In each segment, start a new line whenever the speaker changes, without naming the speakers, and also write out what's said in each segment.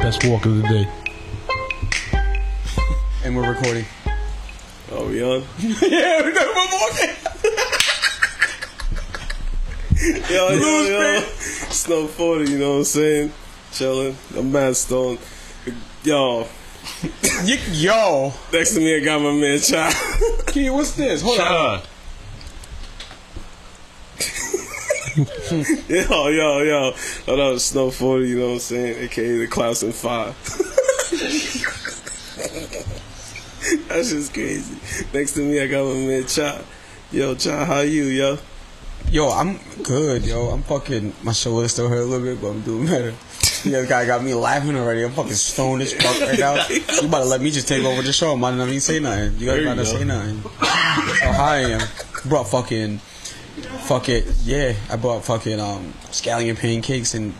best walk of the day.
And we're recording.
Oh, we on?
yeah, we're walking.
Yo, yo,
Bruce
yo.
Payne.
Snow 40, you know what I'm saying? Chilling. I'm mad stoned. Yo,
yo,
next to me, I got my man Child.
Key, what's this? Hold on.
up.
yo, yo, yo. Hold up, Snow 40, you know what I'm saying? AKA the Klaus and 5. That's just crazy. Next to me, I got my man Child. Yo, Child, how you, yo?
Yo, I'm good, yo. I'm fucking. My shoulder still hurt a little bit, but I'm doing better. The other guy got me laughing already. I'm fucking stoned as fuck right now. You about to let me just take over the show. I'm not even say nothing. You guys
There you
about to
go.
say nothing. How high I am. Brought fucking. Fuck it. Yeah, I brought fucking um, scallion pancakes and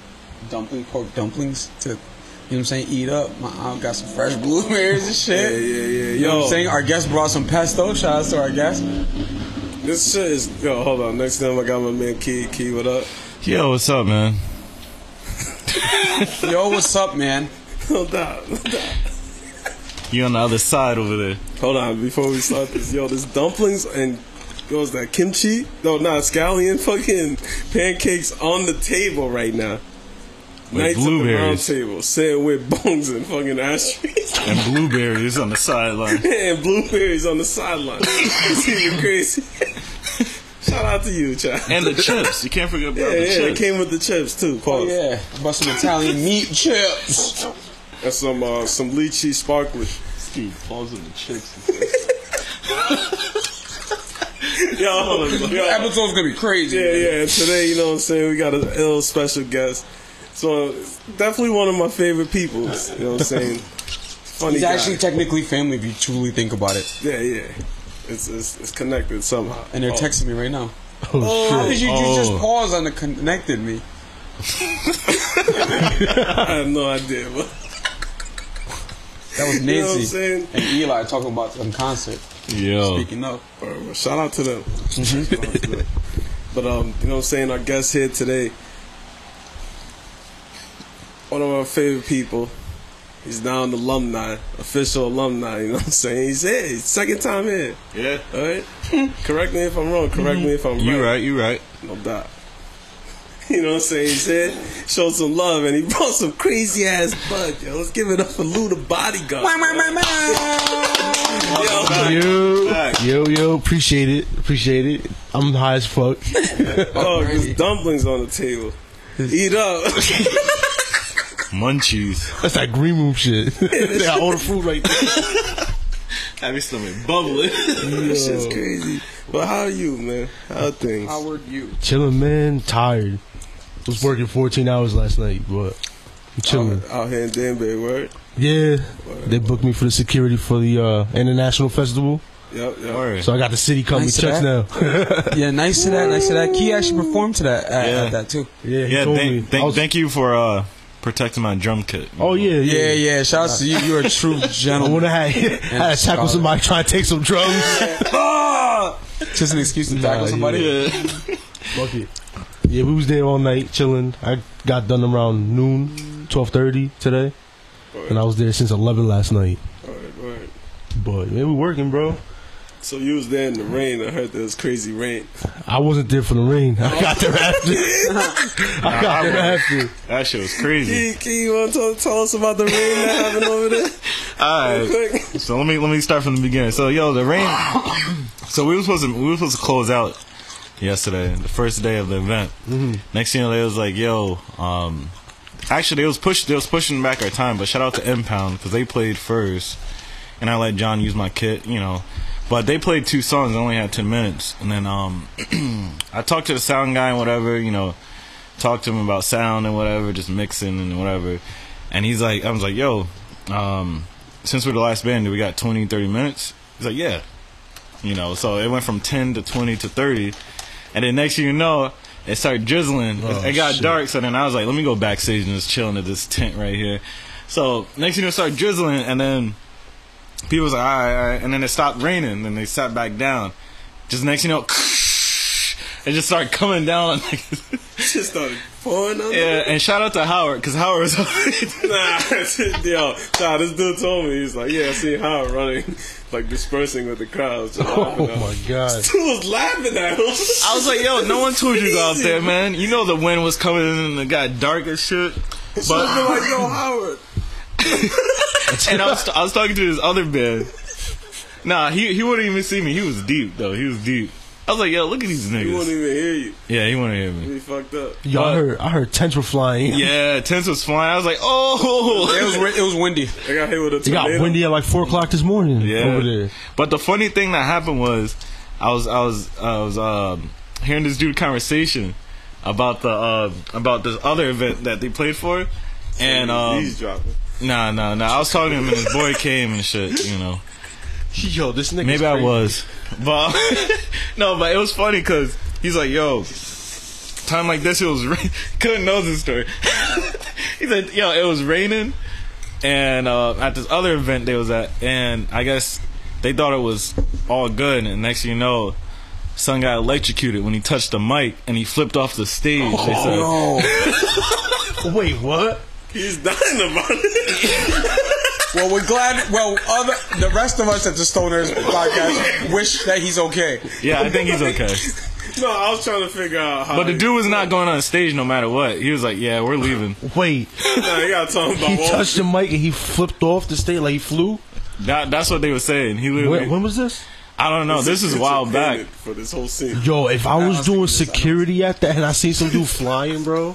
dumpling pork dumplings to, you know what I'm saying, eat up. My aunt got some fresh blueberries and shit.
Yeah, yeah, yeah.
You know what
Yo.
I'm saying? Our guest brought some pesto. Shout out to our guest.
This shit is. Yo, hold on. Next time, I got my man Key. Key, what up?
Yo, what's up, man?
Yo, what's up, man?
No doubt.
You on the other side over there.
Hold on, before we start this, yo, this dumplings and what was that kimchi? No, not scallion. Fucking pancakes on the table right now.
With
at
blueberries
the round table, sitting with bones and fucking ashtrays
and blueberries on the sideline.
and blueberries on the sideline. See you crazy. Shout out to you, child.
And the chips. You can't forget about
yeah,
the
yeah, it
chips.
came with the chips too. Pause.
Oh, Yeah, but some Italian meat chips.
And some uh, some lychee sparkling.
Steve, pause on the chips.
Yo, yo,
Episode's gonna be crazy.
Yeah, yeah. and Today, you know what I'm saying, we got an ill special guest. So definitely one of my favorite people. You know what I'm saying? Funny
He's
guy.
actually technically family if you truly think about it.
yeah, yeah. It's, it's it's connected somehow.
And they're
Oh,
texting me right now.
Oh,
How
shit.
did you, you just
Oh.
pause on the connected me?
I have no idea. But
That was
you know what I'm
Nancy
saying?
and Eli talking about some concert.
Yo.
Speaking of,
Or- or Shout out to them. Shout
Mm-hmm.
out to them. But um, you know what I'm saying. Our guest here today, one of our favorite people. He's now an alumni, official alumni. You know what I'm saying? He's here. He's second time here.
Yeah.
All right. correct me if I'm wrong. Correct me if I'm
You
right.
right, you right.
No doubt. You know what I'm saying? He said, show some love, and he brought some crazy ass bud, yo. Let's give it up for Lou the bodyguard.
Wah, wah, wah, wah.
Yo,
Yo,
Back.
yo, yo, appreciate it, appreciate it. I'm high as fuck.
dog, there's dumplings on the table. Eat up.
Munchies.
That's that green room shit. they got all the food right there.
Have your stomach bubbling.
This shit's crazy. But how are you, man? How are things?
Howard, you.
Chilling, man. Tired. Was working 14 hours last night, but I'm chilling.
Out, out here in Denver, word?
Yeah, they booked me for the security for the uh, international festival,
Yep, yep.
Alright.
so I got the city company
Nice
checks now.
Yeah, nice to that. Nice to that. Key actually performed to that at,
Yeah.
at that too.
yeah, he
Yeah,
told me.
thank,
I
thank,
was-
thank you for uh, protecting my drum kit.
oh yeah, yeah.
Yeah, yeah. Shout out to you. You're a true
I
gentleman.
would have had, had to tackle
scholar.
somebody trying to take some drugs.
Just an excuse to tackle
Nah,
somebody.
Yeah.
Fuck it. Yeah, we was there all night chilling. I got done around noon, twelve thirty today, and I was there since eleven last night.
Alright, alright.
But man, we working, bro.
So you was there in the rain. I heard there was crazy rain.
I wasn't there for the rain. I got there after. I got there after.
That shit was crazy.
Key, Key, you want to tell us about the rain that happened over there?
Alright.
Quick.
So let me let me start from the beginning. So yo, the rain. so we were supposed to we were supposed to close out yesterday, the first day of the event. Next thing you know, they was like, yo, um, actually they was push they was pushing back our time, but shout out to Impound because they played first, and I let John use my kit, you know. But they played two songs, I only had ten minutes, and then um, I talked to the sound guy and whatever, you know, talked to him about sound and whatever, just mixing and whatever. And he's like, I was like, yo, um, since we're the last band, do we got 20, 30 minutes? He's like, yeah. You know, so it went from 10 to 20 to 30. And then next thing you know, it started drizzling.
Oh,
it got
shit.
dark, so then I was like, let me go backstage and just chill into this tent right here. So next thing you know, it started drizzling, and then people was like, all right, all right. And then it stopped raining, and then they sat back down. Just next thing you know, it just started coming down. Like,
shit started pouring out.
Yeah, and shout out to Howard because Howard was.
Nah, yo, nah, this dude told me he's like, yeah, I see how I'm running, like dispersing with the crowds. Just
Oh
laughing out.
my god.
Dude was laughing at him.
I was like, yo, no one told you to go out there, man. You know the wind was coming in and it got dark as shit. But
I've been like, yo, Howard.
and I was, I was talking to this other man. Nah, he he wouldn't even see me. He was deep though. He was deep. I was like, yo, look at these
He won't
niggas.
even hear you.
Yeah, he wouldn't hear me.
He fucked up.
Yo, I heard I heard tents were flying.
Yeah, tents was flying. I was like, oh.
It was wi- it was windy.
I got hit with a
It got
tornado.
windy at like four o'clock this morning
Yeah.
over there.
But the funny thing that happened was, I was I was I was um, hearing this dude conversation about the uh, about this other event that they played for, and um,
He's dropping.
nah nah nah. I was talking to him and his boy came and shit. You know,
Yo, this nigga.
maybe I was, but no, but it was funny because he's like, yo. Time like this, it was rain. Couldn't know this story. he said, "Yo, it was raining, and uh, at this other event they was at, and I guess they thought it was all good, and next thing you know, son got electrocuted when he touched the mic and he flipped off the stage. they
Oh.
said.
Wait, what?
He's dying about it.
Well, we're glad. Well, other the rest of us at the Stoners podcast wish that he's okay.
Yeah, I think he's okay.
no, I was trying to figure out how.
But the
he-
dude was not going on stage no matter what. He was like, "Yeah, we're leaving."
Wait,
Nah, you gotta tell him about
he
Wall
touched the mic and he flipped off the stage like he flew.
That, that's what they were saying. He literally,
When, when was this?
I don't know. This is a
It's
while
entertainment
back.
For this whole scene.
Yo, if I was
don't
doing
think it is.
security at that and I seen some dude flying, bro,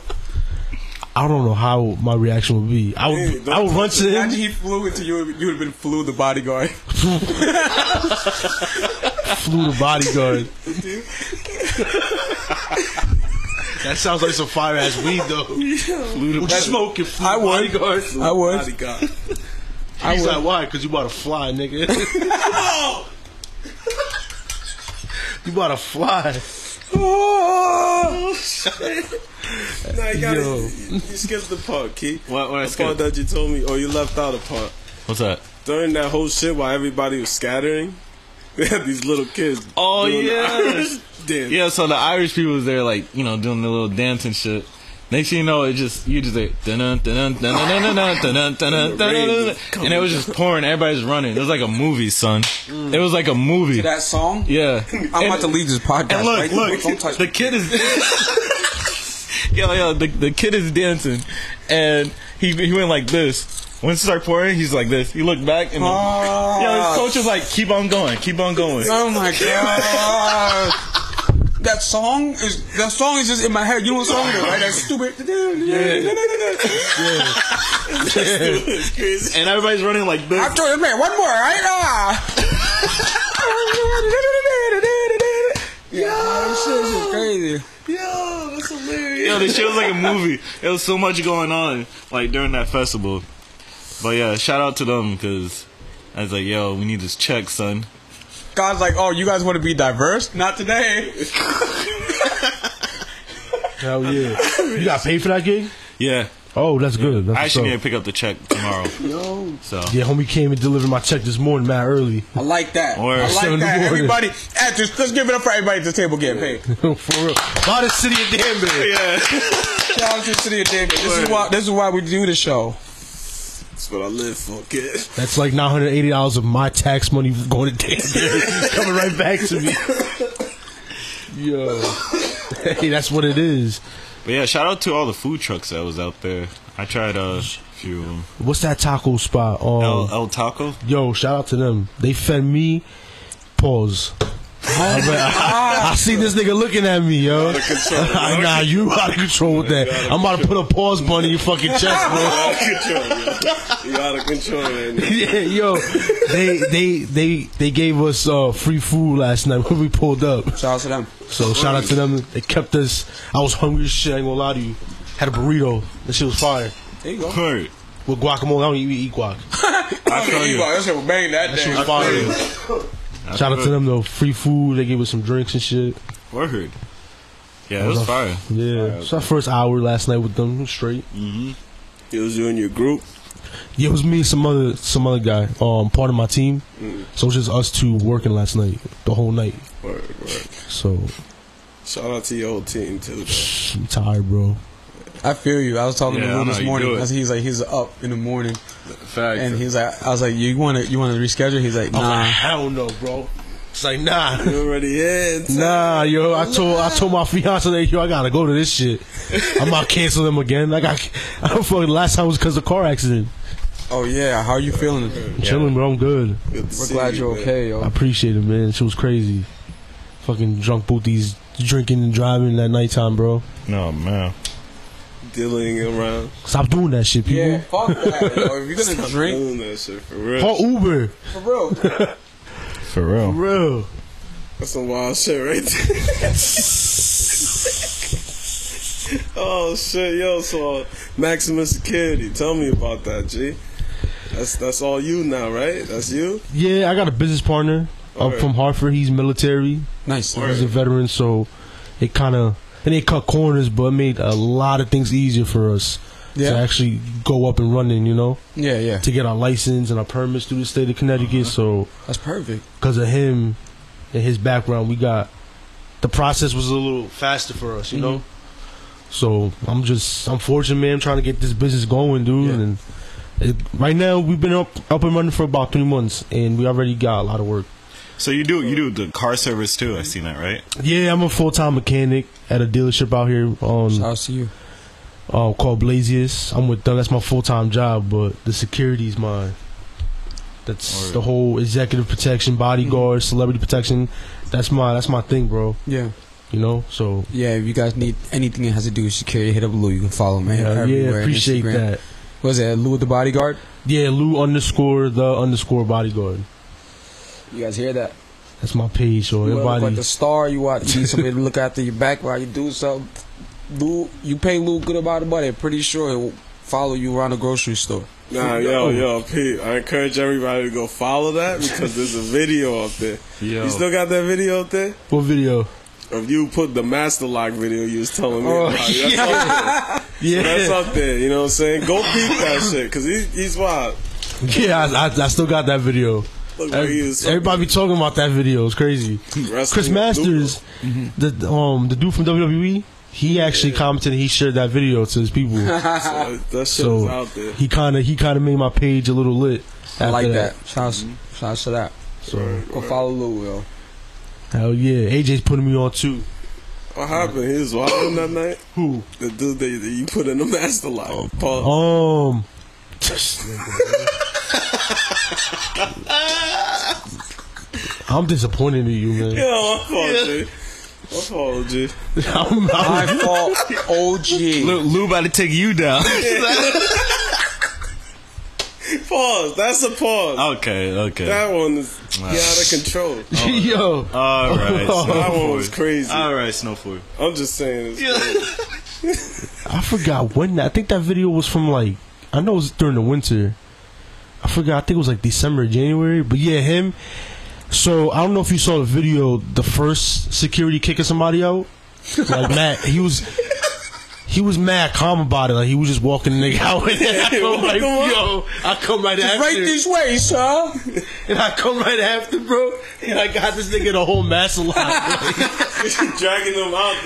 I don't know how my reaction would be. I would,
Hey,
I would run to
Imagine
him,
he flew into you. You would have been flew the bodyguard.
flew the bodyguard. that sounds like some fire ass weed though. Flew the smoking. Flew
I
the
would.
bodyguard.
I would.
Bodyguard.
He's like, why? Because you about to fly, nigga. you about to fly.
Nah, you gotta.
Yo.
You, you skipped the part, Key.
What? What? I
The part
skipped?
that you told me, or you left out a part.
What's that?
During that whole shit while everybody was scattering, they had these little kids.
Oh,
doing the
yeah.
Irish dance.
Yeah, so the Irish people was there, like you know, doing the little dance and shit. Next thing you know, it just you just like dun dun dun dun dun dun dun dun dun dun dun dun, and it was just pouring. Everybody's running. It was like a movie, son. It was like a movie.
That song.
Yeah.
I'm
And-
about to leave this podcast.
And look,
right
look,
Don't touch
the
me.
kid is. yo, yo, the, the kid is dancing, and he he went like this. When it started pouring, he's like this. He looked back and.
Ah.
Yo, his coach is like, keep on going, keep on going.
Oh my god. That song is that song is just in my head. You know what song it is, right? That stupid.
It's crazy.
And everybody's running like this.
After it, man, one more, right? Ah. Yeah, this shit is crazy.
Yo, that's hilarious.
Yo, this shit was like a movie. There was so much going on, like during that festival. But yeah, shout out to them because I was like, yo, we need this check, son.
God's like, oh, you guys want to be diverse? Not today.
Hell yeah. You got paid for that gig?
Yeah,
Oh, that's good. That's
I
what's
actually
up.
need to pick up the check tomorrow. So
Yeah, homie came and delivered my check this morning, man, early.
I like that.
Word.
I
Seven
like that.
more.
Everybody, at this, let's give it up for everybody at this table getting paid.
for real. By the city of Danbury.
Shout out to the city of Denver. This is why. This is why we do the show.
That's what I live for, kid.
That's like $980 of my tax money going to Danbury. coming right back to me. Yo. Hey, that's what it is.
But yeah, shout out to all the food trucks that was out there. I tried uh, a few of them.
What's that taco spot? Um,
El, El Taco.
Yo, shout out to them. They fed me. Pause. I, bet- I- I see this nigga looking at me, yo. nah, you out of control with that. I'm about to put a pause button in your fucking chest, bro.
You out of control, yo. You out of control right now.
yeah, yo, they they they they gave us uh, free food last night when we pulled up.
Shout out to them.
So shout out to them. They kept us. I was hungry as shit. I ain't gonna lie to you. Had a burrito. That shit was fire
There you go.
Word.
with guacamole. I don't even eat guac.
I feel you.
That shit was bang that
That shit was
day.
fire. Shout out to them though. Free food. They gave us some drinks and shit.
Word. Yeah, it was fire.
Yeah. So our first hour last night with them it was straight.
It was you and your group.
Yeah, it was me and some other some other guy. Um, part of my team.
Mm.
So it was just us two working last night, the whole night.
Word, word.
So
Shout out to your whole team too. though.
I'm tired, bro.
I feel you. I was talking
Yeah,
to
I
Lou
know
this
you
morning.
do it.
I was- He's like, he's up in the morning,
Fact.
and he's like, I was like, you want to, you want to reschedule? He's like,
I'm like,
nah.
hell no, bro. It's like nah.
You already here.
Nah, yo, I told I told my fiance that yo, I gotta go to this shit. I'm not canceling them again. Like I, I don't fucking last time was because of car accident.
Oh yeah, how you feeling?
I'm chilling, bro. I'm good.
We're glad you're okay,
I
yo.
appreciate it, man. She was crazy. Fucking drunk booties, drinking and driving at nighttime, bro.
No man.
Dealing around.
Stop doing that shit, people.
Yeah, fuck that. Yo. If you're gonna drink,
Doing that shit for real.
Call Uber,
for real,
For real.
bro.
That's some wild shit right there. oh shit, yo, so maximum security. Tell me about that, G. That's that's all you now, right? That's you?
Yeah, I got a business partner up
Alright.
from Hartford. He's military.
nice.
He's a veteran, so it kind of and they cut corners, but it made a lot of things easier for us
Yeah.
to actually go up and running. You know,
Yeah, yeah,
to get our license and our permits through the state of Connecticut. So
that's perfect.
because of him and his background, we got the process was a little faster for us. You know, so I'm just I'm fortunate, man. I'm trying to get this business going, dude.
Yeah.
And it, right now we've been up up and running for about three months, and we already got a lot of work.
So you do you do the car service too? I seen that right.
Yeah, I'm a full time mechanic at a dealership out here on
Shout out to you.
uh, called Blazius. I'm with them. That's my full time job, but the security is mine. That's
Alright.
the whole executive protection, bodyguard, celebrity protection. That's my that's my thing, bro.
Yeah,
You know, so
yeah. If you guys need anything that has to do with security, hit up Lou. You can follow him.
yeah, yeah,
everywhere,
appreciate
Instagram.
that.
What is that Lou with the bodyguard?
Yeah, Lou underscore the underscore bodyguard.
You guys hear that?
That's my page. So
You wanna look
everybody,
like the star. You want you need somebody to look after your back while you do something. Lou, you pay Lou good amount of money. I'm pretty sure he'll follow you around the grocery store.
Nah, yo, yo, Pete. I encourage everybody to go follow that because there's a video up there.
Yo.
You still got that video up there?
what video?
If you put the master lock video you was telling me
Oh,
about, that's, up
Yeah,
there. that's up there. You know what I'm saying? Go peep that shit because he, he's wild.
yeah. I, I, I still got that video.
Look where Oh, he is.
Everybody be talking about that video. It's crazy.
Wrestling
Chris
with
Masters, the the, um the dude from WWE, he actually commented he shared that video to his people.
So, that shit is
so
out there.
he kind of he kind of made my page a little lit.
I
after
like that. Shout, out, shout out to that.
So
Go follow Lou, yo.
hell yeah, AJ's putting me on too.
What happened? He was wilding that night. Who? The dude that that you put in the master lock. Paul.
Um, I'm disappointed in you, man.
Yeah, my fault, G. My fault, G.
I'm, I'm,
My fault, OG.
Lou, Lou about to take you down.
Pause. That's a pause.
okay. Okay.
That one is yeah, out of control.
yo,
All right.
That one
Snowford.
was crazy.
All right, Snowford.
I'm just saying. It's
I forgot when. that- I think that video was from like I know it was during the winter. I forgot. I think it was like December, January. But yeah, him. So I don't know if you saw the video. The first security kicking somebody out. Like Matt, he was he was mad calm about it. Like he was just walking the nigga out. And then I come like, yo, I come right after.
Right this way, sir.
and I come right after, bro. And I got this nigga the whole mass a lot.
dragging them out.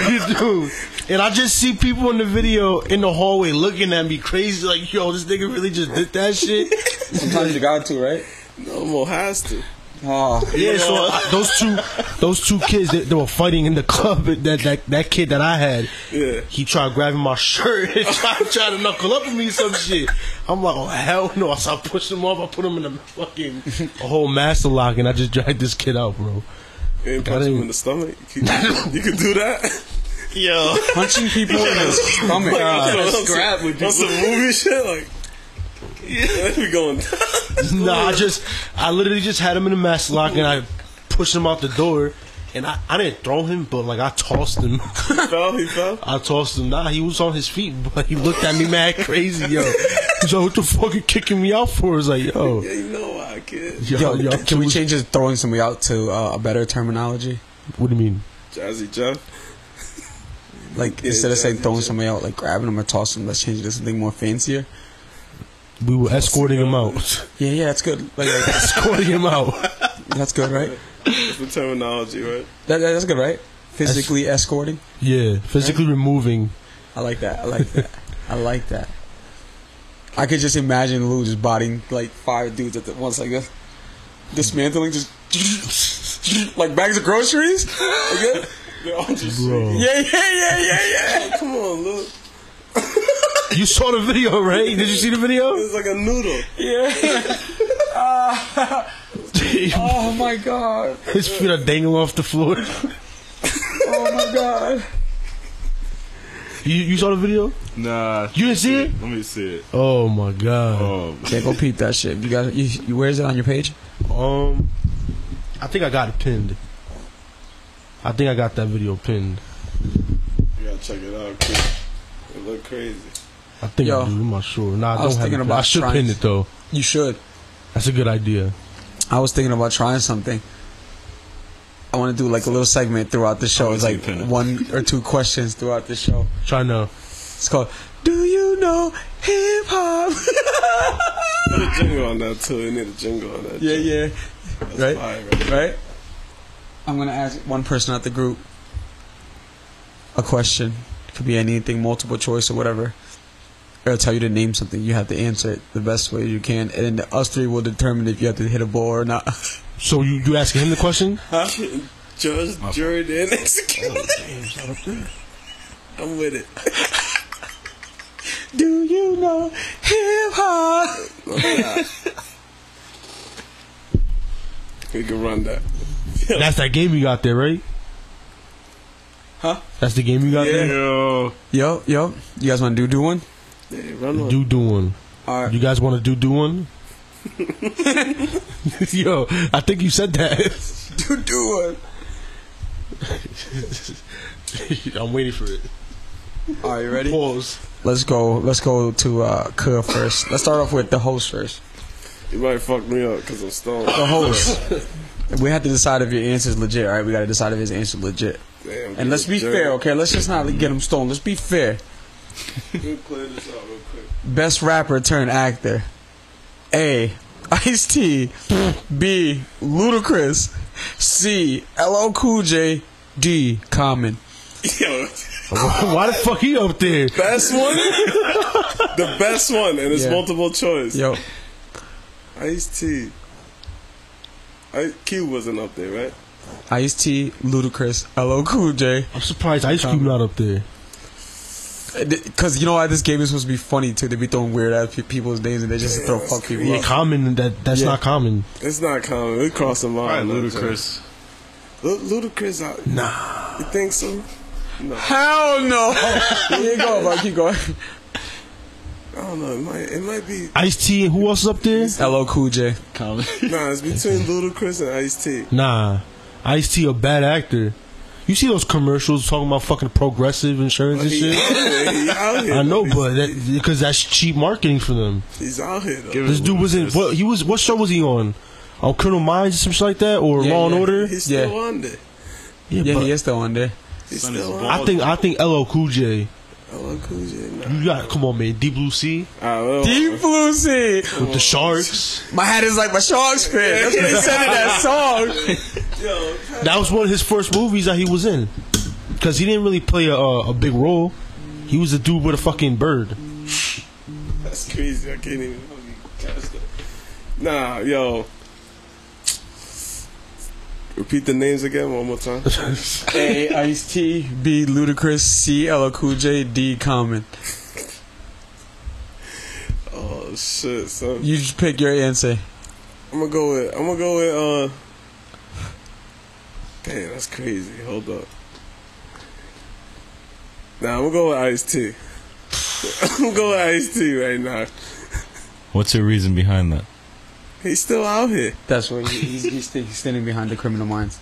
Yo, dude. And I just see people in the video in the hallway looking at me crazy, like, yo, this nigga really just did that shit.
Sometimes you got to, right?
No more has to.
Oh,
Yeah, so I- those two, those two kids that they were fighting in the club. That that that kid that I had,
Yeah.
he tried grabbing my shirt and tried, tried to knuckle up with me some shit. I'm like, oh hell no! So I pushed him off. I put him in the fucking a whole master lock, and I just dragged this kid out, bro.
And punch him in the stomach. You can, you can do that.
Yo.
punching people in the stomach.
On some- on some movie shit. Like, yeah, we going.
No, I just, I literally just had him in a mask lock and I pushed him out the door. And I, I didn't throw him, but like I tossed him.
fell. He fell.
I tossed him. Nah, he was on his feet, but he looked at me mad crazy, yo. He's like, what the fuck you kicking me out for? It's like, yo.
Yeah, you know why, kid.
Yo,
Yo,
yo,
can we
was-
change this throwing somebody out to uh, a better terminology?
What do you mean?
Jazzy Jeff.
Like
Yeah,
instead of saying
yeah,
throwing somebody out, like grabbing them or tossing them, let's change it to something more fancier.
We were escorting him out.
Yeah, yeah, that's good. Like, like,
escorting him out.
that's good, right?
That's the terminology, right?
That, that's good, right? Physically escorting.
Yeah, physically removing.
I like that. I like that. I like that. I could just imagine Lou just bodying like five dudes at the once like this, dismantling just like bags of groceries. Like that.
They're all just
Bro.
yeah, yeah, yeah, yeah, yeah.
Come on, look.
You saw the video, right? Did you see the video?
It's like a noodle.
Yeah. Oh my god.
His feet are dangling off the floor.
Oh my god.
You, you saw the video?
Nah.
You didn't see it?
Let me see it.
Oh my god.
Oh,
Yeah, go peep that shit. You got you, you. Where is it on your page?
Um, I think I got it pinned. I think I got that video pinned.
You gotta check it out, kid. It look crazy.
I think
Yo.
I do. I'm not sure. Nah, I,
I was
don't have.
thinking
It. pinned.
about
I should
trying-
pin it though.
You should.
That's a good idea.
I was thinking about trying something. I want to do like a little segment throughout the show.
Oh,
It's
it's
like
independent.
one or two questions throughout the show.
Trying to.
It's called "Do you know hip hop?"
Put a jingle on that, too. You need a jingle on that.
yeah, yeah,
That's
right,
fire, right?
right. I'm gonna ask one person at the group a question. Could be anything, multiple choice or whatever. It'll tell you to name something. You have to answer it the best way you can, and then us three will determine if you have to hit a ball or not.
So you you asking him the question?
Huh? Judge, jury, and execute. I'm with it.
Do you know hip hop?
We can run that.
That's that game you got there, right?
Huh?
That's the game you got there.
yo.
Yo, yo, you guys want to do do one?
Yeah, run one.
Do do one.
All right.
You guys want to do do one? Yo, I think you said that.
Do do one.
I'm waiting for it.
All right, you ready?
Pause.
Let's go. Let's go to uh, Kerr first. Let's start off with the host first.
You might fuck me up because I'm stoned.
The host. we have to decide if your answer's legit. All right, we got to decide if his answer's legit.
Damn,
And let's be
jerk.
fair, okay? Let's just not get him stoned. Let's be fair.
We'll clear this out real quick.
Best rapper turned actor. A. Ice T. B. Ludacris. C. LL Cool J. D. Common.
Yo,
Why the fuck he up there?
best one? the best one, and it's
Yeah.
multiple choice.
Yo,
Ice T. I, Q wasn't up there, right?
Ice T. Ludacris. LL Cool J.
I'm surprised Ice Cube not up there.
Because you know why this game is supposed to be funny too. They be throwing weird ass pe- people's names and they just throw fuck people.
Yeah,
up.
common. That that's
Yeah.
not common.
It's not common. We cross the line.
Probably ludicrous.
Lu- Ludacris out. Nah. You think so?
Hell no. Here you go, bro. Keep going.
I don't know. It might, it might be.
Ice T. Who else is up there?
LL Cool J.
Common.
Nah, it's between Ludacris and Ice T.
Nah, Ice T. A bad actor. You see those commercials talking about fucking progressive insurance and
He
shit.
out here. He out here.
I know, but that because that's cheap marketing for them.
He's out here, though.
Give
This dude was in
Ludacris.
what he was. What show was he on? On Criminal Minds or some shit like that, or
Yeah,
Law and
yeah.
Order.
He's still
Yeah.
on there.
Yeah,
Yeah,
but
he is still on there.
He's
Son is
still on
bald.
there.
I think I think LL Cool J.
LL Cool J. Nah.
You got come on, man. Deep Blue Sea
All right, well,
Deep Blue Sea.
with the Sharks.
My hat is like my shark's fin. That's what they said in that song.
Yo,
That was one of his first movies that he was in, because he didn't really play a, a big role. He was a dude with a fucking bird.
that's crazy. I can't even fucking catch that. Nah, yo. Repeat the names again one more time.
A. Ice T. B. Ludacris. C. LL Cool J. D. Common.
Oh shit, son.
You just pick your answer.
I'm gonna go with. I'm gonna go with. uh Damn, that's crazy. Hold up. Nah, I'm gonna go with Ice T. I'm gonna go with Ice T right now.
What's your reason behind that?
He's still out here.
That's what he- he's, he's, sta- he's standing behind the criminal minds.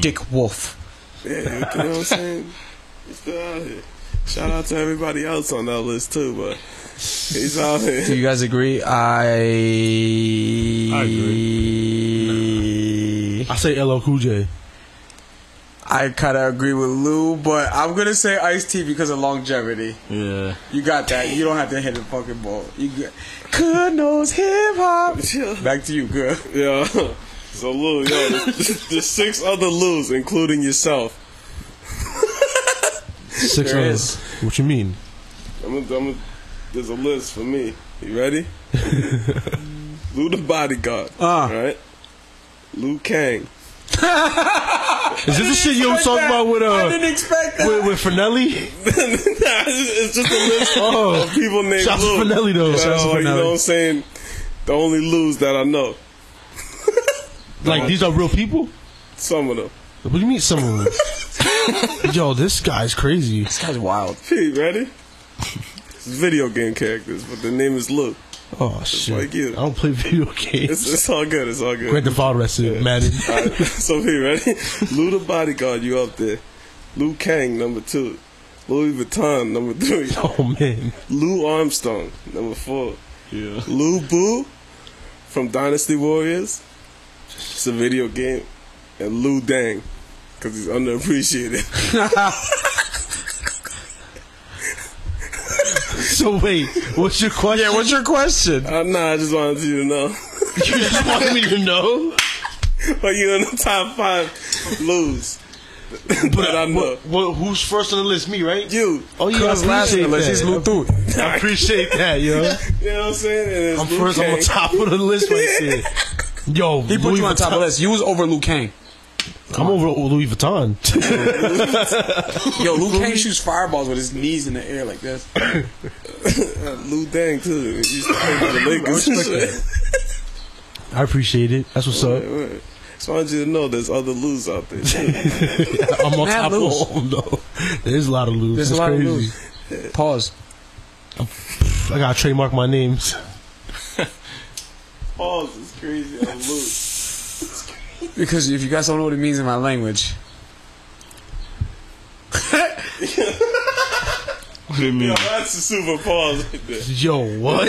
Dick Wolf.
Yeah, you know what I'm saying. He's still out here. Shout out to everybody else on that list too, but he's out
Do
here.
you guys agree? I. I agree.
I say LL Cool J.
I kind of agree with Lou, but I'm gonna say Ice T because of longevity.
Yeah.
You got that. You don't have to hit the fucking ball. You good. Good knows hip hop. Back to you, good.
Yo, So Lou, yo, there's, there's six other Lou's, including yourself.
Six
There
others. What you mean?
I'm a, I'm a, there's a list for me. You ready? Lou the bodyguard.
Ah.
Right? Lou Kang.
Is this the shit you was talking about with
I
uh
didn't expect that.
with, with Finelli?
Nah, it's just- it's just a list
Oh.
of people named
Shots
Lou.
of Finelli though.
But,
Shots
uh,
of
you know what I'm
Finelli.
saying? The only Lou's that I know.
Like these are real people?
Some of them.
What do you mean some of them? Yo, this guy's crazy.
This guy's wild.
P, ready? It's video game characters, but the name is Lou.
Oh shit.
like you.
I don't play video games.
It's, it's all good. It's all good.
Grand Theft Auto that's it, Madden.
All right, so we ready? Lou the bodyguard, you up there? Lou Kang, number two. Louis Vuitton, number three.
Oh man.
Lou Armstrong, number four.
Yeah.
Lou Boo from Dynasty Warriors. It's a video game. And Lou Dang, because he's underappreciated.
So wait, what's your question?
Yeah, what's your question?
uh, nah, I just wanted you to know.
you just wanted me to know?
Are you in the top five Lou's? But I know.
Well, who's first on the list? Me, right?
You.
Oh yeah, I
Cuz last
appreciate
name, let's just
that.
look through it.
I appreciate that, yo.
You know what I'm saying? And it's
I'm
Lou
first. I'm
Kang.
on top of the list right there. Yo,
He put
Louis
you on top of
Vuitton-
the list. You was over Luke Kang.
I'm over Louis Vuitton.
Yo, Luke Kang shoots fireballs with his knees in the air like this.
Uh, Lou Dang, too. He used to play for the Lakers. and shit.
I appreciate it. That's what's up.
Wait, wait. Just wanted you to know there's other Lou's out there.
I'm on
Mad
top
Louis.
of all of them, though. There's a lot of Louis.
There's
That's
a lot
crazy.
of news. Pause.
I gotta trademark my names.
Pause is crazy on Lou.
Because if you guys don't know what it means in my language,
What do you mean?
Yo, that's a super pause right there.
Yo, what?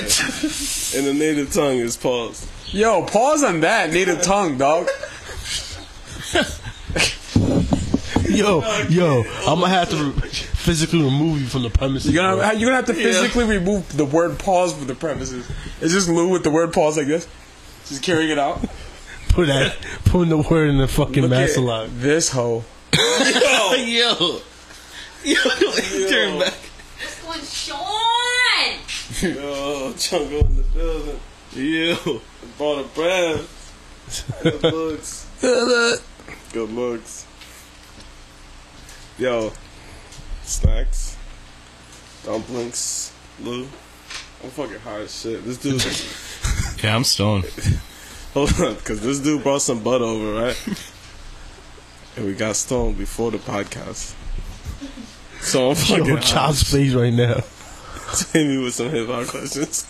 In the native tongue is pause.
yo, pause on that native tongue, dog.
Yo, yo, I'm gonna have to re- physically remove you from the premises.
You're
bro.
gonna you're gonna have to physically remove the word pause from the premises. It's just Lou with the word pause like this, just carrying it out.
put that, putting the word in the fucking
Look
master
at
lock.
This hoe.
Yo. Yo,
Oh,
turn back.
Going Sean!
Yo, Chungo in oh, the building.
Yo.
Bought a breath. Good looks. Good looks. Yo, snacks, dumplings, Lou. I'm fucking high as shit. This dude.
Yeah, I'm stoned.
Hold on, because this dude brought some butt over, right? and we got stoned before the podcast. So I'm fucking
Yo,
Yo,
child's face right now.
hit me with some hip hop questions.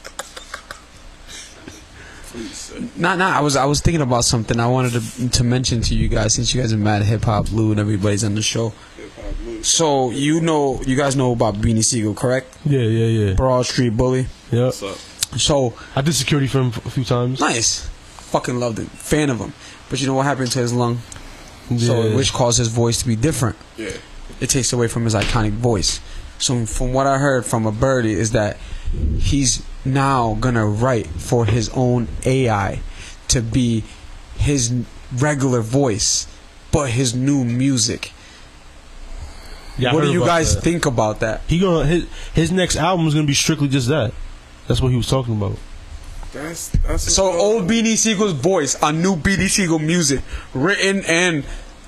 Please, sir.
Nah, nah. I was I was thinking about something I wanted to to mention to you guys since you guys are mad hip hop Lou and everybody's on the show.
Hip hop loose.
So you know you guys know about Beanie Siegel, correct?
Yeah, yeah, yeah.
Broad Street Bully.
Yeah.
What's up?
So
I did security for him a few times.
nice, fucking loved it, fan of him. But you know what happened to his lung? So
Yeah.
which caused his voice to be different.
Yeah.
it takes away from his iconic voice. So from what I heard from a birdie is that he's now gonna write for his own AI to be his n- regular voice, but his new music.
Yeah, I
what do
heard
you
about
guys
that.
think about that?
He gonna his his next album is gonna be strictly just that. That's what he was talking about.
That's that's what's
So
up.
old Beanie Siegel's voice on new Beanie Siegel music, written and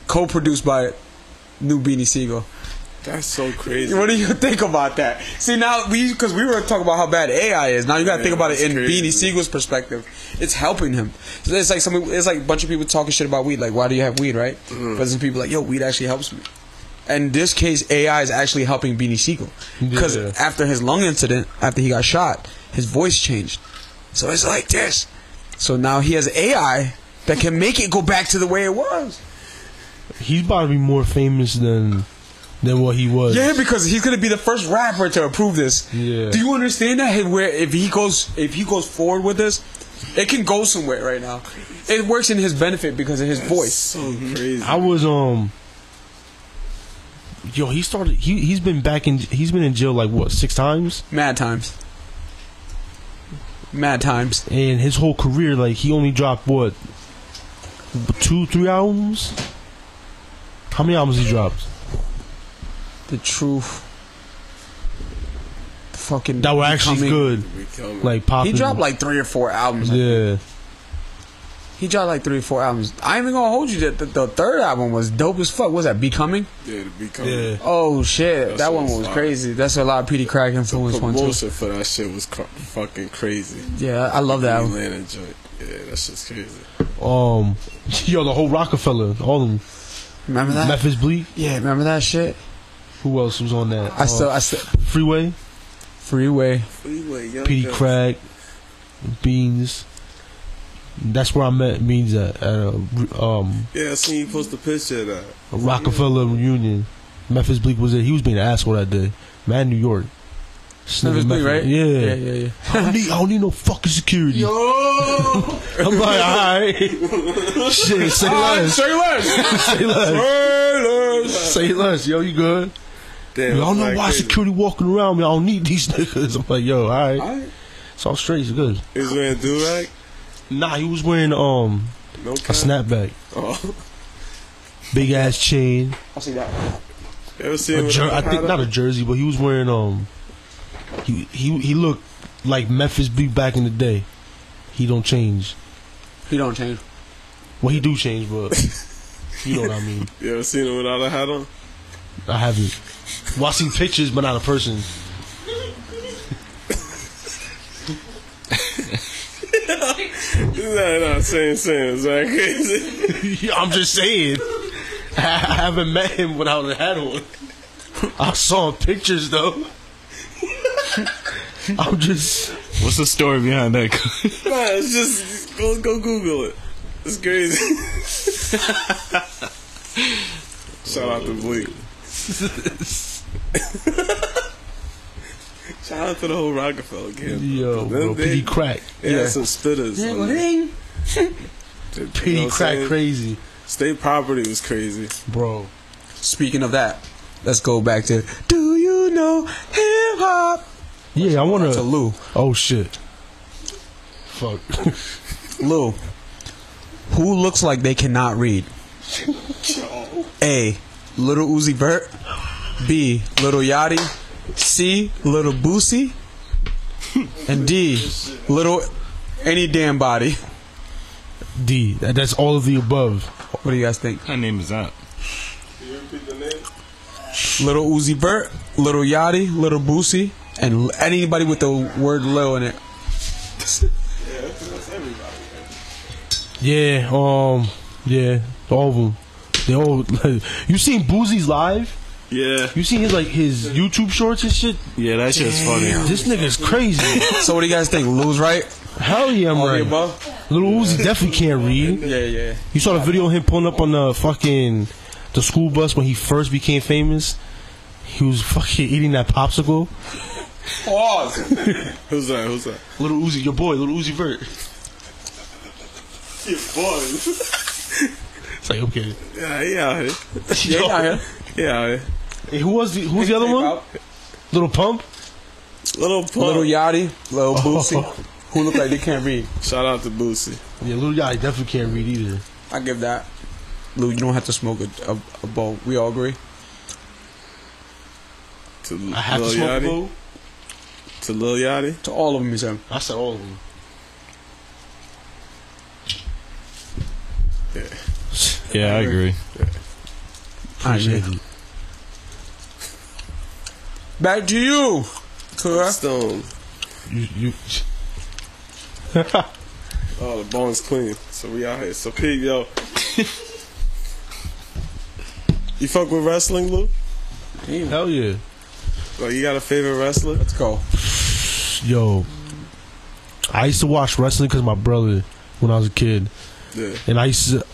co-produced by new Beanie Siegel.
That's so crazy.
What do you think about that? See now, we because we were talking about how bad AI is. Now you got to
Yeah,
think about it
that's
in
crazy.
Beanie Siegel's perspective. It's helping him. So it's like some. It's like a bunch of people talking shit about weed. Like, why do you have weed, right?
Mm-hmm.
But some people like, yo, weed actually helps me. And in this case, AI is actually helping Beanie Siegel because
Yeah.
after his lung incident, after he got shot, his voice changed. So it's like this. So now he has AI that can make it go back to the way it was.
He's about to be more famous than than what he was.
Yeah, because he's gonna be the first rapper to approve this.
Yeah.
Do you understand that? Hey, Where if he goes, if he goes forward with this, it can go somewhere right now. It works in his benefit because of his voice.
So crazy.
I was um. Yo, he started. He he's been back in. He's been in jail like what six times,
Mad times. Mad times.
and his whole career like he only dropped what two, three albums. How many albums he dropped
The truth. Fucking.
that were actually
Becoming.
good,
We coming.
like popping?
He dropped like three or four albums.
yeah.
He dropped like three or four albums. I ain't even gonna hold you that the, the third album was dope as fuck. What was that Becoming?
yeah, to be coming.
Yeah.
Oh shit,
That
that one
song's
was
fire.
crazy. That's a lot of Petey Crack influence one too.
Promotion for that shit was cr- fucking crazy.
Yeah, I love that. album.
Atlanta joint. Yeah, that shit's crazy.
Um, yo, the whole Rockefeller, all of them.
Remember that?
Memphis Bleak.
yeah, remember that shit.
Who else was on that?
I still,
Uh,
I still.
Freeway,
Oh. Freeway.
Freeway, young
Petey
guns.
Craig, Beans. That's where I met Beans at, at a, re- um,
Yeah, I seen you post a picture of that.
a Rockefeller reunion. Memphis Bleak was there. He was being an asshole that day. Man, New York. This nigga
Memphis Bleak,
Memphis-
right?
Yeah.
yeah, yeah, yeah.
I, don't need, I don't need no fucking security.
Yo!
I'm like, all right. Shit, say less.
Say less.
Say less. Say less. Yo, you good?
Damn,
Yo, I don't know
like
why
crazy.
security walking around me. I don't need these niggas. I'm like, yo, all right.
Alright.
It's all straight. It's good.
He was wearing do-rag?
Nah, he was wearing um
No
a
cap?
snapback,
Oh.
big ass chain,
I see that.
You ever seen
a
him
jer-
with
I
the
think
hat
not
on?
a jersey, but he was wearing um he he he looked like Memphis Bleak back in the day. He don't change.
He don't change.
Well, he do change, but you know what I mean.
You ever seen him without a hat on?
I haven't. Well, I seen pictures, but not a person.
No, no, same, same. Is that crazy?
I'm just saying. I haven't met him without a hat on. I saw him pictures though. I'm just.
What's the story behind that?
nah, it's just, go, go Google it. It's crazy. Shout out to Bleak. Shout out to the whole Rockefeller gang.
Yo,
Them
bro,
they-
PD crack.
They had some spitters. on there. You know what
PD
I'm
crack
saying?
crazy.
State property was crazy.
Bro.
Speaking of that, let's go back to Do you know hip hop?
Yeah, I want
To
to.
Lou.
Oh, shit. Fuck.
Lou. Who looks like they cannot read? A. Little Uzi Vert. B. Little Yachty. C. Little Boosie. And D. Little any damn body.
D. That- That's all of the above.
What do you guys think?
Her name is not.
Little Uzi Vert, Little Yachty, Little Boosie, and l- anybody with the word "lil" in it.
Yeah, um, yeah, all of them. They all. you seen Boozy's live?
Yeah.
You seen his like his YouTube shorts and shit?
Yeah, that shit's funny.
This nigga's crazy.
So what do you guys think? Lou's right?
Hell yeah, I'm
All the
right.
above?
Little Uzi definitely can't read.
Yeah, yeah.
You saw the video of him pulling up on the fucking the school bus when he first became famous. He was fucking eating that popsicle.
Pause.
Who's that? Who's that?
Little Uzi, your boy, Little Uzi Vert.
Your boy.
It's like okay.
yeah, he out here.
Yeah, he out here.
He out here.
Hey, who was the who was the other one? Little Pump.
Little pump.
Little Yachty, Little Boosie, who look like they can't read.
Shout out to Boosie.
Yeah, Little Yachty definitely can't read either.
I give that. Lou, you don't have to smoke a, a, a bowl. We all agree.
To
I have
Lil
to smoke a
Yachty.
bowl.
To Lil Yachty.
To all of them, you said.
I said all of them.
Yeah, I agree.
Appreciate it.
Back to you. Correct.
Stone.
You, you,
Oh, the bone's clean. So we out here. So Pete, yo. you fuck with wrestling, Lou?
hell yeah.
Like, you got a favorite wrestler?
Let's go.
Yo, I used to watch wrestling because my brother when I was a kid,
Yeah.
and I used to,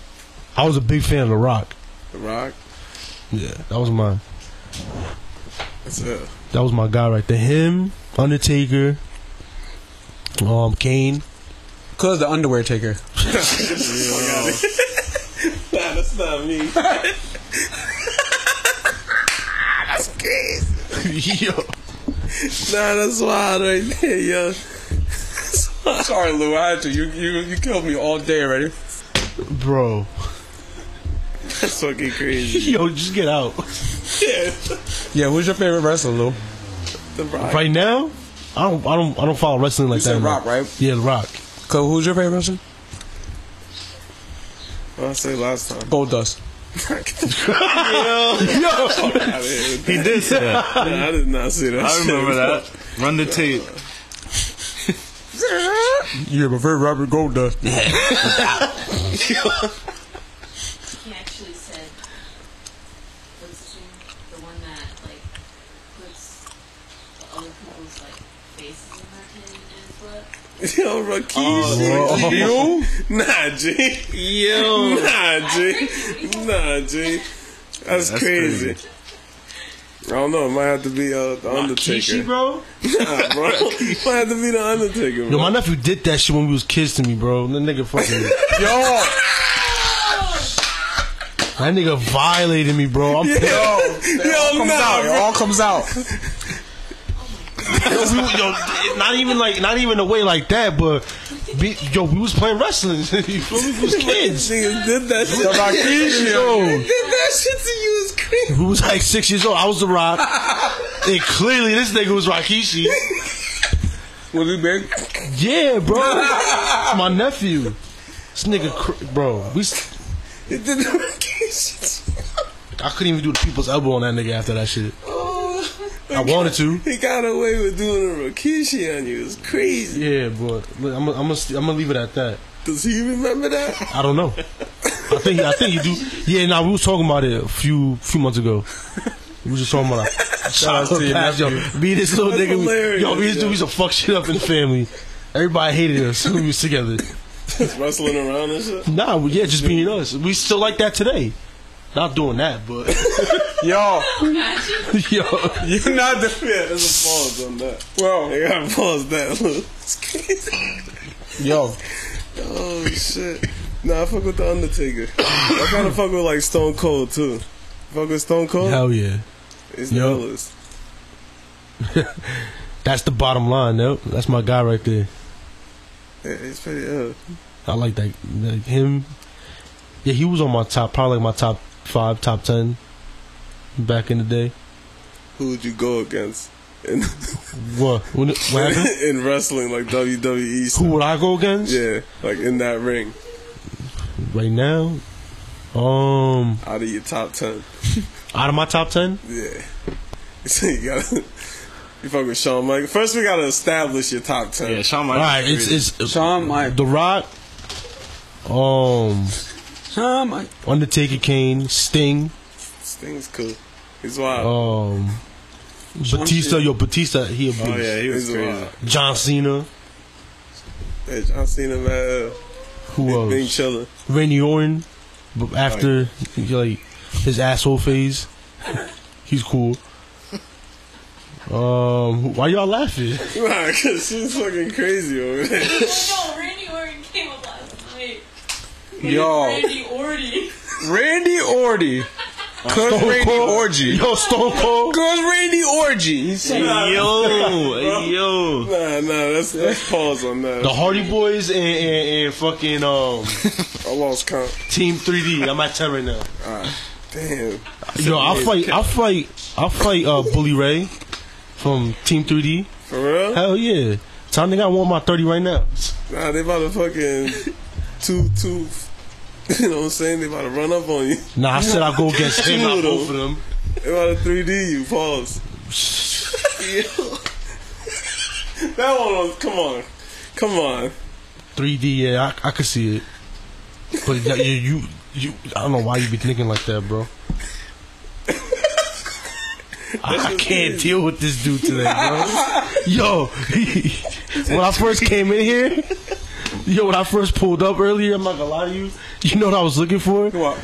I was a big fan of The Rock.
The Rock.
Yeah, that was my
That's it.
that was my guy right there. Him, Undertaker, um, Kane.
Cause the underwear taker.
Nah, that's not me.
Yo,
Nah, that's wild right there, yo.
Sorry, Lou. I had to. You you you killed me all day already.
Bro.
That's fucking crazy.
Yo, just get out.
yeah,
Yeah, who's your favorite wrestler, Lou?
the rock.
Right now, I don't I don't I don't follow wrestling like
You
that.
said
no.
Rock, right?
Yeah, the rock.
Co, who's your favorite wrestler?
What I say last time.
Gold Dust.
I, didn't,
He did say that.
I did not see that.
I
shit.
remember that. Run the tape.
Yeah, my favorite rapper Gold Dust.
He actually said, what's his name? The one that, like, puts the other people's, like, faces in their head and his butt.
Yo,
Oh,
Rakeem. you? Nah, G.
Yo.
Nah, G. Nah, G. That's,
that's
crazy. I don't know. It might have to be uh, the Undertaker.
Kishi, bro?
Nah, bro. might have to be the Undertaker.
Yo,
Bro.
my nephew did that shit when we was kids to me, bro. That nigga fucking Yo That nigga violated me, bro. I'm pissed.
Yo,
comes
nah,
out. It
bro.
all comes out.
yo, we, yo, not even like not even a way like that, but be, yo, we was playing wrestling. you feel me? We was kids.
Niggas did that shit.
Yo, Rakeem, yo.
They did that shit to you. It's crazy.
We was like six years old. I was the rock. And clearly this nigga was Rakishi.
Was he big?
Yeah, bro. It's my nephew. This nigga, cr- bro. We, s-
They did the Rakeem shit.
I couldn't even do the people's elbow on that nigga after that shit. I wanted to.
He got away with doing a Rikishi on you. It's crazy.
Yeah, but look, I'm gonna st- I'm gonna leave it at that.
Does he remember that?
I don't know. I think I think you do. Yeah, now we was talking about it a few few months ago. We was just talking about our childhood past, yo. Me and this little
That's
nigga, we,
hilarious,
yo, me and this dude,
yo.
we used to fuck shit up in the family. Everybody hated us when we was together.
Just wrestling around and shit.
Nah, well, yeah, just being us. We still like that today. Not doing that, but
Yo,
yo,
you're not the.
Yeah, there's a pause on that.
Well,
They gotta pause that. Look, it's crazy.
yo,
Oh shit. Nah, I fuck with the Undertaker. I kind of fuck with like Stone Cold too. Fuck with Stone Cold.
hell yeah.
It's the
Yup.
illest.
That's the bottom line, though. That's my guy right there.
Yeah, it's pretty ill.
I like that. Like him. Yeah, he was on my top, probably my top five, top ten back in the day.
Who would you go against in
What? When, what happened?
in wrestling like WWE?
Who
Stuff?
would I go against?
Yeah, like in that ring,
Right now, um,
out of your top ten.
out of my top ten,
Yeah. So you gotta. You fuck with Shawn Michaels. First, we gotta establish your top ten.
Yeah, Shawn
all
Michaels.
right, it's
crazy.
it's
Shawn Mike.
The Rock, um,
Shawn Mike.
Undertaker, Kane, Sting,
This thing's cool. It's wild.
um, Batista. Yo, Batista, he a beast.
oh yeah, he was
He's
crazy.
wild.
John Cena.
Hey, John Cena, man.
Who
Uh,
else?
been chilling.
Randy Orton, but after like his asshole phase, he's cool. Um, why y'all laughing?
Nah, cause she's fucking crazy over there.
Oh, no, Randy Orton came up last night.
Yo,
Randy Orton.
Randy Orty. Cause Randy Orgy.
Yo, Stone Cold.
Cause Randy Orgy. He said,
Yo, yo.
Nah, nah, that's that's pause on that.
The Hardy Boys and, and, and fucking um
I lost count.
Team 3D. I'm at ten right now.
Damn.
Yo, I will fight. I will fight. I will fight uh, Bully Ray from Team 3D.
For real?
Hell yeah! Time nigga, I want my 30 right now.
Nah, they about to fucking two two. You know what I'm saying? They about to run up on you.
Nah, I said I'll go against him. Not both of them.
They about to 3D you. Pause. that one was. Come on, come on.
3D, yeah, I, I could see it. But yeah, you, you, you, I don't know why you be thinking like that, bro. I can't deal with this dude today, bro. Yo, when I first came in here, yo, when I first pulled up earlier, I'm not gonna lie to you. You know what I was looking for?
What?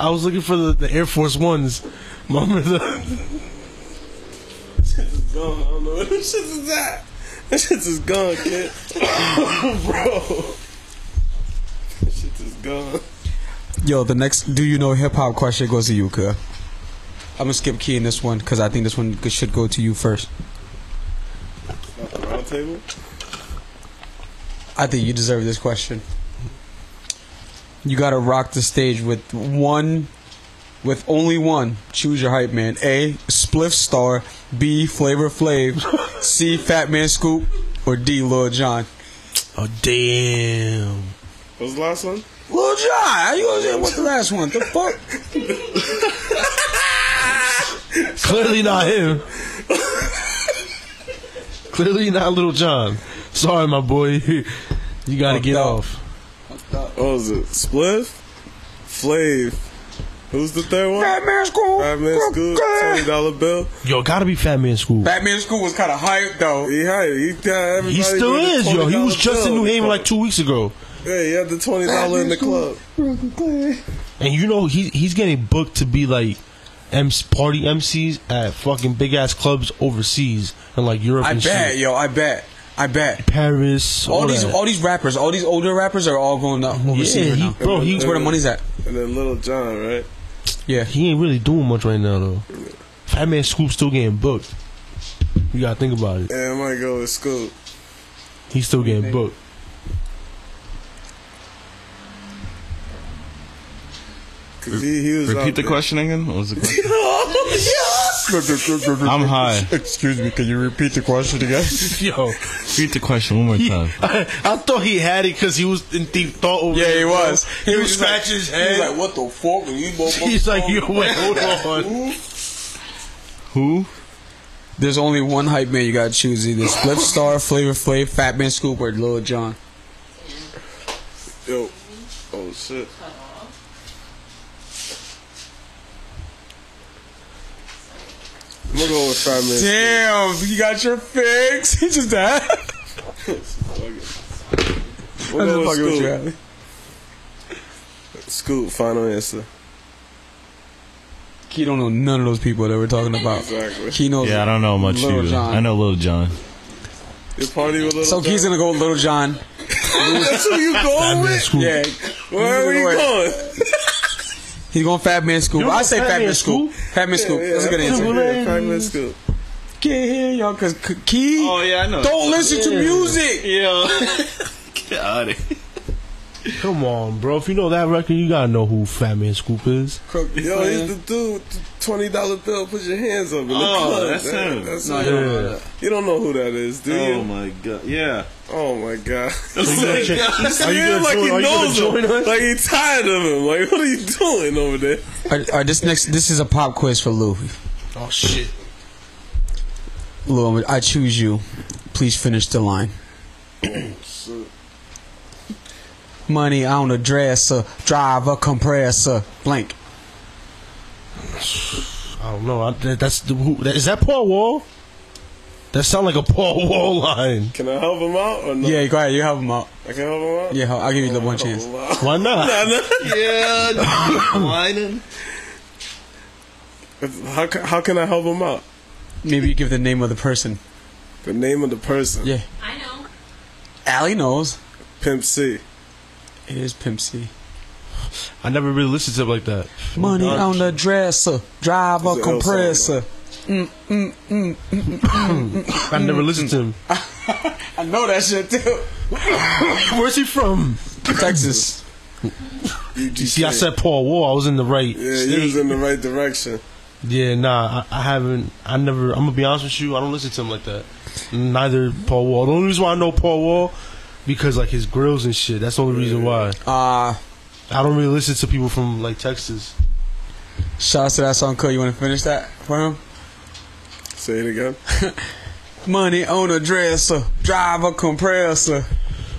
I was looking for the, the Air Force Ones. Remember the?
Gone. I don't know what this shit is that. That shit is gone, kid. Bro. That shit is gone.
Yo, the next do you know hip hop question goes to you, Kuh. I'm gonna skip key in this one because I think this one g- should go to you first.
Round table.
I think you deserve this question. you gotta rock the stage with one, with only one. Choose your hype man. A. Spliff Star. B. Flavor Flav. C. Fat Man Scoop. Or D. Lil John.
Oh damn!
What was the last one?
Lil John. How you gonna say what's the last one? The fuck?
Clearly not him. Clearly not Little John. Sorry, my boy. You gotta
Fucked
get
up.
off.
What was Oh, it? Spliff? Flav. Who's the third one?
Fat Man Scoop.
Five Man Scoop, twenty dollar bill.
Yo, gotta be Fat Man School.
Fat Man Scoop was kind of hype though.
He had he got everybody.
He still
with the
is, yo. He was
$20
just in
bill.
New Haven like two weeks ago,
Yeah, he had the twenty dollar in the club.
and you know he he's getting booked to be like. MC, party MCs at fucking big ass clubs overseas and like Europe
I
and
bet,
shit.
yo. I bet. I bet.
Paris. All,
All these,
that.
all these rappers, all these older rappers are all going up overseas
yeah,
right
he,
now.
bro, he,
That's where the money's at.
And then Little John, right?
Yeah.
he ain't really doing much right now though. Fat Man Scoop's still getting booked. You gotta think about it.
And I might go with Scoop.
He's still getting booked.
Cause he, he was
Repeat
out
the
there.
question again. What was the question? I'm high.
Excuse me, can you repeat the question again?
Yo,
Repeat the question one more time.
I, I thought he had it because he was in deep thought over.
Yeah, he
it,
was.
bro. He, was scratching his
He was
head.
like, what the fuck? Are you both
He's like, yo, wait, hold on.
Who?
There's only one hype man you gotta choose either Split Star, Flavor Flav, Fat Man Scoop, or Lil Jon.
Yo. Oh shit. I'm gonna go with Five Man.
Damn, you got your fix. He just that.
We'll go with Scoop.
Allie.
Scoop, final answer.
He don't know none of those people that we're talking about.
Exactly.
He knows.
Yeah, I don't know much
Lil
either.
Jon.
I know Little John.
You party with Little
So
John.
he's gonna go with Lil Jon.
That's who you going with?
Scoop.
Yeah.
Where are
He's
you
gonna go
going?
with- He's going Fat Man Scoop.
don't
I
know
say
Fat
Fat
Man
Man Scoop.
Scoop?
Fat Man Scoop. That's a good answer.
Yeah, Five Man Scoop.
Get here, y'all, cause K- Key.
Oh, yeah, I know.
Don't listen to music.
Yo. Get out of here.
Come on, bro. If you know that record, you gotta know who Fat Man Scoop is.
Yo, he's the dude. with the Twenty dollar bill. Put your hands up. In the
Oh,
club,
that's
man.
him.
That's
No,
him.
you don't know that.
You don't know who that is, do
Oh,
you?
my God. Yeah.
Oh my god.
Are you
Are you
gonna
like
join-
he
are you gonna
knows
join
him.
us?
Like he tired of him. Like what are you doing over there?
All right, all right, this next, this is a pop quiz for Lou.
Oh shit.
Lou, I'm- I choose you. Please finish the line. Money on a dresser, drive a compressor, blank.
I don't know. I, that, that's the, who, that, is that Paul Wall? That sound like a Paul Wall line.
Can I help him out or no?
Yeah, go ahead. You have Oh. them out.
I can help him out.
Yeah, I'll give you the one chance.
Why not?
Yeah. Whining.
How ca- how can I help him out?
Maybe you give the name of the person.
The name of the person.
Yeah.
I know.
Allie knows.
Pimp C.
It is Pimp C.
I never really listened to it like that.
Money
Dodge.
on the dresser, drive
It's
a
an L song,
compressor.
I never listened to him.
I know that shit too.
Where's he from?
Texas.
You see, I said Paul Wall. I was in the right.
Yeah,
state.
he was in the right direction.
Yeah, nah, I, I haven't. I never. I'm gonna be honest with you. I don't listen to him like that. Neither Paul Wall. The only reason why I know Paul Wall because like his grills and shit. That's the only reason why.
Uh,
I don't really listen to people from like Texas.
shout out to that song, Cole. You want to finish that for him?
Say it again.
Money on a dresser, drive a compressor.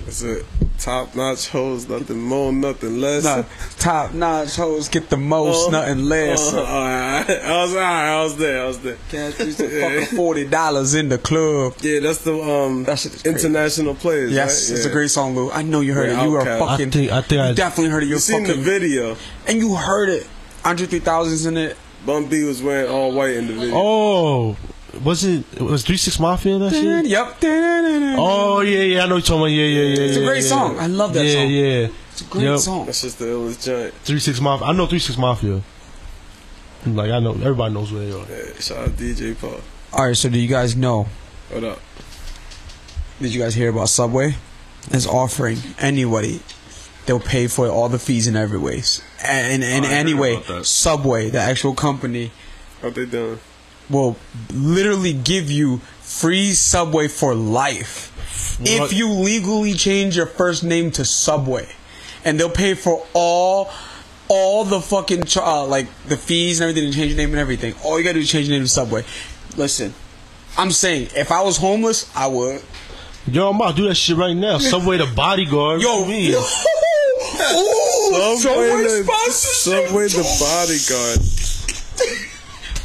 That's it. Top notch hoes, nothing more, nothing less. Uh,
Nah, top notch hoes get the most,
Oh,
nothing
Oh,
less.
all right. I was all right. I was there. I was there.
Can't use the fucking forty dollars in the club.
Yeah, that's the um
That shit is crazy.
international players.
Yes,
right?
it's a
Yeah.
great song, Lou. I know you heard
Yeah,
it. You
Outkast.
are fucking.
I think. I think
you
I.
definitely heard it. You're
You seen the
fucking.
video?
and you heard it. Andre 3000's in it.
Bum B was wearing all white in the video.
Oh, was it was Three Six Mafia in that shit?
Yep. Oh,
Oh yeah, yeah. I know what you're talking about. Yeah, yeah, yeah.
It's a
yeah,
great
yeah.
song. I love that
yeah,
song.
Yeah,
it's a great
Yep.
song.
That's just the illest joint.
Three Six Mafia. I know Three Six Mafia. Like I know everybody knows where they are.
Yeah, shout out DJ Paul.
All right, so do you guys know?
What up?
Did you guys hear about Subway? Is offering anybody They'll pay for all the fees in every ways. And and
I heard
anyway,
about that.
Subway, the actual company,
What they doing?
will literally give you free Subway for life if you legally change your first name to Subway, and they'll pay for all. All the fucking char- uh, like the fees and everything, and change your name and everything. All you gotta do is change your name to Subway. Listen, I'm saying if I was homeless, I would.
Yo, I'm about to do that shit right now. Subway the bodyguard.
Yo,
What you mean?
Ooh, Subway,
the-
sponsorship.
Subway the bodyguard.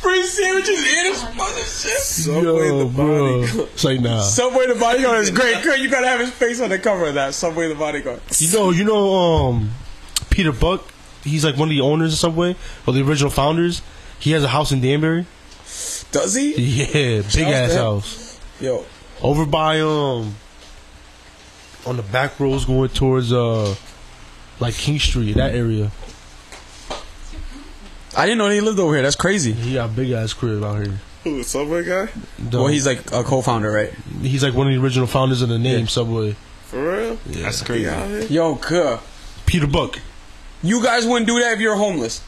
free sandwiches and a sponsorship.
Subway
Yo,
the
bro.
bodyguard.
It's like nah.
Subway the bodyguard is great. Great, you gotta have his face on the cover of that. Subway the bodyguard.
You know, you know, um, Peter Buck. He's like one of the owners of Subway or the original founders. He has a house in Danbury.
Does he?
Yeah, big ass
him.
house
Yo,
over by um on the back roads going towards uh like King Street that area.
I didn't know he lived over here. That's crazy.
He got a big ass crib out here.
Who, the Subway guy?
The-
Well, he's like a co-founder, right?
he's like one of the original founders of the name Subway.
For real?
That's crazy.
He out here?
Yo, cuh.
Peter Buck.
You guys wouldn't do that if you're homeless.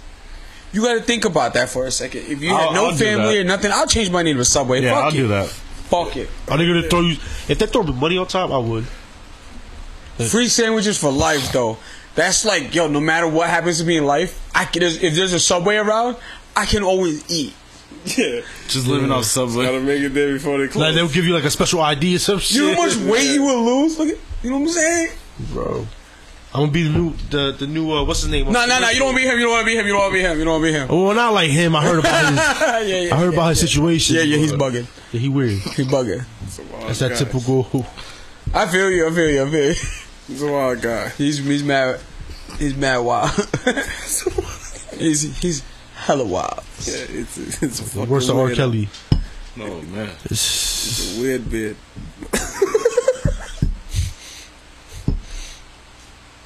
You got to think about that for a second. If you had
I'll-
no
I'll do
family or
that.
nothing, I'll change my name to Subway.
Yeah,
Fuck
I'll
it.
do that.
Fuck it.
Are they gonna throw you? If they throw money on top, I would.
Free sandwiches for life, though. That's like, yo, no matter what happens to me in life, I can, there's- if there's a Subway around, I can always eat.
Yeah.
Just living off Subway.
Gotta make it there before they
Like
close.
they'll give you like a special ID or some
You know
shit.
how much weight you will lose? Look at, you know what I'm saying?
bro. I'm gonna be the new the, the new uh, what's his name?
No, no, no. You don't want to be him. You don't want to be him. You don't want to be him. You don't want to be him.
Well, not like him. I heard about his.
yeah, yeah,
I heard about his situation.
yeah, yeah. He's
bro.
bugging.
Yeah, he weird.
He's bugging.
He's a wild
That's that
guy.
typical.
I feel you. I feel you. I feel you.
He's a wild guy.
He's he's mad. He's mad wild. he's he's hella wild.
Yeah, it's, it's, a fucking
Worse than R.
weird,
Kelly.
Oh man.
It's-
weird bit.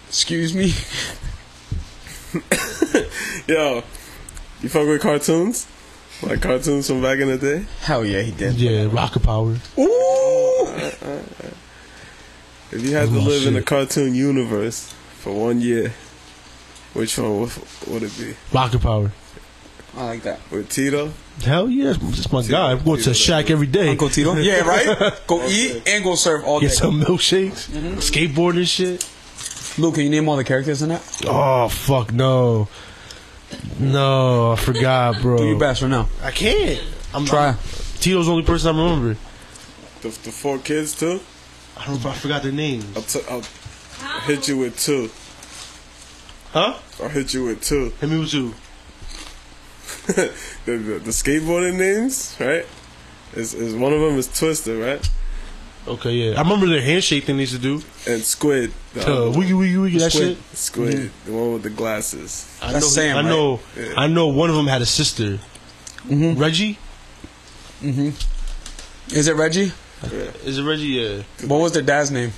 Excuse me.
Yo, you fuck with cartoons? Like cartoons from back in the day?
Hell yeah, he did.
Yeah, rocket power.
Ooh.
If you had to
Oh,
live in a
shit.
cartoon universe for one year, which one would, would it be?
Rocket power.
I like that.
With Tito?
Hell yeah, that's my guy. I'm going to Shaq every day.
Uncle Tito. Yeah, right. Go eat and go serve all day.
Get some milkshakes,
Mm-hmm.
skateboard and shit.
Luke, can you name all the characters in that?
Oh fuck no, no, I forgot, bro.
Do your best for now.
I can't. I'm
Try.
Tito's the only person I remember.
The, the four kids, too?
I don't. I forgot their names.
I'll, t- I'll hit you with two.
Huh?
I'll hit you with two.
Hit me with you.
The, the, the skateboarding names, right? Is, is one of them is Twister, right?
Okay, yeah. I remember the handshake thing they used to do.
And Squid. The
Uh,
other one.
wiggy, wiggy, wiggy, that
Squid.
shit.
Squid, the one with the glasses.
I
That's
know,
Sam,
I
right?
know.
Yeah.
I know. One of them had a sister, Reggie.
Is it Reggie?
Is it Reggie? Yeah.
What was their dad's name?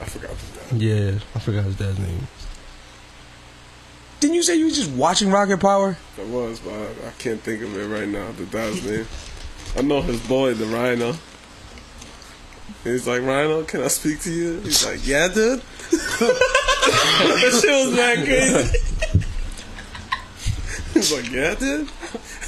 I forgot the name.
Yeah, I forgot his dad's name.
Didn't you say you were just watching Rocket Power?
It was, but I, I can't think of it right now. The dad's name. I know his boy, the Rhino. He's like, Rhino, can I speak to you? He's like, yeah, dude. that shit was that crazy. He's like, yeah, dude.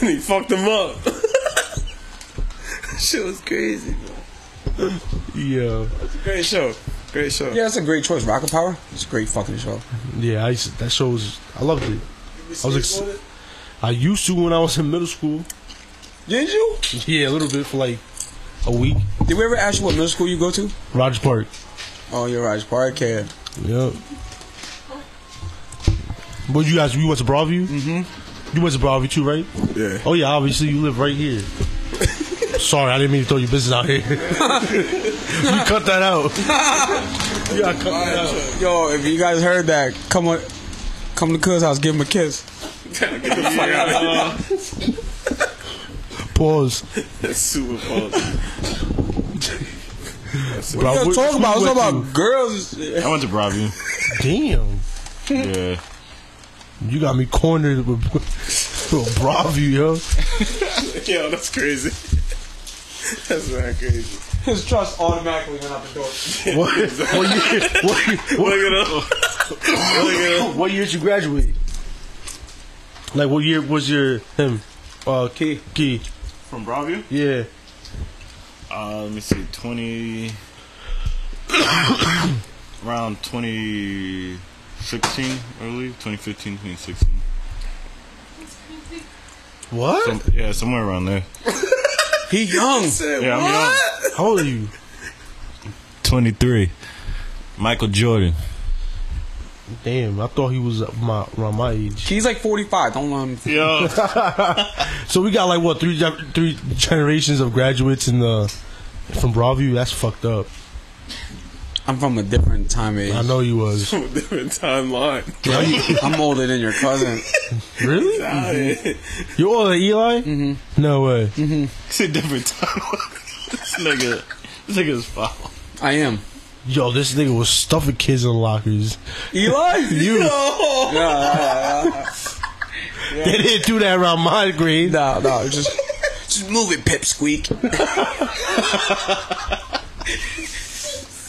And he fucked him up. shit was crazy, man.
Yeah,
Great show. Great show.
Yeah, that's a great choice. Rocket Power. It's a great fucking show.
yeah. I used to- that show was. I loved it. I was ex-
skateboarded?
I used to when I was in middle school.
Did you?
Yeah, a little bit for like a week.
Did we ever ask you what middle school you go to?
Rogers Park.
Oh, you're right. Park kid.
Yep. But you guys, you went to Broadview. Mm-hmm. You went to Broadview too, right?
Yeah.
Oh yeah, obviously you live right here. Sorry, I didn't mean to throw your business out here. you cut that out. yeah, I cut that out.
Yo, if you guys heard that, come on, come to Cuz house, give him a kiss.
Pause.
That's super fun.
Bro,
Yo,
what-
talk
what
about
you
it's
went
about girls. and shit.
I went to Broadview.
through? Damn,
Yeah.
you got me cornered with, with Broadview, yo.
Yo, that's crazy. That's not crazy.
His trust automatically went out the door.
What? what, you, what, you- what,
Look it up.
What year did you graduate? Like, what year was your him? Uh, key key.
From Broadview?
Yeah.
Uh, let me see, 20. around 2016, early 2015, 2016.
What?
Some, yeah, somewhere around there.
He young.
Yeah, uh, I'm young.
How old are you?
23. Michael Jordan.
Damn, I thought he was my around my age.
He's like 45. Don't let him.
Yo.
So we got like what three gen- three generations of graduates in the from Broadview. That's fucked up.
I'm from a different time age.
I know you was
From a different timeline.
I'm older than your cousin.
really. You older than Eli? Mm-hmm. No way.
It's a different time. this nigga. This nigga's foul.
I am.
Yo, this nigga was stuffing kids in lockers.
Eli? You. No. No,
They didn't do that around my grade.
no, no. Just, just move it, pipsqueak.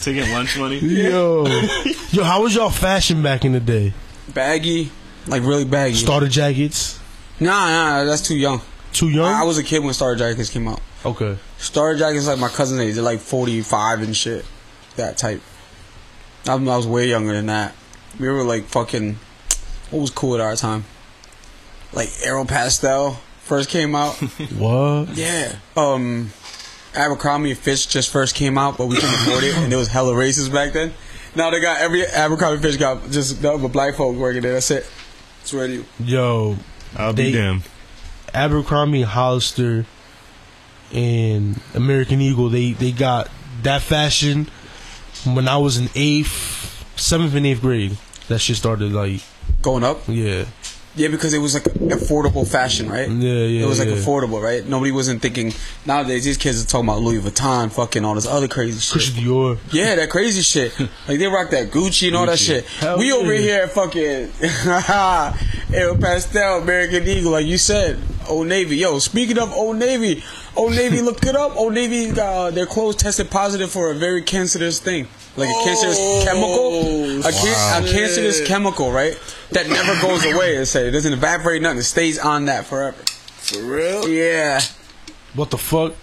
Taking lunch money.
Yo, yo, how was y'all fashion back in the day?
Baggy. Like really baggy.
Starter jackets.
nah, nah, that's too young.
Too young.
I, I was a kid when Star Jackets came out.
okay.
Star Jackets like my cousin's age. They're like 45 and shit. That type. I'm, I was way younger than that. We were like fucking. What was cool at our time? Like Aero Pastel first came out.
What?
yeah. Um, Abercrombie and Fitch just first came out, but we couldn't afford it, and it was hella racist back then. Now they got every Abercrombie Fitch got just the other black folk working there. That's it. It's ready.
Yo,
I'll
They-
be damned.
Abercrombie, Hollister, and American Eagle. They they got that fashion when I was in eighth, seventh, and eighth grade. That shit started like
Going up.
yeah,
Yeah, because it was like affordable fashion, right?
Yeah, yeah,
It was like
yeah.
affordable, right? Nobody wasn't thinking nowadays. These kids are talking about Louis Vuitton, fucking all this other crazy shit.
Christian Dior.
Yeah, that crazy shit. Like they rock that Gucci and all that shit.
Hell
we
yeah.
over here at fucking El Pastel, American Eagle, like you said, Old Navy. Yo, speaking of Old Navy, Old Navy, look it up. Old Navy, uh, their clothes tested positive for a very cancerous thing, like a cancerous
Oh,
chemical, a, can- a cancerous chemical, right? That never goes away. They say it doesn't evaporate nothing. It stays on that forever.
For real?
Yeah,
What the fuck?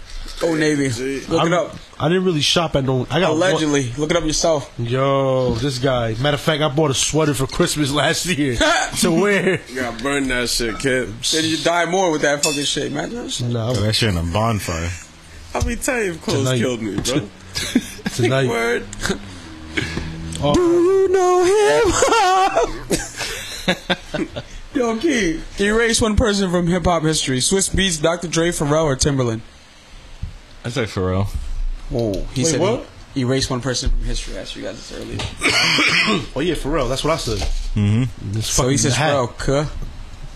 Old Navy,
Gee.
look
I'm-
it up.
I didn't really shop at no. I got one-
Allegedly, look it up yourself.
Yo, this guy. Matter of fact, I bought a sweater for Christmas last year to wear.
You gotta burn that shit, kid.
Then you die more with that fucking shit, man.
No,
Throw that shit in a bonfire.
How many times clothes
Tonight.
killed me, bro?
tonight.
Word.
You know him. Yo, Key, erase one person from hip hop history: Swiss Beats, Dr. Dre, Pharrell, or Timberland.
I say Pharrell.
Whoa, he
Wait,
said
what?
erase one person from history. I asked you guys this earlier.
Oh yeah, for real. That's what I said. Mm-hmm. This
So
fucking
he says
hat.
Pharrell, cuh.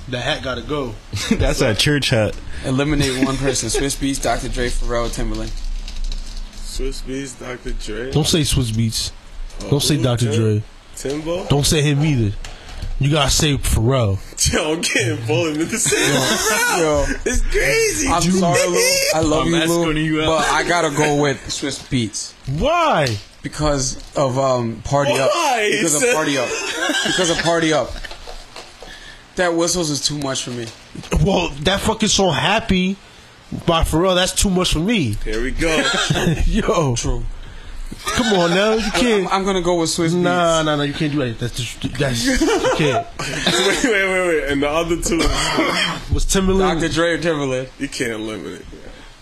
The hat gotta go.
That's that church hat.
Eliminate one person: Swiss Beats, Dr. Dre, Pharrell, or Timberland.
Swiss Beats, Dr. Dre.
Don't say Swiss Beats. Don't say
Oh,
Ooh,
Dr.
Tim-
Dre.
Timbo?
Don't say him either. You gotta say Pharrell.
Yo, I'm getting bullied in the city.
Yo,
It's crazy.
I'm sorry, Lou. I love
I'm
you, Lou,
escorting you out.
but I gotta go with Swiss Beats.
Why?
because of um party
Why?
up. Because of party up. Because of party up. That whistles is too much for me.
Well, that fucking song "Happy" by Pharrell. That's too much for me.
Here we go.
Yo,
True.
come on now, you
I'm,
can't.
I'm gonna go with Swiss
Nah, nah, nah, you can't do that. That's just, that's you can't.
wait, wait, wait, wait. And the other two,
Was
Beats.
Timberland?
Dr. Dre or Timberland.
you can't limit it.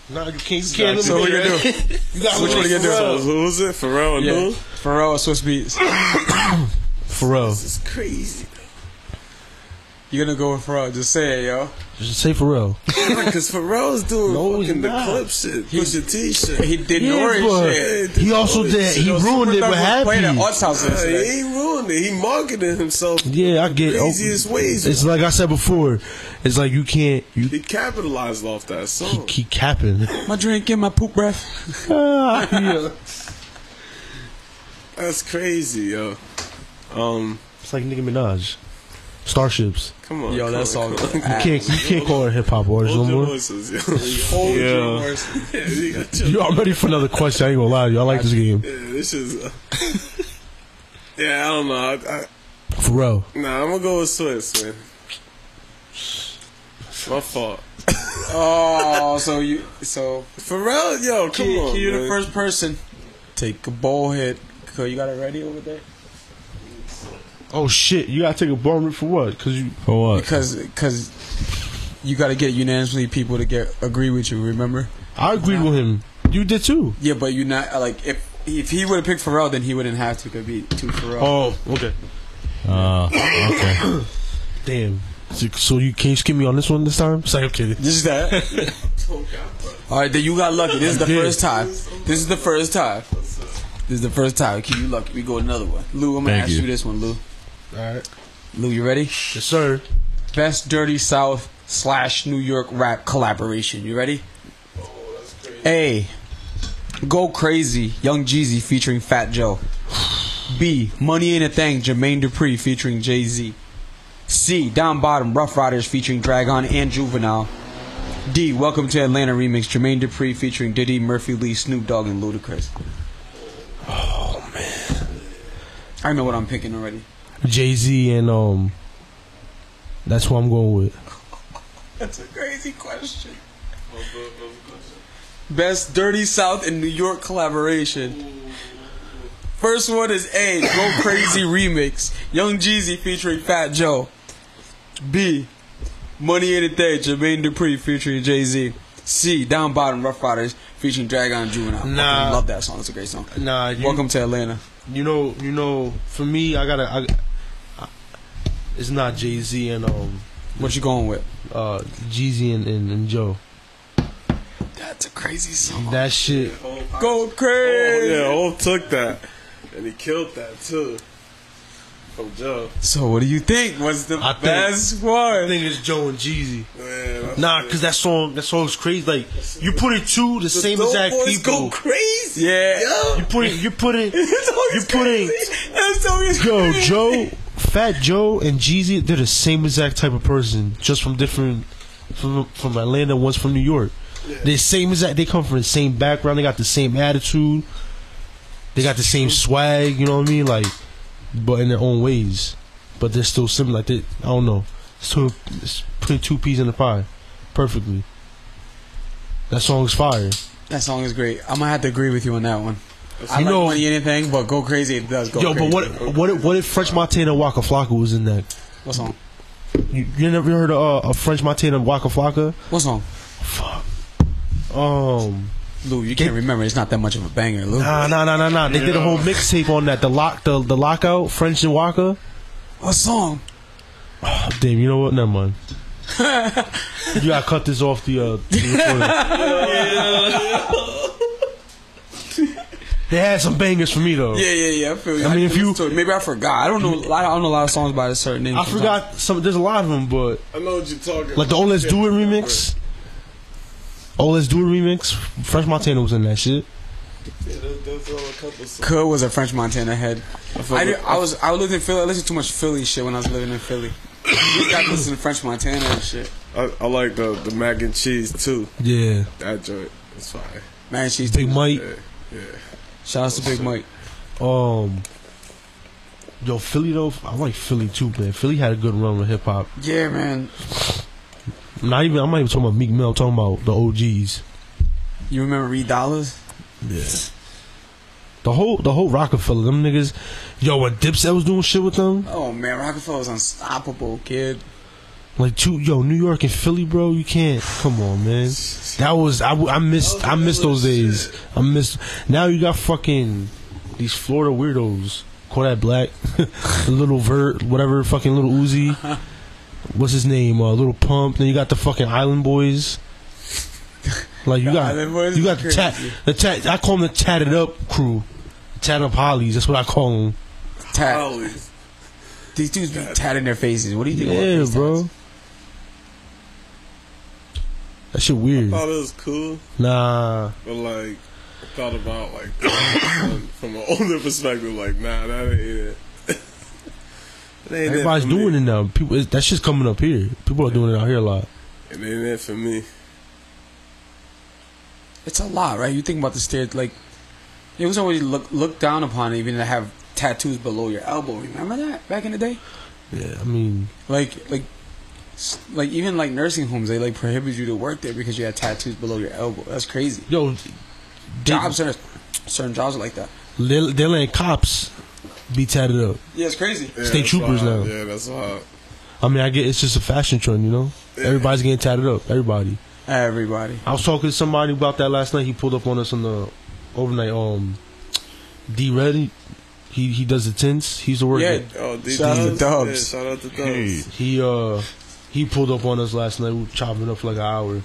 nah, you can't. You can't.
So what
eliminate
you gonna do?
You got
Which one you
So
gonna do?
who was it? Pharrell and
Yeah.
who?
Pharrell or Swiss Beats.
Pharrell.
It's crazy.
You're gonna go with Pharrell. Just say it, yo.
Just say Pharrell.
Because Pharrell's doing
No, he's
fucking the
not.
clip shit.
He's-
Pusha T shit.
He did
Yeah,
Nori
but
shit.
he also did. He ruined it with
Superdog was
Happy.
Playing at Arts House
Uh,
yesterday.
he ruined it. He marketed himself.
Yeah, I get. Oh,
Craziest ways.
It's like I said before. It's like you can't. You
He capitalized off that
keep,
song.
keep capping.
My drink and my poop breath.
Ah, yeah.
That's crazy, yo. Um,
It's like Nicki Minaj. Starships.
come on.
Yo,
come
that's
on,
all.
come on.
You can't. You can't call her a hip hop artist no
Hold your
more.
voices, yo.
Old
Yeah.
Jim Morrison.
Yeah, you got your-
Yo, I'm ready for another question. I ain't gonna lie to you. I like this game.
Yeah, this is. yeah, I uh, don't know. I, I,
Pharrell.
Nah, I'm gonna go with Swiss, man. My fault.
Oh, so you so
Pharrell, yo, come
Key,
on.
Key, you're the
man.
first person. Take a ball hit. Co, you got it ready over there?
Oh shit! You gotta take a bomb rip for what? Cause you
For what?
Because because you got to get unanimously people to get agree with you. Remember?
I agreed with him. You did too.
Yeah, but you not uh, like if if he would have picked Pharrell, then he wouldn't have to. Could be two Pharrell.
Oh, okay.
Uh, okay.
Damn. So, so you can you skip me on this one this time? It's like I'm kidding.
Just that. All right, then you got lucky. This is the
did.
first time. This is the first time. This is the first time. Keep you lucky. We go another one. Lou, I'm gonna
Thank
ask
you.
you. this one, Lou.
All right.
Lou, you ready?
Yes, sir.
Best Dirty South slash New York rap collaboration. You ready? A. Go Crazy, Young Jeezy featuring Fat Joe. B. Money Ain't a Thing, Jermaine Dupri featuring Jay Z. C. Down Bottom, Rough Riders featuring Dragon and Juvenile. D. Welcome to Atlanta remix, Jermaine Dupri featuring Diddy, Murphy Lee, Snoop Dogg, and Ludacris. Oh man, I know what I'm picking already.
Jay Z and um. That's what I'm going with.
That's a crazy question. Best Dirty South and New York collaboration. First one is A, Go Crazy Remix, Young Jeezy featuring Fat Joe. B, Money Ain't a Thing, Jermaine Dupri featuring Jay Z. C, Down Bottom, Rough Riders featuring Dragon Juvenile.
Nah.
I love that song, it's a great song.
Nah, you,
Welcome to Atlanta.
You know, you know. For me, I gotta. I, I- it's not Jay Z and um,
What you going with?
uh, Jeezy and, and, and Joe.
That's a crazy song.
That shit.
Go
Oh,
Crazy!
yeah, Ol took that, and he killed that too. From Joe.
So, what do you think was the
I think-
best one?
I think it's Joe and Jeezy.
Man, that's
Nah,
it.
cause that song, that song's crazy. Like you put it to the, same
Dope
exact
Boys
people.
go crazy.
Yeah.
You put it. You put it.
It's always
you put it.
crazy. It's always
Yo,
crazy.
Joe, Fat Joe, and Jeezy, they're the same exact type of person, just from different, from from Atlanta, one's from New York. They same exact. They come from the same background. They got the same attitude. They got the same swag. You know what I mean? Like, but in their own ways. But they're still similar. Like they, I don't know. It's two, it's putting two peas in a pie, perfectly. That song's fire.
That song is great. I'm gonna have to agree with you on that one. I
You
don't
know-
like money anything, but go crazy it does go
Yo,
crazy.
but what what if, what if French Montana Waka Flocka was in that?
What song?
You, you never heard of uh, a French Montana Waka Flocka?
What song?
Um,
Lou, you can't remember. It's not that much of a banger, Lou.
nah, nah, nah, nah, nah. They did a whole mixtape on that. The lock, the the lockout, French and Waka.
What song?
Oh, damn, you know what? Never mind. you gotta cut this off the. Uh, the recording. they had some bangers for me though.
Yeah, yeah, yeah. I feel you.
I mean, if
listen
you-
to it. maybe I forgot. I don't know. A lot, I don't know a lot of songs by a certain name.
I
sometimes.
forgot some. There's a lot of them, but
I know what you're talking.
like the
about.
"Oh Let's Do It"
Yeah.
remix. "Oh Let's Do It" remix. French Montana was in that shit.
Yeah, there's, there's a couple songs.
Cud was a French Montana head.
feel
I,
you.
did- I was I lived in Philly. I listened to too much Philly shit when I was living in Philly. We got to listen to French Montana and shit.
I, I like the the mac and cheese too.
Yeah,
That joint is fire.
Man, she's
Big Mike.
Shout out to Big Mike.
Um, yo, Philly though, I like Philly too, man. Philly had a good run with hip hop.
Yeah, man.
Not even I'm not even talking about Meek Mill. I'm talking about the OGs.
You remember Reed Dollars?
The whole the whole Rockefeller, them niggas. Yo, when Dipset was doing shit with them,
Oh man, Rockefeller was unstoppable, kid.
like two yo New York and Philly, bro. You can't. Come on, man. That was I, w- I missed I missed those days. I missed. Now you got fucking these Florida weirdos. Kodak Black, Little Vert, whatever, fucking Little Uzi. What's his name? Uh, Little Pump. Then you got the fucking Island Boys. Like you
The
got,
Island Boys
you
is
got the tat,
crazy.
the tat. I call them the tatted up crew, tatted up Hollies. That's what I call them.
Tat.
Always.
These dudes be tatting their faces. What do you think?
Yeah,
about face
bro.
tats?
That shit weird.
Thought it was cool,
Nah,
but like I thought about like from an older perspective, like nah, that ain't it. It ain't
everybody's
it for
doing
me.
it now. People, it, that shit's coming up here. People are doing it out here a lot.
It ain't it for me.
It's a lot, right? You think about the stairs, like it was always look, looked down upon, even to have tattoos below your elbow. Remember that back in the day?
Yeah, I mean,
Like like s- like even like nursing homes, they like prohibit you to work there because you had tattoos below your elbow. That's crazy.
yo, they,
Jobs are certain jobs are like that.
they, they letting cops be tatted up.
Yeah, it's crazy.
Yeah,
State
that's
troopers
wild.
now.
Yeah, that's wild.
I mean, I get it's just a fashion trend, you know. Everybody's getting tatted up. Everybody.
Everybody.
I was talking to somebody about that last night. He pulled up on us on the overnight. Um, D Red, he he does the tints. He used to work.
Yeah.
at-
Oh, these
Shout out to Dubs.
Yeah, shout out to Dubs.
Hey.
He uh he pulled up on us last night. We were chopping up for like an hour,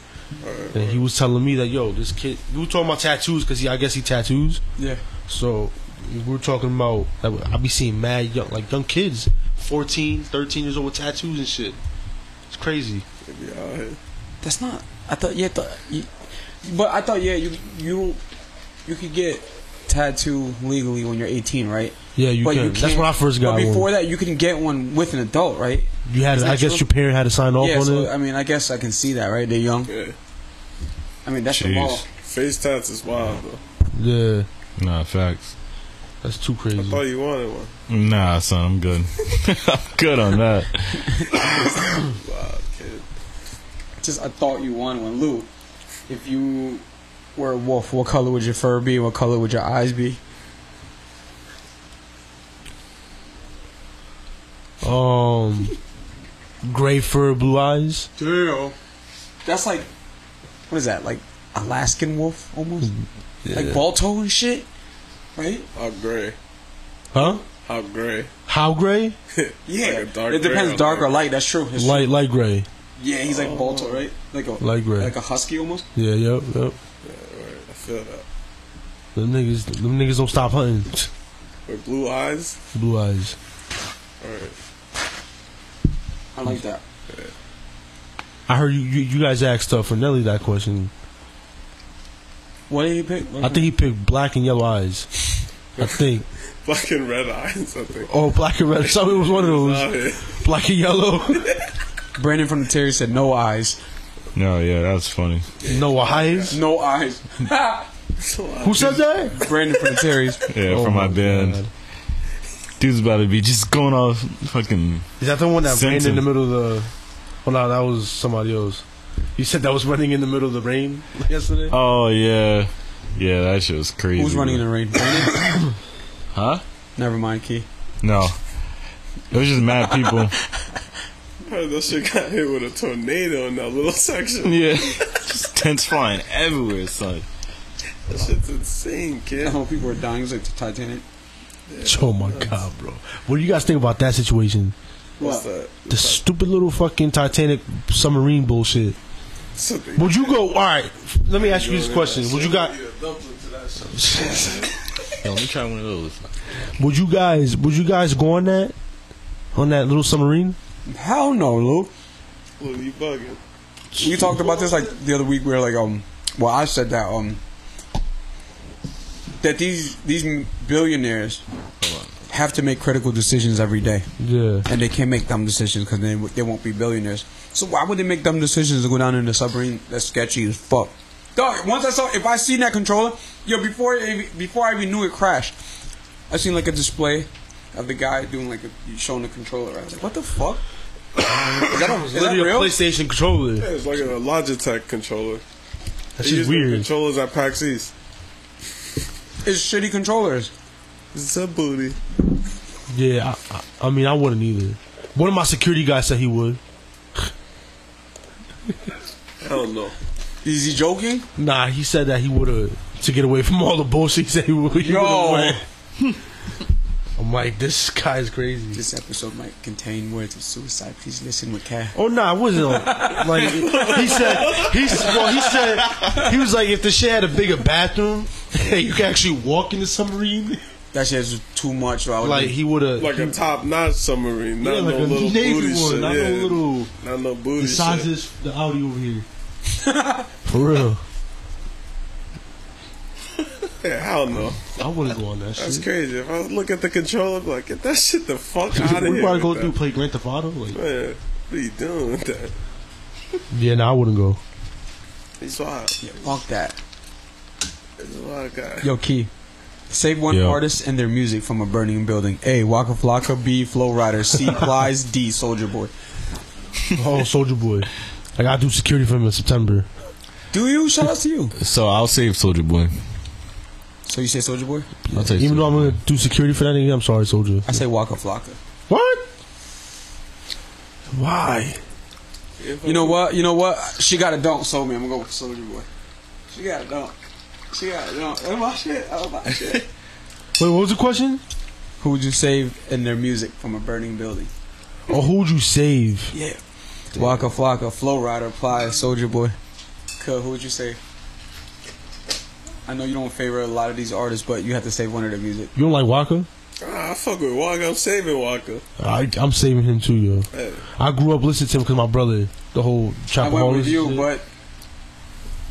and he was telling me that yo, this kid. We were talking about tattoos because he, I guess he tattoos.
Yeah.
So we were talking about like, I be seeing mad young like young kids, 14, 13 years old with tattoos and shit. It's crazy.
They be out here.
That's not. I thought yeah, th- you, but I thought yeah, you you you could get tattoo legally when you're 18, right?
Yeah, you
but
can. That's
can't-
when I first got
But before
one.
that, you couldn't get one with an adult, right?
You had,
Is
I
that
guess
true?
your parent had to sign off
yeah.
on
So
it.
I mean, I guess I can see that, right? They're young.
Yeah.
I mean, that's the
Jeez.
law.
Face tats is wild, though.
yeah,
Nah, facts.
that's too
I
crazy.
thought you wanted one.
Nah, son, I'm good. I'm good on that.
Wow, kid.
Just I thought you won one, Lou. If you were a wolf, what color would your fur be? What color would your eyes be?
Um, gray fur, blue eyes.
Damn. That's like, what is that? Like Alaskan wolf almost, like Balto and shit, right?
Hot gray.
Huh?
Hot gray.
How gray?
Yeah,
Like a dark
it depends.
gray or
Dark or
light.
light. That's true. It's
Light, light gray.
true. Yeah, he's like Balto, right? Like a
Light gray.
like a husky almost.
Yeah, yep, yep.
Right, I feel that.
Them niggas, them niggas don't stop hunting.
With blue eyes.
Blue eyes.
All right.
I like that.
I heard you, you, you guys asked uh, for Nelly that question.
What did he pick?
I think he picked black and yellow eyes. I think.
Black and red eyes, I think.
Oh, black and red. Something was one of those.
Out here.
Black and yellow.
Brandon from the Terry said no eyes,
No, yeah, that's funny.
no eyes.
no eyes.
Who said that?
Brandon from the Terry's.
Yeah,
Oh
from my
my
band.
God.
Dude's about to be just going off fucking.
Is that the one that rained in
Symptom.
the middle of the? Oh no, that was somebody else. You said that was running in the middle of the rain yesterday.
Oh yeah, yeah, that shit was crazy.
Who's running in
bro.
the rain? Brandon?
Huh?
Never mind, Key.
No, it was just mad people.
Heard that shit got hit with a tornado in that little section.
yeah, just tents flying everywhere, son.
That shit's insane,
I
kid.
hope people are dying. It's like the Titanic.
Oh my god, bro. What do you guys think about that situation?
What's
What?
that?
The stupid little fucking Titanic submarine bullshit.
Something.
Would you go? All right, let me ask you this question. Would you guys?
Yo, let me try one of those.
Would you guys? Would you guys go on that? On that little submarine?
Hell no, Lou.
Look, you bugging.
We talked about this like the other week. We were like, um, well, I said that um that these these billionaires have to make critical decisions every day.
Yeah.
and they can't make dumb decisions because they, they won't be billionaires. So why would they make dumb decisions to go down in the submarine? That's sketchy as fuck. Dog, once I saw, if I seen that controller, yo, before it, before I even knew it crashed, I seen like a display of the guy doing like a, showing the controller. I was like, what the fuck? is that, is that
Literally a
real?
PlayStation controller.
Yeah, it's like a Logitech controller.
That's just
They use the
weird.
Controllers at PAX East.
It's shitty controllers.
It's a booty.
Yeah, I, I, I mean, I wouldn't either. One of my security guys said he would.
I don't know.
Is he joking?
Nah, he said that he would have to get away from all the bullshit. He said he would. he
Yo.
would've went. I'm like, this guy's crazy.
This episode might contain words of suicide. Please listen with care.
Oh no, I wasn't on. Like he said, he s- well, he said he was like, if the shit had a bigger bathroom, you could actually walk in the submarine.
That shit is too much. Bro. I would
Like
be-
he would have
Like a top notch submarine. Not
Yeah, like
no
a
little
Navy
booty
one,
shit.
not no
yeah.
little-
Not no booty
the size
shit.
of this, the Audi over here. For real,
Yeah, hell no.
I wouldn't go on that
That's
shit.
crazy. If I was look at the controller, I'd be like, get that shit the fuck out of here.
We about to
with
go
that.
through play Grand Theft Auto. Like,
Man, what are you doing with that?
yeah, no, I wouldn't go.
He's wild.
Yeah, fuck that.
He's a wild guy.
Yo, Key. Save one
Yo.
artist and their music from a burning building. A. Waka Flocka. B. Flow Rider. C. Plies. D. Soldier Boy.
Oh, Soldier Boy. I gotta do security for him in September.
Do you? Shout out to you.
So I'll save Soldier Boy.
So you say Soldier Boy?
I'll take
Even
Soulja
though I'm
Boy.
gonna do security for that nigga, I'm sorry, Soldier.
I say Waka Flocka.
What?
Why?
You know what? You know what? She got a dunk, so man, I'm gonna go with Soldier Boy. She got a dunk. She got a dunk. That's my shit. That's my shit.
Wait, what was the question?
Who would you save in their music from a burning building?
Or who'd you save?
Yeah. Waka Flocka, Flow Rider, Plies, Soldier Boy. Cuz, who would you say? I know you don't favor a lot of these artists, but you have to save one of their music.
You don't like Waka?
Ah, I fuck with Walker. I'm saving Walker.
I, I'm saving him too, yo.
Hey.
I grew up listening to him because my brother, the whole
I
chopper
went with you,
shit.
but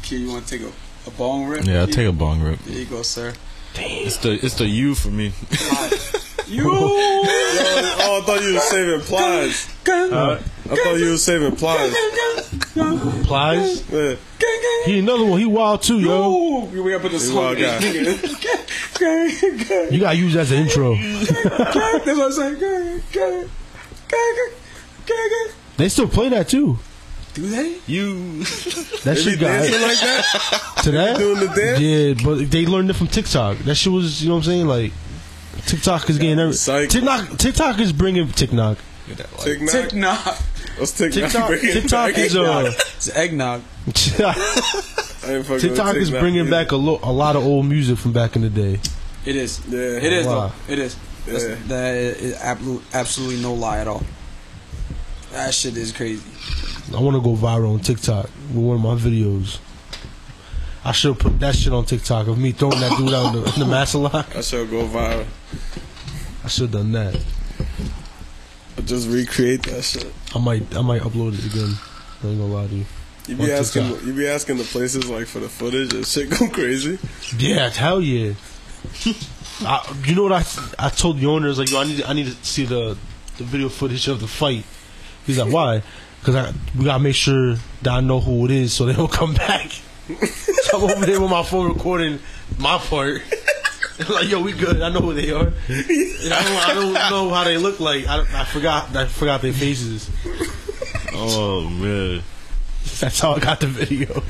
Kid, you wanna take a, a bong rip?
Yeah, I'll take a bong rip.
There you go, sir.
It's the it's the U for me. Uh,
You
Oh, I thought you were saving Plies. I thought you were saving Plies.
Plies.
Yeah.
He another one. He wild too, yo.
Ooh, we gotta put this
You
song
wild
in.
guy.
That's
You gotta use that as an intro.
what I'm saying. Gang, gang, gang, gang, gang.
They still play that too.
Do they?
You
That
They be
shit got
dancing like that?
to that.
Doing the dance?
Yeah, but they learned it from TikTok. That shit was, you know what I'm saying? Like TikTok is getting every
Psych.
TikTok. TikTok is bringing TikTok.
Tick knock.
Tick knock.
Let's tick knock.
TikTok. TikTok is uh,
It's eggnog.
TikTok is bringing back a, lo- a lot of old music from back in the day.
It is.
Yeah.
It is
Wow.
though. It is. That's,
Yeah.
That is absolutely, absolutely no lie at all. That shit is crazy.
I want to go viral on TikTok with one of my videos. I should put that shit on TikTok of me throwing that dude out in the, in the master lock.
I shall go viral.
I should have done that.
I'll just recreate that shit.
I might I might upload it again. I ain't gonna lie to you.
You
On
be asking,
TikTok.
you be asking the places like for the footage and shit go crazy.
Yeah, hell yeah. I, you know what I I told the owner I was like yo I need I need to see the the video footage of the fight. He's like why? Because I we gotta make sure that I know who it is so they don't come back. so I'm over there with my phone recording my part. like yo we good I know who they are. And I, don't, I don't know how they look like I, I forgot I forgot their faces.
Oh man.
That's how I got the video.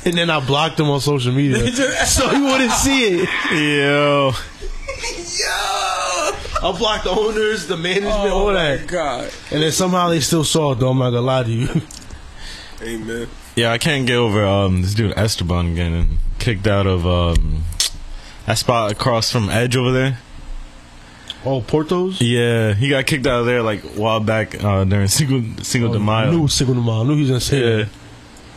and then I blocked him on social media, so he wouldn't see it.
Yo.
I blocked the owners, the management, all that,
Oh God.
Oh. and then somehow they still saw it. Though I'm not gonna lie to you.
Amen.
Yeah, I can't get over um this dude Esteban getting kicked out of um that spot across from Edge over there.
Oh, Portos.
Yeah, he got kicked out of there like a while back uh, during single single de
I
Mayo.
knew Cinco de Mayo. I knew he was gonna say.
Yeah,
That.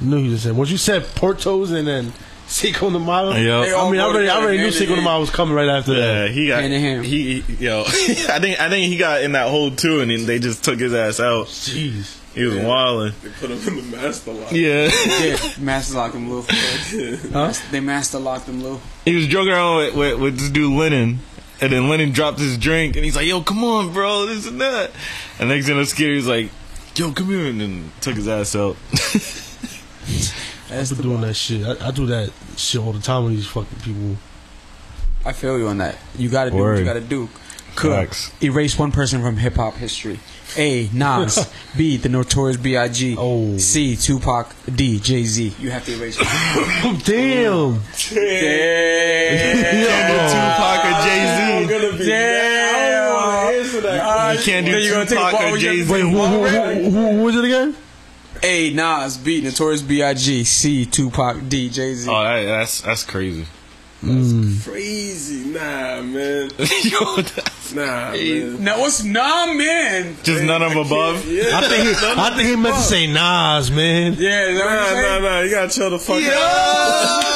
I knew he was gonna say. that. Once you said Portos and then Cinco de Mayo,
Yup. They
I
all
mean, I
go
already, I
together,
already knew
hand in
Cinco de
hand.
Mayo was coming right after
Yeah,
that.
he got
Hand in hand.
he he- yo. I think I think he got in that hole too, and then they just took his ass out.
Jeez.
He was wilding.
They put him in the master lock.
Yeah,
Yeah, master lock them, Lou. huh? They master locked them, Lou.
he was joking around with, with, with this dude Lennon, and then Lennon dropped his drink, and he's like, "Yo, come on, bro, this and that." And next thing I was scared, he was like, "Yo, come here," and then took his ass out.
That's
I've been
the,
doing that shit. I, I do that shit all the time with these fucking people.
I feel you on that. You gotta do what
Word.
you gotta do. Cook.
Facts.
Erase one person from hip hop history. A. Nas. B. The Notorious B.I.G.
Oh.
C. Tupac. D. Jay Z. You have to erase.
Damn.
Oh.
Tupac or Jay Z.
gonna be.
You can't do
Then you gonna take
Tupac
a ball
or
with your-
Jay
Wait,
Z.
who, who, who, who, who was it again?
A. Nas. B. Notorious B.I.G. C. Tupac. D. Jay Z.
Oh, that, that's that's crazy.
Crazy, nah, man,
Yo, that's
nah, man.
Now it's nah, man.
just none of above.
Yeah,
I think he, I think he meant to say Nas, man.
Yeah, is that what
nah,
you're
nah,
saying?
nah. You gotta chill the fuck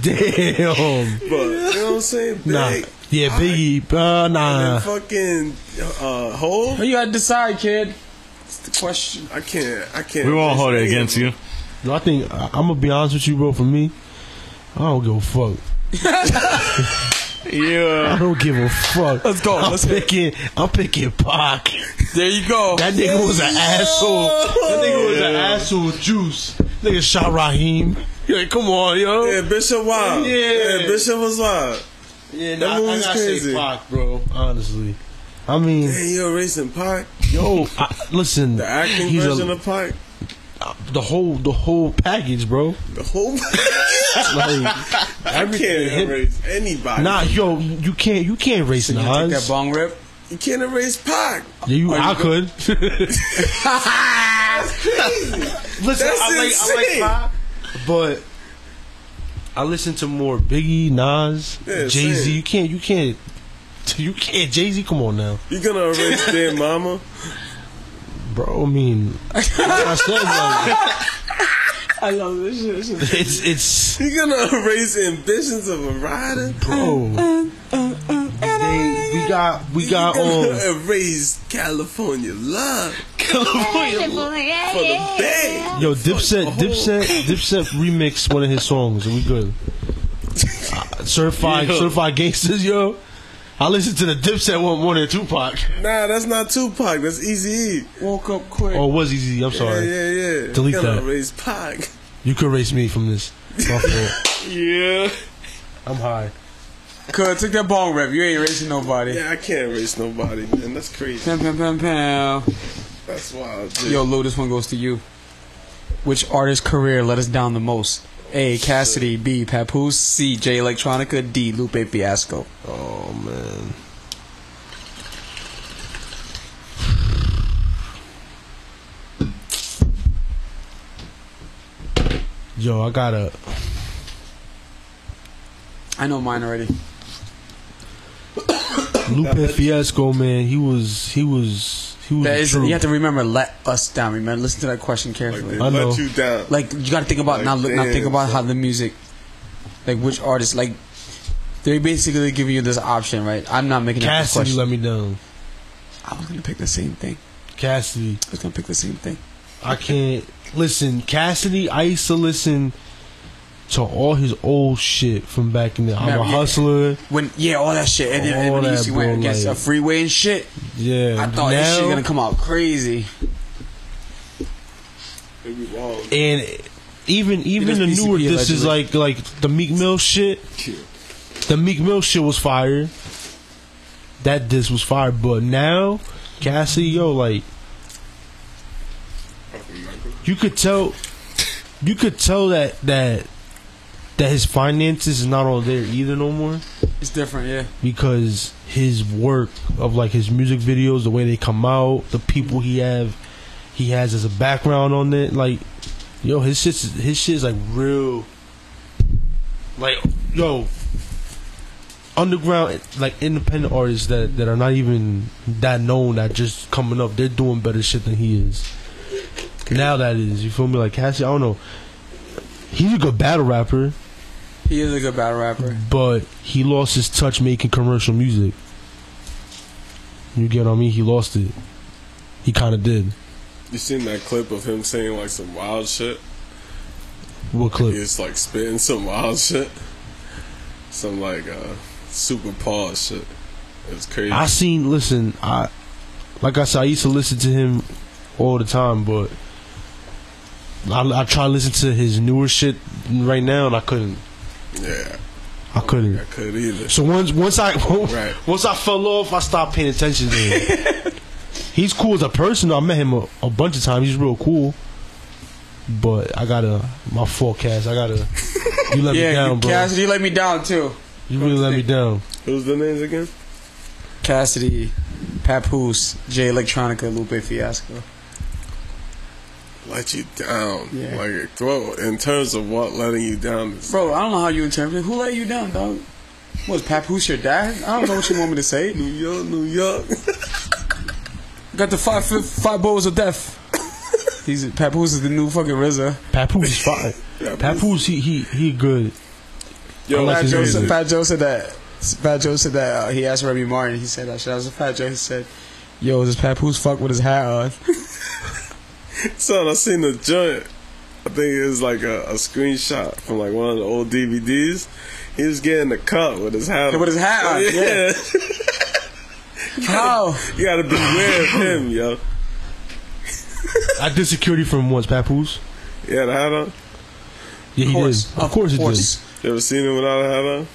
Damn.
out, bro. You know what I'm saying? Big.
Nah. Yeah, Biggie. Uh, nah.
And then fucking uh, hole.
Well, you had to decide, kid. It's the question.
I can't. I can't.
We won't hold it against you.
Yo, I think I, I'm gonna be honest with you, bro. For me, I don't give a fuck.
Yeah.
I don't give a fuck.
Let's go.
I'm
Let's hit.
picking. I'm picking Pac.
There you go.
That nigga was an asshole. That nigga was an asshole. Juice. Nigga shot Raheem. You're like, come on, yo.
Yeah, Bishop wild.
Yeah.
yeah Bishop was wild.
Yeah,
That
I, I
movie's
gotta
crazy.
say Pac, bro. Honestly, I mean,
Hey, you're racing Pac.
yo, I, listen,
The acting
he's
version
a,
of Pac.
the whole the whole package, bro.
The whole.
Like,
I can't erase anybody.
nah, yo, you can't you can't race
You take that
Nas.
bong rip.
You can't erase Pac.
Yeah, Oh, you, I could. Listen,
That's
I like,
insane.
I like Pac, but I listen to more Biggie, Nas,
Yeah,
Jay Z.
same.
You can't, you can't, you can't. Jay Z, come on now,
You gonna erase Dead Mama?
bro. I mean, like I said,
I love this shit. This
like, it's it's
You gonna erase Ambitions of a Rider?
bro. They, we got we got
you gonna
um
erase California Love for
California.
the Bay.
yo Dipset Dipset Dipset remixed one of his songs and we good. Uh, certified certified gangsters yo. I listened to the Dipset one more than Tupac.
Nah, that's not Tupac. That's Easy E.
Woke up quick.
Or was easy. I'm
Yeah,
sorry.
yeah, yeah.
Delete
you gonna
that.
erase Pac.
You could erase me from this. My fault.
Yeah.
I'm high.
Cuz, take that bong rip. You ain't racing nobody.
Yeah, I can't erase nobody, man. That's crazy.
Pam, pam, pam, pam.
That's wild. Dude.
Yo, Lou, this one goes to you. Which artist career let us down the most? A. Cassidy. B. Papoose. C. J. Electronica. D. Lupe Fiasco.
Oh man. Yo, I gotta.
I know mine already.
Lupe Fiasco, man, he was he was he was
That
the
is,
truth.
you have to remember, let us down. Remember, listen to that question
like,
carefully.
they
I
let
know.
you down.
Like you got to think about
Like,
now. Look, now think
damn,
about
son.
how the music, like which artists, like they basically give you this option, right? I'm not making up this
Cassidy
question.
let me down.
I was gonna pick the same thing.
Cassidy,
I was gonna pick the same thing.
I can't listen. Cassidy, I used to listen to all his old shit from back in the. I'm
Yeah.
a hustler.
When yeah, all that shit, and then and
All
when he
that,
used to went
bro,
against
like-
a freeway and shit.
Yeah,
I thought this shit
now-
gonna come out crazy.
They be wrong.
and even even
Because
the
PCP
newer this is like
allegedly-
like the Meek Mill shit. The Meek Mill shit was fire. That this was fire, but now Cassidy, yo, like you could tell, you could tell that that that his finances is not all there either no more
It's different, yeah.
because his work of like his music videos, the way they come out, the people he have, he has as a background on it. Like, yo, his shit's his shit's like real. Like, yo, underground like independent artists that that are not even that known that just coming up, they're doing better shit than he is. Now that is, you feel me? Like Cassie, I don't know. He's a good battle rapper,
He is a good battle rapper.
but he lost his touch making commercial music. You get on me? He lost it. He kind of did.
You seen that clip of him saying like some wild shit?
What clip?
He's like spitting some wild shit. Some like uh super pause shit. It was crazy.
I seen. Listen, I like I said, I used to listen to him all the time, but I, I try to listen to his newer shit right now, and I couldn't.
yeah,
I couldn't.
I could either.
So once once I
Right.
once I fell off, I stopped paying attention to him. He's cool as a person. I met him a, a bunch of times. He's real cool. But I gotta my forecast. I gotta. You let me
yeah,
down, bro.
Cassidy let me down too.
you really let me down.
Who's the names again?
Cassidy, Papoose, J Electronica, Lupe Fiasco.
Let you down.
Yeah.
Like throw in terms of what letting you down is
Bro, I don't know how you interpret it. Who let you down, dog? Was Papoose your dad? I don't know what you want me to say.
New York, New York.
Got the five five, five bowls of death. He's Papoose is the new fucking RZA.
Papoose is fine. Papoose, he he he good.
Yo,
I like
Fat
his
Joe,
music.
said, Fat Joe said that. Fat Joe said that uh, he asked Remy Martin. He said that shit. I was a Fat Joe. He said, "Yo, is this Papoose fuck with his hat on?"
Son, I seen the joint. I think it was like a, a screenshot from like one of the old DVDs. He was getting a cut with his hat.
Yeah, with his hat on, yeah. How?
you gotta beware of him, yo.
I did security for him once. Papoose.
Yeah, the hat on.
Yeah, he did. Of course he did.
You ever seen him without a hat on?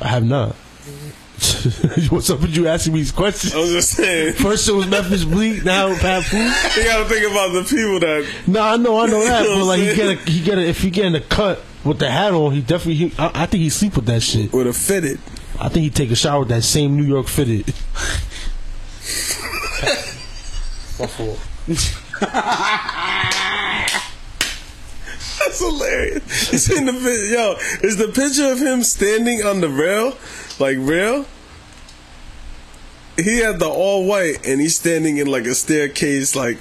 I have not. What's up with you asking me these questions?
I'm just saying.
First it was Memphis Bleak, now Papoose.
You gotta think about the people that.
No, I know, I know that.
You know
but
what
like,
I'm
he get
saying?
a, he get a, if he get in a cut with the hat on, he definitely. He, I, I think he sleep with that shit.
Would have fitted.
I think he take a shower with that same New York fitted.
That's hilarious. It's in the vid- yo. Is the picture of him standing on the rail, like rail? He had the all white, and he's standing in like a staircase, like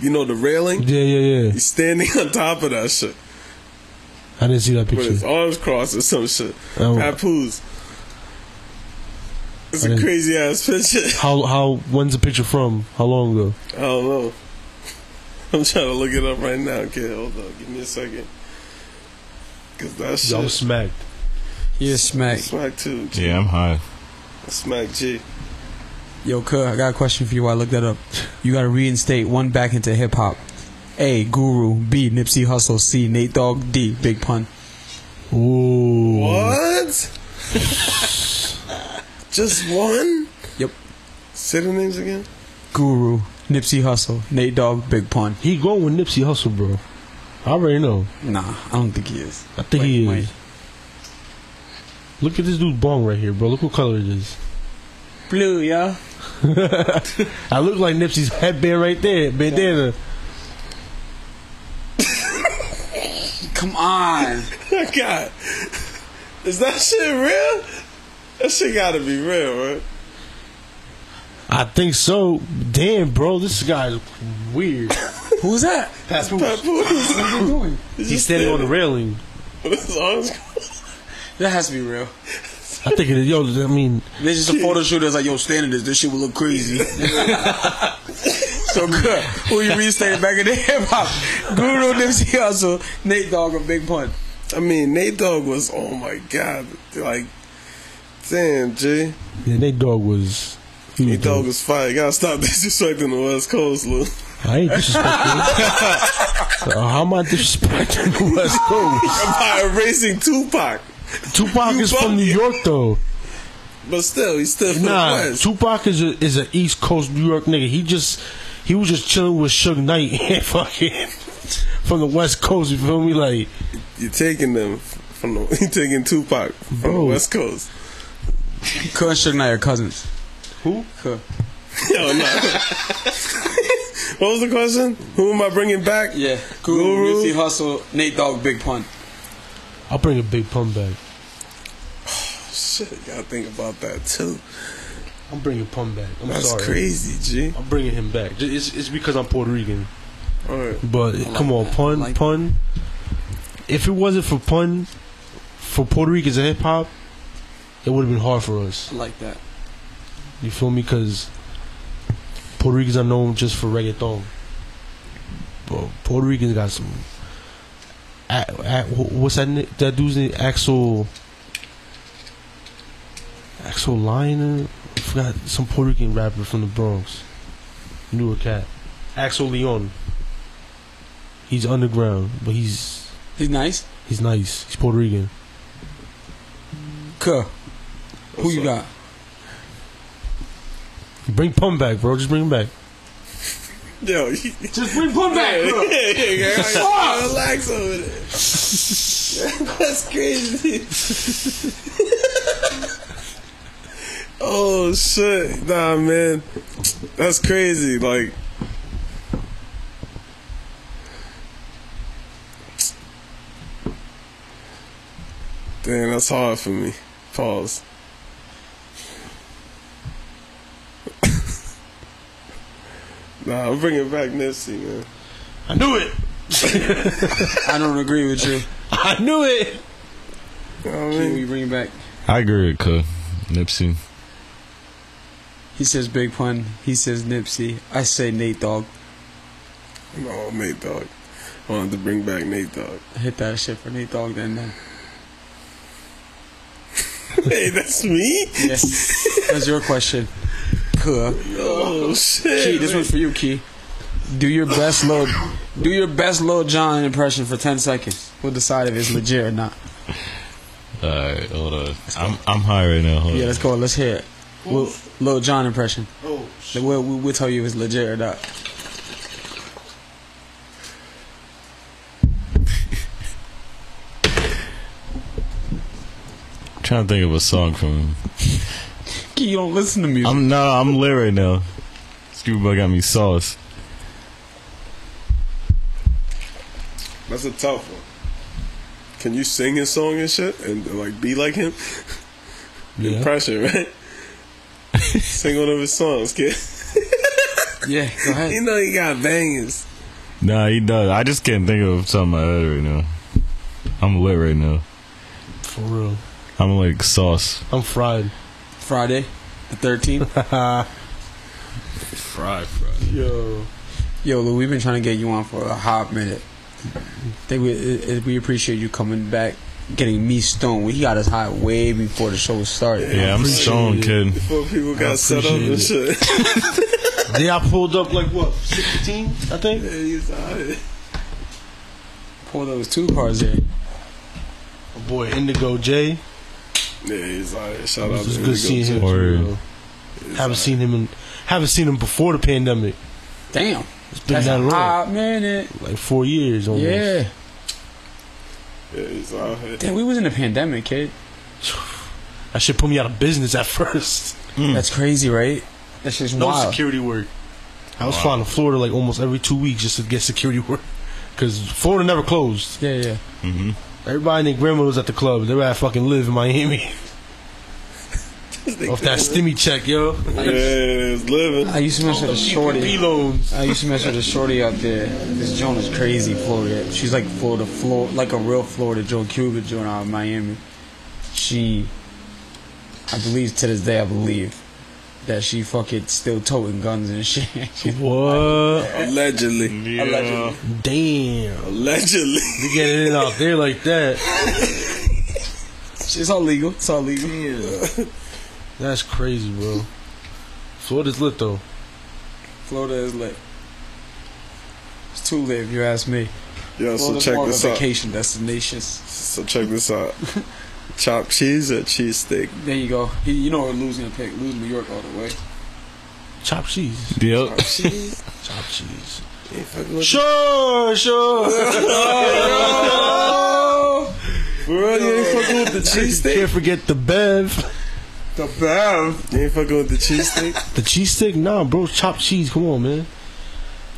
you know the railing.
Yeah, yeah, yeah.
He's standing on top of that shit
I didn't see that
with his
picture.
arms crossed or some shit.
Oh.
Papoose. It's
I
a
didn't-
crazy ass picture.
How how when's the picture from? How long ago?
I don't know. I'm trying to look it up right now. Okay, hold on. Give me a second. Cause that shit.
I'm smacked.
Yeah, smack.
Smack too. G.
Yeah, I'm high.
Smack G.
Yo, Kuh, I got a question for you while I look that up. You gotta reinstate one back into hip hop. A. Guru. B. Nipsey Hussle. C. Nate Dogg. D. Big Pun.
Ooh.
What? Just one?
Yep.
Say the names again.
Guru. Nipsey Hussle. Nate Dogg. Big Pun.
He going with Nipsey Hustle, bro. I already know.
Nah, I don't think he is.
I think
Wait,
he is.
wait.
Look at this dude's bong right here, bro. Look what color it is.
Blue, yeah.
I look like Nipsey's headband right there, bandana.
Come on.
My God. Is that shit real? That shit gotta be real, right?
I think so. Damn, bro, this guy's weird.
Who's that?
Papoose.
What are you doing?
He's standing on the railing.
With his arms crossed.
That has to be real.
I think it is. Yo, I mean,
There's just a photo shoot that's like, yo, standing this, this shit will look crazy. so good. Who you restated back in the hip hop? Guru Nipsey Hussle, Nate Dogg, and Big Pun.
I mean, Nate Dogg was, oh my God. Like, damn, G.
yeah, Nate Dogg was. he was
Nate Dogg
dope.
was fire. You gotta stop disrespecting the West Coast, Lou.
I ain't disrespecting. him. uh, how am I disrespecting the West Coast?
By erasing Tupac.
Tupac
You
is from
bugged
New
it.
York, though.
But still, he's still from the
Nah,
West.
Tupac is a, is an East Coast New York nigga. He just he was just chilling with Suge Knight and fucking from the West Coast. You feel me? Like,
You're taking them from the, you're taking Tupac from
Bro.
the West Coast.
Kuh and Suge Knight are cousins. Who? Kuh.
Yo, no. what was the question? Who am I bringing back?
Yeah.
Guru.
Guru, Nipsey Hussle, Nate Dogg, Big Pun.
I'll bring a big pun back.
Shit, gotta think about that too.
I'm bringing pun back. I'm
That's
sorry.
crazy, G.
I'm bringing him back. Ju- It's, it's because I'm Puerto Rican.
All right.
But come on, pun,
like
pun. If it wasn't for pun, for Puerto Ricans and hip hop, it would have been hard for us.
I like that.
You feel me? Because Puerto Ricans are known just for reggaeton. But Puerto Ricans got some. At, at, wh- what's that? ni- That dude's name? Axel. Axel Lyon. I forgot some Puerto Rican rapper from the Bronx. Newer cat. Axel Leon. He's underground, but he's
He's nice.
he's nice. He's Puerto Rican.
Kuh. Who
What's
you got?
Bring Pum back, bro. Just bring him back.
Yo, you-
Just bring Pun back,
yeah, yeah, yeah, relax over there. That's crazy. oh shit, nah, man, that's crazy. Like, damn, that's hard for me. Pause. nah, I'm bringing back Nipsey, man.
I knew it.
I don't agree with you.
I knew it.
You know what I
Who
mean?
you bring back?
I agree with Cook. Nipsey.
He says Big Pun. He says Nipsey. I say Nate Dogg.
No, Nate Dogg. I wanted to bring back Nate Dogg.
Hit that shit for Nate Dogg then. then.
hey, that's me?
Yes. That's your question. Kuh.
Oh,
Key,
shit.
this one's for you, Key. Do your best little, do your best little John impression for ten seconds. We'll decide if it's legit or not.
All right, hold on. I'm I'm high right now. Hold
Yeah,
on.
let's go. Let's hear it. Lil, Lil John impression.
Oh,
We'll, we'll, we'll tell you if it's legit or not.
trying to think of a song from him.
You don't listen to music.
I'm no, I'm lit right now. Scuba Boy got me sauce.
That's a tough one. Can you sing his song and shit and like be like him? Impression, right? sing one of his songs, kid.
yeah, go ahead.
You know he got bangers.
Nah, he does. I just can't think of something I heard right now. I'm lit right now.
for real.
I'm like sauce.
I'm fried.
Friday, the 13th.
Fried, fried.
Yo.
Yo, Lou, we've been trying to get you on for a hot minute. Think we i- i- we appreciate you coming back, getting me stoned. We got us hot way before the show started.
Yeah, I'm stoned, kid.
Before people
I
got set up and
appreciate
shit.
They I pulled up like what, 16, I think?
He's out of it.
Pour those two cars in.
My boy Indigo J.
Yeah, he's out of it. Shout
It
out
was
to
good seeing him. for
Word.
real. Haven't seen him in, haven't seen him before the pandemic.
Damn,
It's been
that's
that Oh,
a
long,
hot minute.
like four years almost.
Yeah,
Yeah, he's out of it.
damn, we was in a pandemic, kid.
That shit put me out of business at first.
That's crazy, right? That's just
No
wild.
security work. I was flying to Florida like almost every two weeks just to get security work. Cause Florida never closed.
Yeah, yeah.
Everybody and their grandma was at the club. They were at fucking live in Miami off that stimmy check, yo.
Yeah, he's living.
I used to mess with a
PPP
shorty.
loans.
I used to mess with a shorty out there. This joint is crazy, Florida. She's like Florida, Flor like a real Florida Joe Cuba joint out of Miami. She, I believe to this day, I believe that she fucking still toting guns and shit. She's
What?
Allegedly.
Yeah.
Damn.
Allegedly.
You get it in out there like that.
it's all legal. It's all legal.
That's crazy, bro. Florida's lit though.
Florida is lit. It's too lit, if you ask me.
Yo, so
Florida's
check
more of a
this out.
vacation destinations.
So check this out. Chopped cheese or cheese steak?
There you go. You- You know we're losing a pick. Lose New York all the way.
Chopped cheese.
Yep.
Chopped cheese?
Chopped cheese.
Ain't fucking with
Sure, sure.
For real, you ain't fucking with the cheese steak?
Can't forget the Bev.
The You ain't fucking with the cheese steak?
The cheese stick? Nah, bro. Chopped cheese. Come on, man.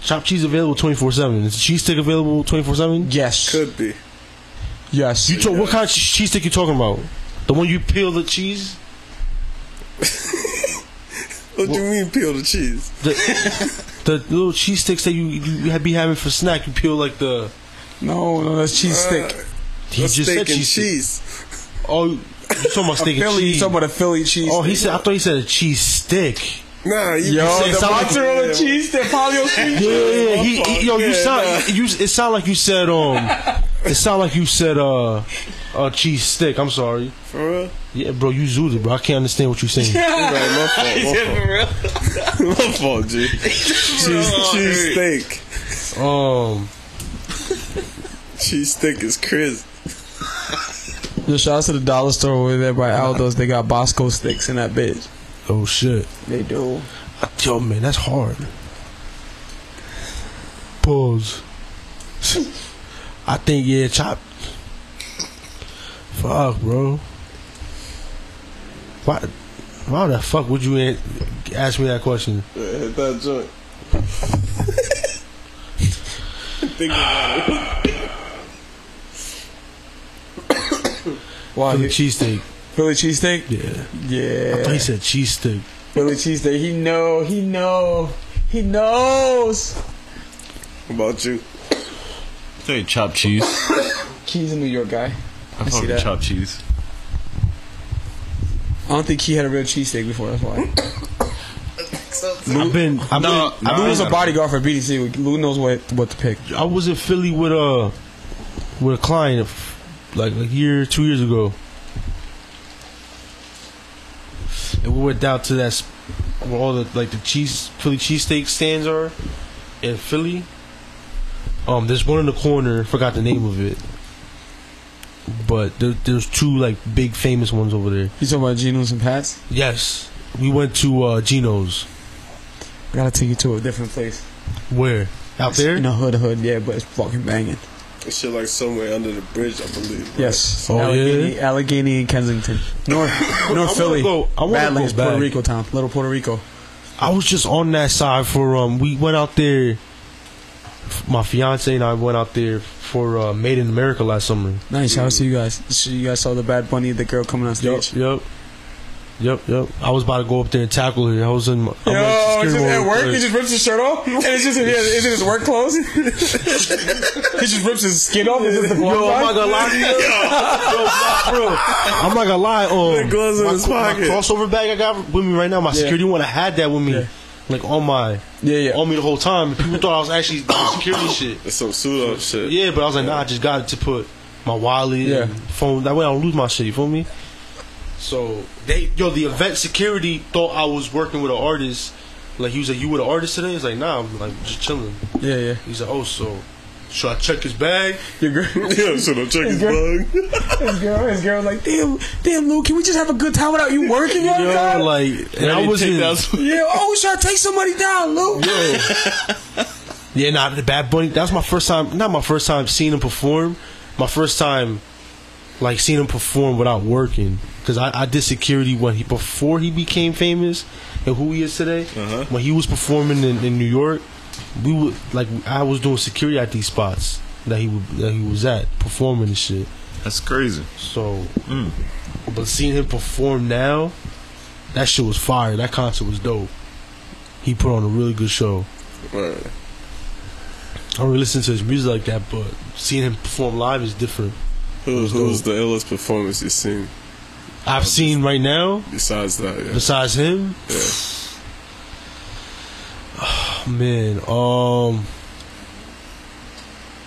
Chopped cheese available 24 7. Is the cheese stick available 24 7?
Yes.
Could be.
Yes.
You talk, What kind of che- cheese stick you talking about? The one you peel the cheese?
What do you mean peel the cheese?
The little cheese sticks that you, you ha- be having for snack, you peel like the.
no, no, that's cheese stick.
Uh,
He
That's
just
steak
said
and
cheese. stick.
cheese.
Oh, you talking about steak and
Philly, you
cheese?
talking about a Philly cheese?
Oh, he said. I thought he said a cheese stick.
Nah, you
Yo,
said
the
something-
mozzarella cheese that Pablo
Yeah,
Street.
yeah, yeah. Oh, He, he- yo, you
Yeah,
sound.
nah.
You, it sound like you said um. It sound like you said uh, a cheese stick. I'm sorry.
For real?
Yeah, bro, you zooted, bro. I can't understand what you're saying.
Right, my fault.
Yeah, for real.
My fault, my fault G. Cheese, cheese steak.
Um,
Cheese steak is crazy.
Yo, shout out to the dollar store over there by Aldo's. They got Bosco sticks in that bitch.
oh shit,
They do.
yo man, that's hard. Pause. I think yeah, chop. Fuck, bro. Why? Why the fuck would you a- ask me that question?
Yeah, hit that joint. Think about it.
Wow,
For the
Philly,
cheesesteak.
Philly cheesesteak?
Yeah. I thought
Yeah.
he said cheesesteak.
Philly cheesesteak. He know. He know. He knows.
What about you?
Say chopped cheese.
Key's a New York guy.
I
see
fuck with
that.
chopped cheese.
I don't think Key had a real cheesesteak before. That's why.
I've been. I've
No,
been,
Lou
no,
was a bodyguard for BDC. Lou knows what what to pick.
I was in Philly with a with a client of, like a year, two years ago, and we went down to that sp- where all the like the cheese Philly cheesesteak stands are in Philly. Um, there's one in the corner. Forgot the name of it. but there, there's two like big famous ones over there.
You talking about Geno's and Pat's?
Yes, we went to uh, Gino's.
I gotta take you to a different place.
Where out there?
In the hood, hood, yeah, but it's fucking banging.
It's shit like somewhere under the bridge, I believe. right?
Yes.
Oh,
Allegheny, Allegheny and Kensington. North, North Philly.
go- I wanna
Badlands,
go back.
Puerto Rico town. Little Puerto Rico.
I was just on that side for um. We went out there. My fiance and I went out there for uh, Made in America last summer.
Nice. Shout out to you guys. So you guys saw the Bad Bunny, the girl coming on stage.
Yep. Yep, yep. I was about to go up there and tackle her. I was in. My, I'm
Yo,
like,
it's just
scared
at
mode.
work. He just rips his shirt off, and it's just in his, it's in his work clothes. he just rips his skin off. It's just the
Yo, I'm not gonna lie to you. Yo, my- bro, I'm not gonna lie. Um,
The gloves in
my,
his
my
pocket.
crossover bag I got with me right now. My security one, I had that with me,
Yeah.
like on my,
Yeah, yeah.
on me the whole time. People thought I was actually doing security shit.
It's some pseudo shit.
Yeah, but I was like, nah, I just got it to put my wallet,
Yeah.
and phone. That way I don't lose my shit. You feel me? So they, yo, the event security thought I was working with an artist. Like he was like, you were the artist today? He's like, nah, I'm like just chilling.
yeah, yeah.
He's like, oh, so should I check his bag?
Your girl,
Yeah, so the check is bug.
his girl, his girl, like damn, damn, Lou, can we just have a good time without you working all the
Yo,
time?
like, and I was in,
yeah. Oh, we should take somebody down, Lou.
yeah, nah, the Bad Bunny. That was my first time, not my first time seeing him perform. My first time, like, seeing him perform without working. Because I, I did security when he, before he became famous and who he is today.
Uh-huh.
When he was performing in, in New York, we would, like, I was doing security at these spots that he, would, that he was at, performing and shit.
That's crazy.
So,
Mm.
but seeing him perform now, that shit was fire. That concert was dope. He put on a really good show.
Right.
I don't really listen to his music like that, but seeing him perform live is different.
Who, who's the illest performance you've seen
I've seen right now,
besides that? Yeah.
besides him,
yeah.
man, um,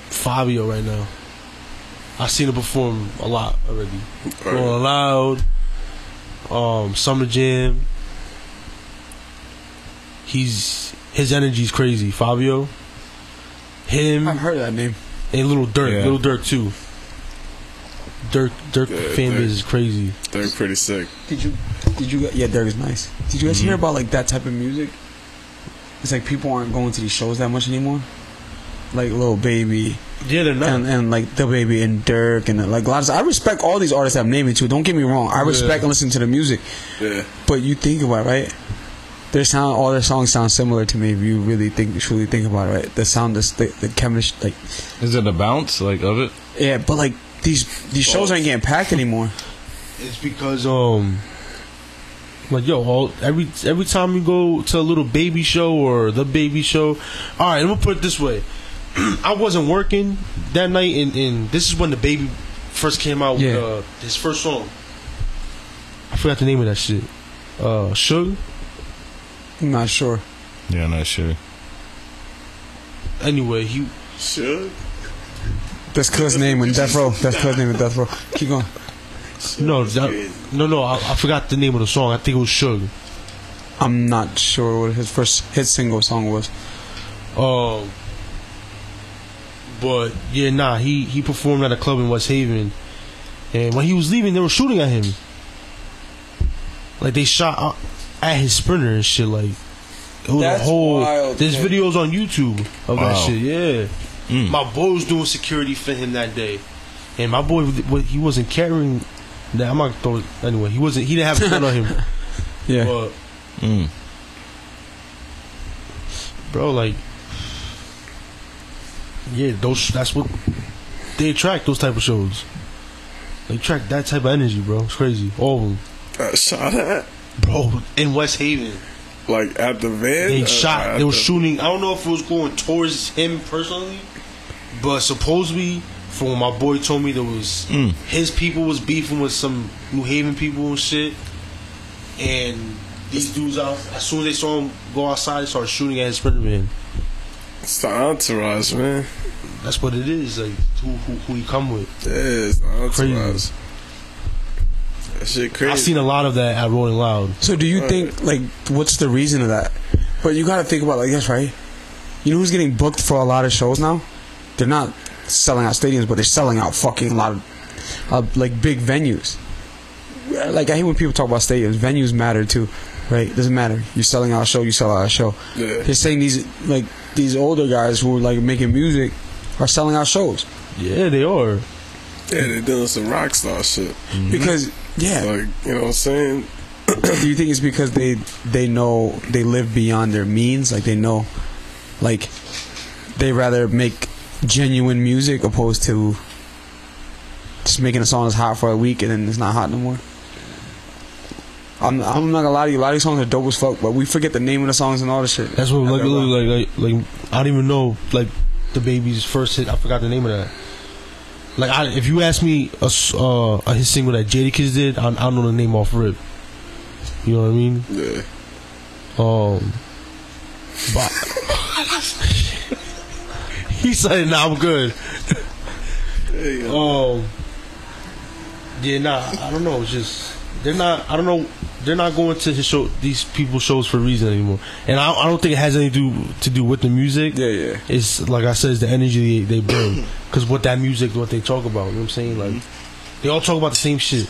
Fabio right now. I've seen him perform a lot already. Rolling
Right.
Loud, um, Summer Jam. He's his energy's crazy. Fabio, him,
I've heard that name.
and Little Dirk.
Yeah.
Little Dirk too. Dirk, Dirk
Yeah,
fan
Dirk.
base is crazy.
They're pretty sick.
Did you? Did you? Yeah, Derek is nice. Did you guys hear about like that type of music? It's like people aren't going to these shows that much anymore. Like Lil Baby
Yeah, they're
and, and like the Baby and Dirk and like a lot of. I respect all these artists I'm naming too. Don't get me wrong. I respect and listen to the music,
Yeah.
but you think about it, right. Their sound, all their songs sound similar to me. If you really think, truly think about it, right? The sound, the the, the chemistry, like
Is it a bounce like of it?
yeah. But like these these shows aren't getting packed anymore.
It's because um, like yo, all, every every time you go to a little baby show or the baby show, all right, I'm gonna put it this way. I wasn't working that night, and, and this is when the baby first came out
Yeah.
with uh, his first song. I forgot the name of that shit. Uh, Suge,
I'm not sure.
Yeah, not sure.
Anyway, he
Should.
That's Cuz name in Death Row. That's Cuz name in Death Row. Keep going.
no that, no no I, I forgot the name of the song. I think it was Suge.
I'm not sure what his first hit single song was.
Um, but yeah, nah, he he performed at a club in West Haven, and when he was leaving, they were shooting at him. Like they shot out at his sprinter and shit. Like it was
That's
a whole.
wild,
there's
man.
videos on YouTube of that
Wow.
shit. Yeah,
Mm.
my boy was doing security for him that day, and my boy wa- he wasn't carrying. That I'm not throwing anyway. He wasn't. He didn't have a gun on him,
Yeah.
but
Mm.
bro. Like, yeah, those. That's what they attract. Those type of shows. They attract that type of energy, bro. It's crazy. All of them,
Got Uh, shot at.
bro. In West Haven,
Like at the van.
they
Or
shot.
at
They were
the-
shooting. Uh, I don't know if it was going towards him personally, but supposedly, from what my boy told me, there was
Mm.
his people was beefing with some New Haven people and shit, and. These dudes out as soon as they saw him go outside, they started shooting at his sprinter van.
It's the entourage, man.
That's what it is. Like who who, who he come with.
Yeah, it's the entourage.
Crazy.
That shit crazy.
I've seen a lot of that at Rolling Loud.
So do you
Right.
think like what's the reason of that? But you gotta think about like that's right. You know who's getting booked for a lot of shows now? They're not selling out stadiums, but they're selling out fucking a lot of uh, like big venues. Like I hate when people talk about stadiums. Venues matter too, right? Doesn't matter. You're selling out a show. You sell out a show.
Yeah.
They're saying these like these older guys who are like making music are selling out shows
Yeah, they are.
Yeah, they're doing some rock star shit.
because yeah,
Like, you know what I'm saying?
do you think it's because they they know they live beyond their means like they know like they rather make genuine music opposed to just making a song that's hot for a week and then it's not hot no more I'm, I'm not gonna lie to you. A lot of these songs are dope as fuck, but we forget the name of the songs and all this shit.
That's what
Not
like,
gonna lie.
like like like I don't even know like the baby's first hit. I forgot the name of that. Like I, if you ask me a s- uh, a his single that Jadakiss did, I, I don't know the name off rip. You know what I mean?
Yeah.
Um, but he said, "Nah, I'm good."
Yeah, yeah.
Um, yeah, nah, I don't know. It's just they're not. I don't know. They're not going to his show these people's shows for a reason anymore. And I, I don't think it has anything to do, to do with the music.
Yeah, yeah.
It's like I said, it's the energy they, they bring because what that music, what they talk about. You know what I'm saying? Like
Mm-hmm.
they all talk about the same shit.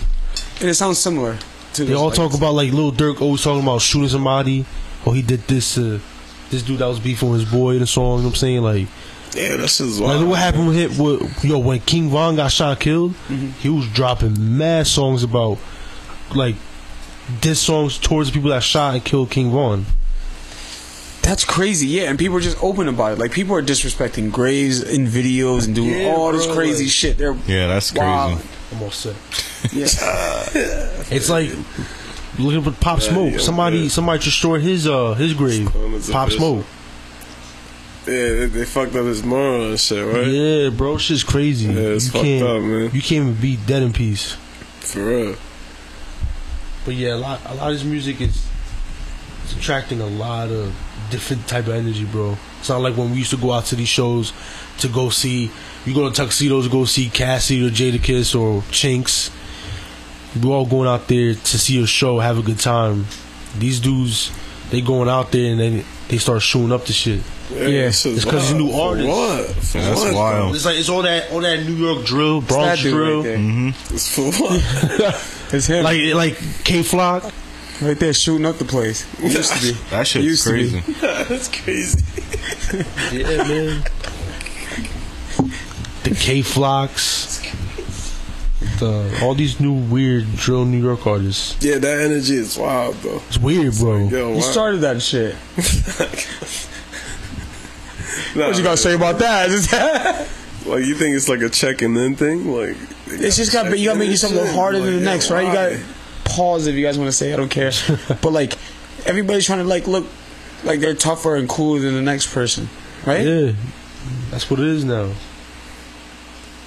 And it sounds similar. To
They all talk about like Lil Durk always talking about shooting somebody. or Oh, he did this to this dude that was beefing with his boy in the song. You know what I'm saying? Like,
Yeah, that shit's
like
wild.
look what happened with him? With, yo, when King Von got shot and killed, he was dropping mad songs about like diss songs towards the people that shot and killed King Von.
That's crazy, yeah. And people are just open about it. Like people are disrespecting graves in videos and doing
Yeah,
all this
bro,
crazy
like-
shit. They're
Yeah, that's crazy.
wild.
I'm all set.
Yeah.
It's like looking for Pop Smoke.
yeah,
somebody,
yeah.
somebody destroyed his uh his grave.
Oh, that's
Pop
official.
Smoke.
Yeah, they, they fucked up his moral and shit, right?
Yeah, bro, shit's crazy.
Yeah, it's
you
fucked
can't,
up, man.
You can't even be dead in peace.
For real.
But yeah, a lot, a lot of this music is it's attracting a lot of different type of energy, bro. It's not like when we used to go out to these shows to go see. You go to tuxedos to go see Cassie or Jadakiss or Chinks. We're all going out there to see a show, have a good time. These dudes, they going out there and then they start shooting up the shit.
Yeah,
Yeah,
that shit's
it's 'cause
wild.
you new
For
artists.
What? For
Yeah, that's
what?
wild.
It's like it's all that all that New York drill, Oh. Bronx
that dude
drill.
right there.
It's for what?
It's him
like like K Flock.
right there shooting up the place. It used to be.
That shit
Used
is
to be.
crazy.
that's crazy.
Yeah, man. The K Flocks. The, all these new weird drill New York artists.
Yeah, that energy is wild, though.
It's weird, bro.
Yo,
You
wow.
started that shit.
Nah,
What you gotta say about that?
Like, you think it's like a checking in thing? Like,
it's just got you gotta make yourself look harder than the next, right? You gotta pause if you guys want to say. I don't care, but like everybody's trying to like look like they're tougher and cooler than the next person, right?
Yeah. That's what it is now.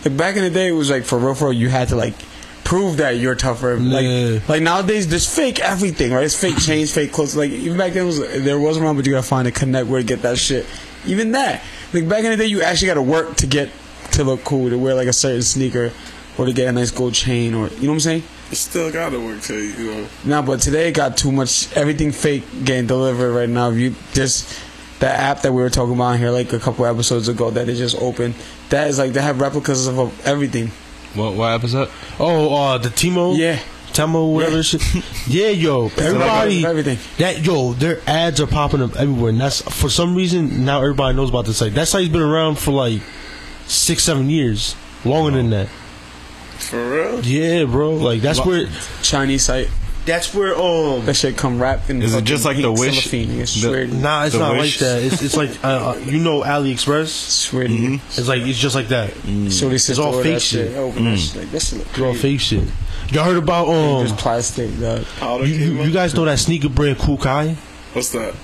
Like back in the day, it was like for real, for real, you had to like prove that you're tougher. Like,
Yeah.
like nowadays, there's fake everything, right? It's fake chains, fake clothes. Like even back then, it was there was one, but you gotta find a connect where to get that shit. Even that, like back in the day, you actually gotta work to get to look cool, to wear like a certain sneaker, or to get a nice gold chain, or you know what I'm saying?
You still gotta work till you, you know.
Now, but today it got too much. Everything fake getting delivered right now. If you just the app that we were talking about here, like a couple episodes ago, that it just opened. That is like they have replicas of everything.
What, what episode?
Oh, uh, the Timo?
Yeah.
Temo, whatever
Yeah.
shit. Yeah, yo.
Everybody,
Everybody.
everything.
That yo, their ads are popping up everywhere, and that's for some reason now everybody knows about this site. That site's been around for like six, seven years, longer than that.
For real?
Yeah, bro. Like that's where
Chinese site.
that's where um
That shit come wrapped in.
Is it
fucking
just like
ink
the Wish-
cellophane. It's
the-
swear,
Nah, it's
The
not
wish.
like that. It's, it's like uh, uh, you know AliExpress.
swear to you.
It's like it's just like that.
So they
Mm-hmm. It's
said
all
all
fake
that shit.
shit.
Open that shit. Like, this shit look
It's all
crazy.
fake shit. Y'all heard about
Just
um?
plastic. Dog.
Powder
You, you,
came
you
up?
guys know that sneaker brand Cool Kai?
What's that?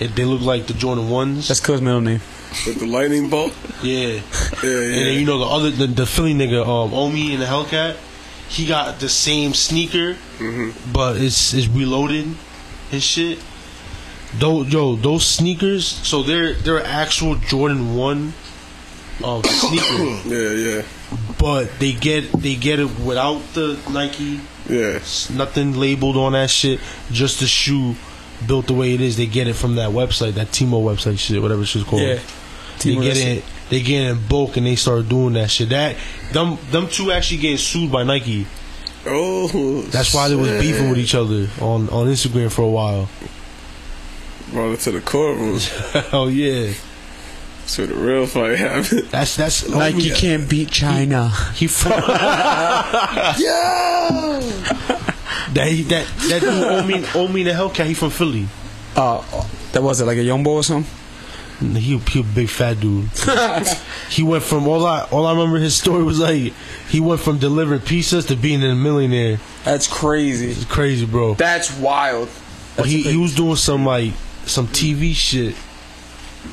It, they look like the Jordan ones.
That's Kill's middle name.
With the lightning bolt?
yeah.
Yeah,
And then
yeah.
you know the other the, the Philly nigga um Omi in the Hellcat, he got the same sneaker, but it's it's reloaded and shit. Those yo those sneakers, so they're they're actual Jordan one, um sneaker.
Yeah, yeah.
but they get they get it without the Nike,
Yeah.
s- nothing labeled on that shit. Just the shoe built the way it is. They get it from that website, that Timo website shit, whatever it's called.
Yeah.
they
Temu,
get
that's
it they getting in bulk and they start doing that shit. That them them two actually getting sued by Nike.
Oh,
That's why they was
shit.
beefing with each other on on Instagram for a while.
Brought it to the courtroom.
oh yeah,
That's where the real fight happened.
that's that's oh,
Nike can't beat China.
He fuck
yeah.
that he, that that dude owe me owe me the Hellcat. He from Philly.
Uh, that was it, like a young boy or something.
He, he a big fat dude. he went from all I all I remember his story was like he went from delivering pizzas to being a millionaire.
That's crazy.
It's crazy, bro.
That's wild.
But he,
That's
he was doing some like some TV shit,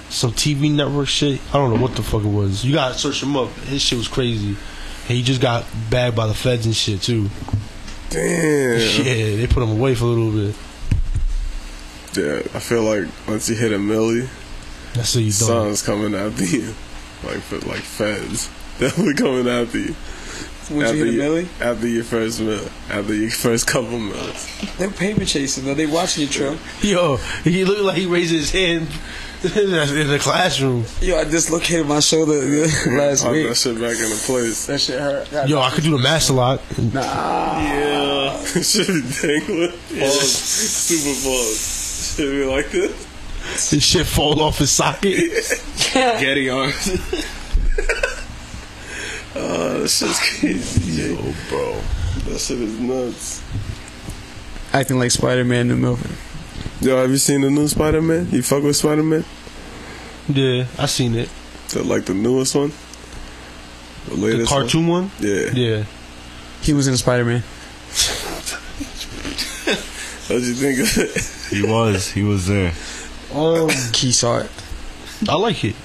some TV network shit. I don't know what the fuck it was. You gotta search him up. His shit was crazy. And he just got bagged by the feds and shit too.
Damn.
Yeah, they put him away for a little bit.
Yeah, I feel like once you hit a milli,
That's what you done.
something's coming after you. Like for like feds, definitely coming after you.
Once
after
you hit a
your-
milli,
After your first meal, after your first couple meals.
they're paper chasing though. They watching you, Trill.
Yo, he looked like he raised his hand in the classroom.
Yo, I dislocated my shoulder last
Pop
week.
that shit back into place.
That shit hurt. God,
Yo, I could do the math a lot.
Yeah, should be dangling. Balls, super balls. Should be like this.
His shit fall off his socket.
Getty on.
Oh, that shit's crazy. Yo, bro, that shit is nuts.
Acting like Spider Man in the movie.
Yo, have you seen the new Spider Man? You fuck with Spider Man?
Yeah, I seen it.
That like the newest one, the
The
latest
cartoon one.
One? Yeah.
Yeah,
He was in Spider Man.
How'd you think of it?
He was. He was there.
um,
Key saw it.
I like it.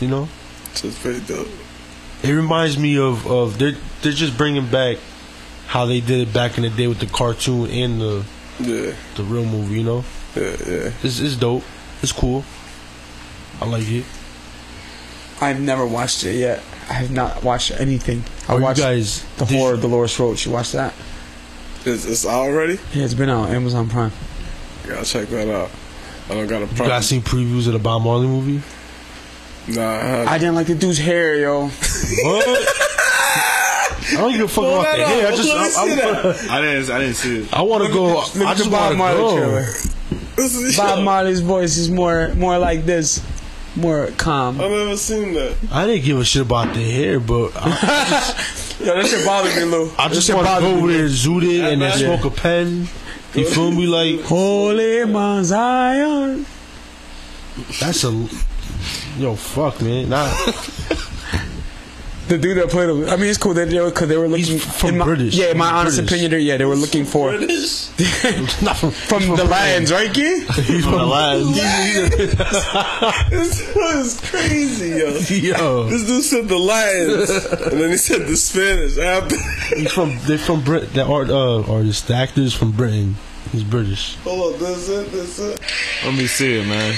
You know,
Just pretty dope.
It reminds me of of they're they're just bringing back how they did it back in the day with the cartoon and the
Yeah,
the real movie. You know,
yeah, yeah.
it's it's dope. It's cool. I like it.
I've never watched it yet. I have not watched anything. I
Are you
watched
guys
The
did you-
Horror of Dolores Roach. You watched that?
It's, it's out already.
Yeah, it's been out on Amazon Prime.
Gotta check that out. I don't got a
You guys
problem.
seen previews of the Bob Marley movie?
Nah, I haven't.
I didn't like the dude's hair, yo.
What? I don't give a fuck
Pull
about
that
that. Yeah, I
up.
just
Let me see
I,
I didn't. I didn't see it.
I, want to go. I
Look at
just
the Bob
want
Marley
to
trailer.
This is-
Bob Marley's voice is more more like this, more calm.
I've never seen that.
go. I didn't give a shit about the hair, but I,
Yo, that shit bothered me, Lou.
I
That
just
shit
want to
bothered
go
me.
over there, zoot it, and then
Yeah.
smoke a pen. You feel me? Like
Holy Mount Zion.
that's a yo fuck man. Nah.
The dude that played him. I mean, it's cool that they were, cause they were looking
He's from
in my,
British.
Yeah, in my
He's
honest
British.
opinion, they- yeah, they were looking for
Not from,
from the Lions, right, kid?
He's from the
This was crazy, yo.
Yo,
This dude said the Lions, and then he said the Spanish. After.
he's from they're from Brit. The art uh, artist, the actor is from Britain. He's British.
Hold on, this it, this it.
Let me see it, man.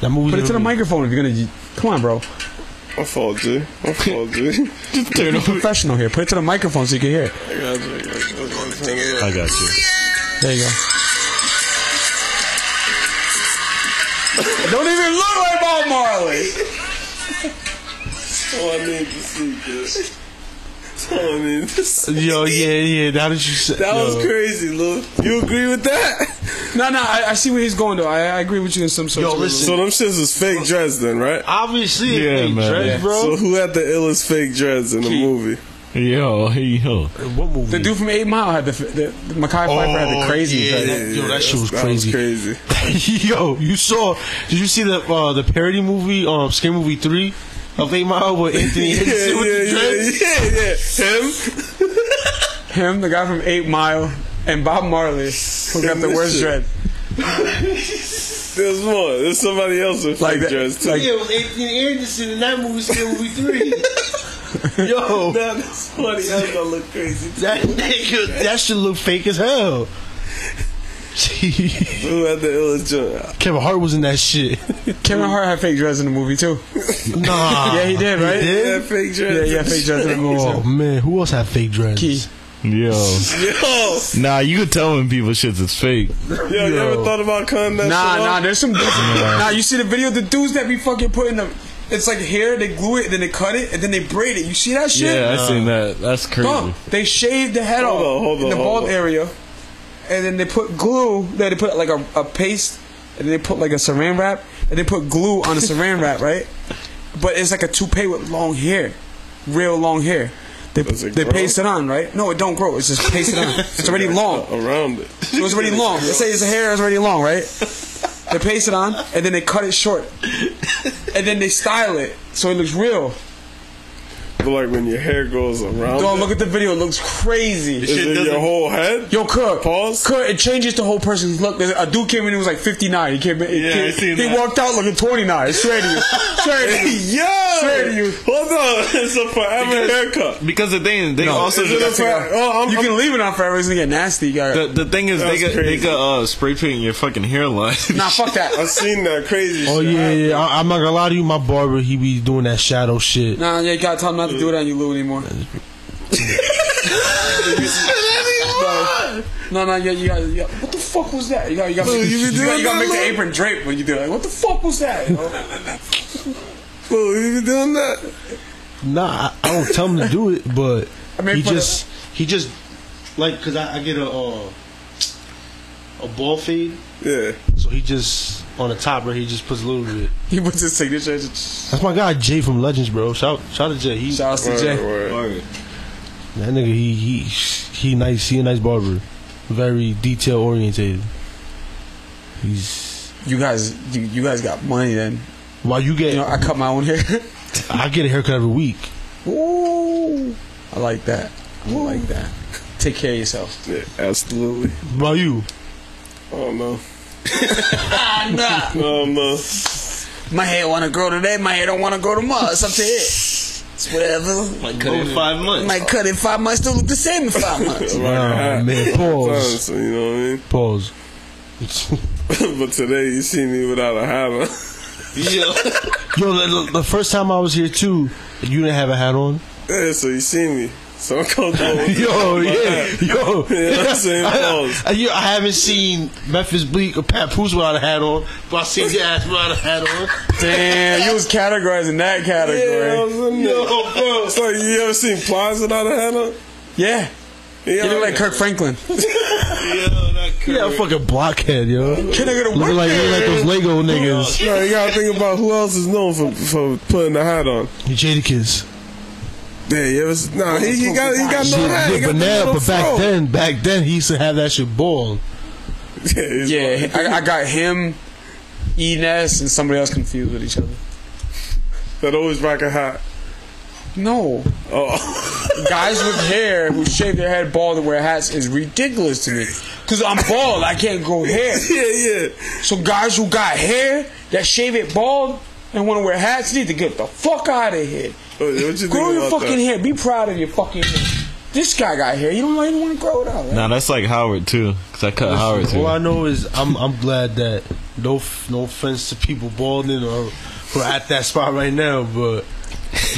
That movie.
Put it to the microphone if you're gonna. Come on, bro.
My fault, G. My fault, G.
You're professional here. Put it to the microphone so you can hear. it.
I got you. I got you. I got you.
I got you.
There you go. It don't even look like Bob Marley.
That's all I need to see, dude. That's all I need to see.
Yo, yeah, yeah. Now that you said
That was
yo.
crazy, Lou. You agree with that?
No, no, I, I see where he's going though. I, I agree with you in some sort.
Yo,
of
listen.
So them shits is fake dreads then, right?
Obviously, it
Yeah,
ain't
man.
Drake,
Yeah.
bro.
So who had the illest fake dreads in the movie?
Yo, hey yo.
what movie?
The dude from Eight Mile had the the, the Mackay Piper had the crazy.
Oh, yeah,
dread.
that- yo, that shit was
that
crazy.
crazy.
yo, you saw? Did you see the uh, the parody movie, um, Scary Movie Three, of Eight Mile with Anthony
Yeah,
Anderson with the dreads?
yeah, yeah, yeah, yeah. Him?
Him, the guy from Eight Mile, and Bob Marley, who got the worst dread.
There's more. There's somebody else with
Like
fake
that-
dreads too.
like-
Yeah, it was Anthony Anderson in that movie, Scary Movie 3.
Yo,
Nah, there's somebody else that look crazy. too.
that nigga, that shit look fake as hell.
Who had the illest joint?
Kevin Hart was in that shit.
Kevin Hart had fake dreads in the movie too.
Nah.
Yeah, he did, right?
Yeah, fake
Yeah,
dreads.
yeah, fake dreads in the movie.
Oh
too.
man, who else had fake dreads?
Key.
Yo.
Yo,
Nah, you could tell when people shit's is fake.
yo, you ever thought about cutting that
Nah,
shit
nah,
off?
there's some. Nah, you see the video? The dudes that be fucking putting them. It's like hair, they glue it, then they cut it, and then they braid it. You see that shit?
Yeah, I seen that. That's crazy.
Bro, they shaved the head
Hold
off
on, hold
in
on,
the
hold
bald
on.
area, and then they put glue. They, they put like a, a paste, and they put like a saran wrap, and they put glue on the saran wrap, right? But it's like a toupee with long hair, real long hair. They
Does it
they
grow?
paste it on, right? No, it don't grow. It's just pasted on. It's already long.
Around it.
It was already long. Let's say his hair is already long, right? They paste it on, and then they cut it short, and then they style it so it looks real.
But like when your hair goes around
Don't
it,
look at the video; it looks
is
crazy.
shit
it your
doesn't-
whole head?
Yo, Cook,
Pause.
Cook, it changes the whole person's look. There's- A dude came in; he was like 59. He came in, he
Yeah, I
came-
seen
he
that.
walked out looking 29. I swear to you, swear to you.
Yo!
Swear to you.
Hold on, it's a forever haircut.
Because the thing, they also
Is it a forever? Oh, I'm,
You
I'm,
can leave it on forever; it's gonna get nasty. You gotta,
the, the thing is they
That's
could they
crazy.
could uh, spray paint your fucking hairline.
nah, fuck that.
I've seen that crazy
Oh
shit.
yeah, yeah. I, I'm not gonna lie to you. My barber, he be doing that shadow shit.
Nah, you gotta tell him not to do it on you, Lou, anymore. No, no, yeah, you gotta, you gotta, what the fuck was that? You gotta, you gotta,
Lou,
make,
you
you
be
gotta,
doing
you gotta
that,
make the
Lou?
apron drape when you do it. Like, what the fuck was that? You know?
Bro, you be doing that?
Nah, I, I don't tell him to do it, but
I mean,
he
for
just he just like because I, I get a uh, a ball fade,
Yeah.
so he just on the top right. He just puts a little bit.
He puts his signature. Shout
That's my guy Jay from Legends, bro. Shout shout out to Jay. He,
outs to
Word,
Jay.
word.
that nigga, he he he nice. He a nice barber, very detail orientated. He's
You guys, you, you guys got money then.
while you get
You know, I cut my own hair.
I get a haircut every week.
Ooh, I like that. I like that. Take care of yourself.
Yeah, absolutely.
What about you?
Oh no.
Ah, nah,
Oh no.
my hair want to grow today. My hair don't want to grow tomorrow. It's up to it. It's whatever.
like in five months.
Might cut in five months, still look the same in five months.
Nah,
Right.
man, pause.
Honestly, you know
Pause.
what I mean? but today you see me without a hat on.
Yo, the, the first time I was here too, you didn't have a hat on.
Yeah, so you see me. So I'm comfortable. with
Yo,
my
yeah,
hat.
yo.
Yeah, I'm saying pause.
I, you- I haven't seen Memphis Bleak or Pat Poose without a hat on, but I seen your ass without a hat on.
Damn, you was categorizing
Yeah, I
that category.
was in there. It's like you ever seen Plies without a hat on?
Yeah.
Yeah,
You look like Kirk Franklin.
Yeah, fucking blockhead, yo. Looking
Can I get a
like,
work?
looking like those Lego niggas.
No, you gotta think about who else is known for for putting a hat on.
Jadakiss.
Yeah, you ever? s- Nah, he, he got he got no hat.
Yeah, yeah,
He got
but
the
now,
little
but back
fro.
then, back then he used to have that shit bald.
Yeah, it's
Yeah,
like-
I, I got him, Enes, and somebody else confused with each other.
that always rock a hat.
No.
Oh,
Guys with hair who shave their head bald and wear hats is ridiculous to me. Because I'm bald, I can't grow hair.
yeah, yeah.
So guys who got hair that shave it bald and want to wear hats need to get the fuck out of here.
What, what you think
Grow your
about
fucking
that?
hair. Be proud of your fucking hair. This guy got hair. You don't even want to grow it out. Right?
Nah, that's like Howard too. Cause I cut Howard
All I
too.
know is I'm I'm glad that no f- no offense to people balding or who are at that spot right now, but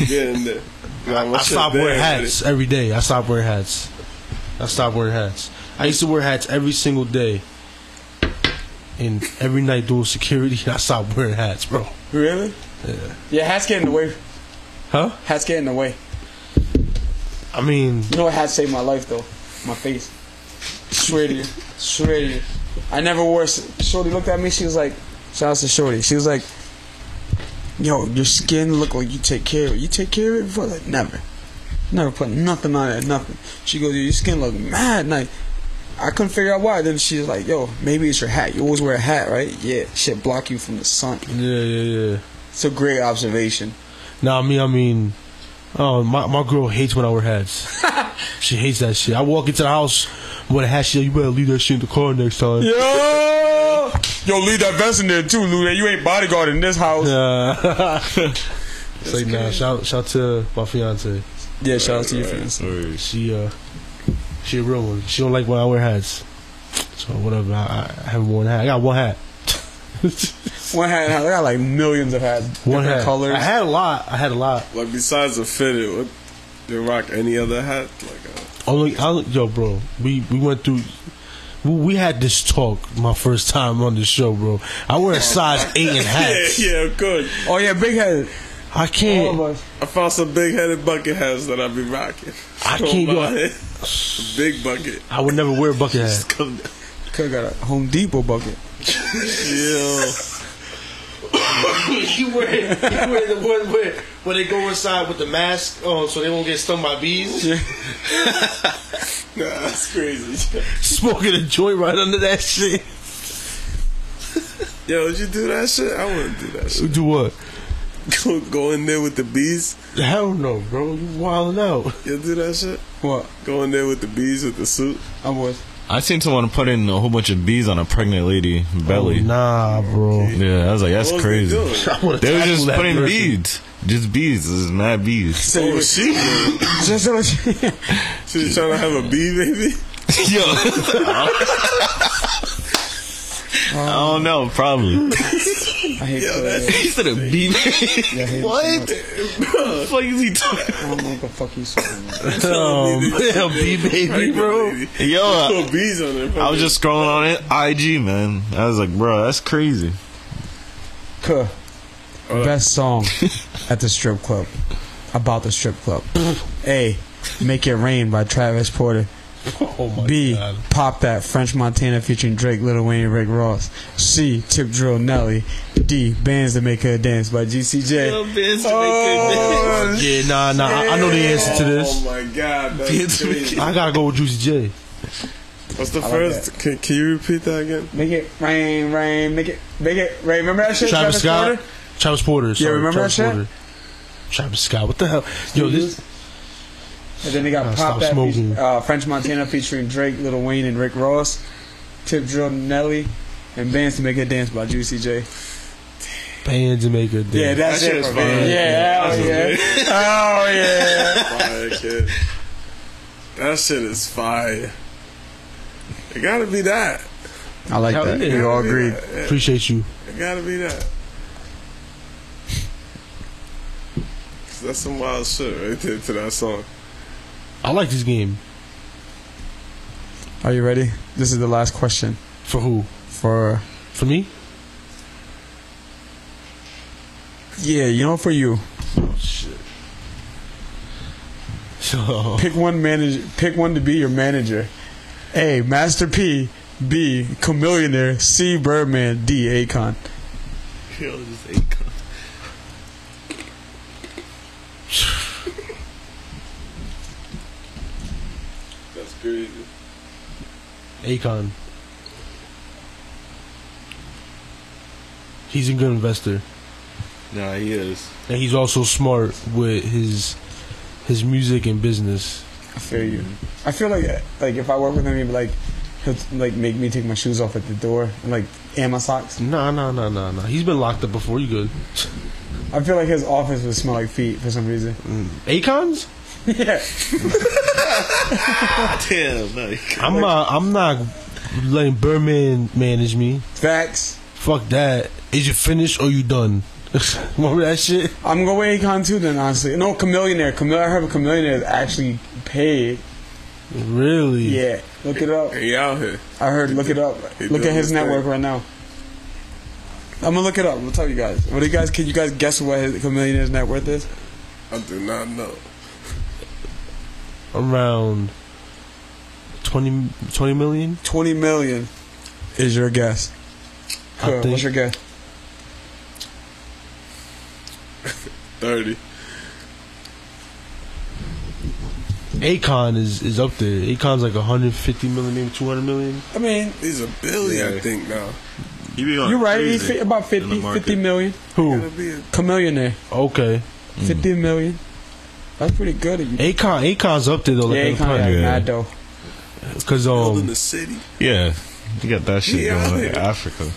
Yeah, in there. Nah,
I
my shit
stop
bad,
wearing
man.
hats every day. I stop wearing hats. I stop wearing hats. I used to wear hats every single day. And every night doing security, I stopped wearing hats, bro.
Really? Yeah. Yeah, hats get in the way.
Huh?
Hats get in the way.
I mean,
You know what hat saved my life though? My face. Swear to you. Swear to you. I never wore. s- Shorty looked at me. She was like, "Shout out to Shorty." She was like, "Yo, your skin look like you take care of it. You take care of it before? Like never, never put nothing on it. Nothing." She goes, "Yo, your skin look mad nice." I couldn't figure out why. Then she's like, "Yo, maybe it's your hat. You always wear a hat, right? Yeah, shit block you from the sun."
yeah, yeah, yeah.
It's a great observation.
Nah, me, I mean, oh, my, my girl hates when I wear hats. she hates that shit. I walk into the house with a hat, she like, you better leave that shit in the car next time.
Yo, yo, leave that vest in there too, Lou. You ain't bodyguard in this house.
Nah. it's like, nah, shout, shout to my fiance.
Yeah, shout out to your friends.
She uh, she a real one. She don't like when I wear hats. So whatever. I, I I haven't worn a hat. I got one hat.
One hat, I got like millions of hats,
One
different
hat.
colors.
I had a lot. I had a lot.
Like uh, besides the fitted, what, they rock any other hat? Like
Oh, look, I, yo, bro, we we went through. We, we had this talk my first time on the show, bro. I wear a size eight in hats.
Yeah, yeah, good.
Oh yeah, big head.
I
Oh,
can't.
I found some big headed bucket hats that I be rocking.
I can't go-
A big bucket.
I would never wear a bucket hat.
Come
Could got a Home Depot bucket.
yeah.
you wear you wear the one where where they go inside with the mask on so they won't get stung by bees.
Nah, that's crazy.
Smoking a joint right under that shit.
Yo, would you do that shit? I wouldn't do that shit.
Do what?
Go, go in there with the bees.
Hell no, bro. You wilding out.
You'll do that shit?
What?
Go in there with the bees with the suit.
I was.
I seen someone put in a whole bunch of bees on a pregnant lady belly.
Nah, bro.
Yeah, I was like, that's
What was
crazy.
They doing?
I would
They were just putting beads, just beads. This is mad beads.
So was Oh, she? doing?
Just so much.
She was trying to have a bee baby.
Yo, I don't know. Probably.
I hate that.
he said a bee. what? the fuck is he talking?
I don't know what the fuck you saying. man.
Oh, man, bee baby,
Pregnant
bro.
lady.
Yo, I-
Put bees on it.
I was just scrolling on it. IG man, I was like, bro, that's crazy.
Kuh. Best song at the strip club. About the strip club. A. Make It Rain by Travis Porter.
Oh my
B.
god.
Pop That French Montana featuring Drake, Lil Wayne, and Rick Ross. C. Tip Drill Nelly. D. Bands That Make Her Dance by GCJ.
Oh,
Yeah, nah, nah. I, I know the answer to
Oh
this.
my god, that's crazy.
I gotta go with Juicy J.
What's the
like
first? can, can you repeat that again?
Make it rain, rain, make it, make it rain. Remember that shit?
Travis Scott. Travis Porter. Sorry,
remember
Travis
that shit?
Porter. Travis Scott. What the hell? Yo, this.
And then they
Nah,
got
stop
Pop That feat-
smoking.
uh, French Montana featuring Drake, Lil Wayne, and Rick Ross. Tip Drill Nelly. And Bands to Make Her Dance by Juicy J.
Bands and make a day.
Yeah, that's
That shit
it.
is
for
fire.
me. Yeah, hell yeah. oh yeah.
Fire, kid. That shit is fire. It gotta be that.
I like
Hell
that.
yeah.
We all agreed.
Appreciate you.
It gotta be that. 'Cause That's some wild shit right there to that song.
I like this game.
Are you ready? This is the last question
For who?
for
For me?
yeah, you know, for you.
So,
Pick one manager. Pick one to be your manager. A. Master P. B. Chameleonaire. C. Birdman. D. Akon.
That's crazy.
Akon. He's a good investor.
Nah, he is.
And he's also smart with his his music and business.
I feel you. I feel like like if I work with him, he'd be like he'll like make me take my shoes off at the door and like and my socks.
Nah, nah, nah, nah, nah. He's been locked up before. You good?
I feel like his office would smell like feet for some reason.
Akon's?
yeah.
Damn, no.
I'm not. I'm not letting Birdman manage me.
Facts.
Fuck that. Is you finished or you done? Remember that shit?
I'm gonna go with Akon too then honestly. No, Chameleonaire. Chamele- I heard a Chameleonaire is actually paid.
Really?
Yeah. Look it up.
And you out here.
I heard look it up.
He
Look
doing
at
his
his
thing.
network right now. I'm gonna look it up. I'll tell you guys. What do you guys can you guys guess what his Chameleonaire's net worth is?
I do not know.
Around 20, 20 million.
Twenty million is your guess.
I
Cool.
think-
What's your guess?
30.
Akon is is up there. Akon's like 150 million, maybe 200 million.
I mean,
He's a billion, I
Yeah.
think, now.
You be going
you're right. He's
crazy
fi- about
in the
50,
market.
50 million.
Gotta
Who?
be a
Chameleonaire,
Okay.
fifty million. That's pretty good. Of you.
Akon Akon's up there though.
Yeah,
Like
Akon got
Yeah.
mad though.
Because
building
um
the city.
Yeah, you got that shit
Yeah.
going. in Africa.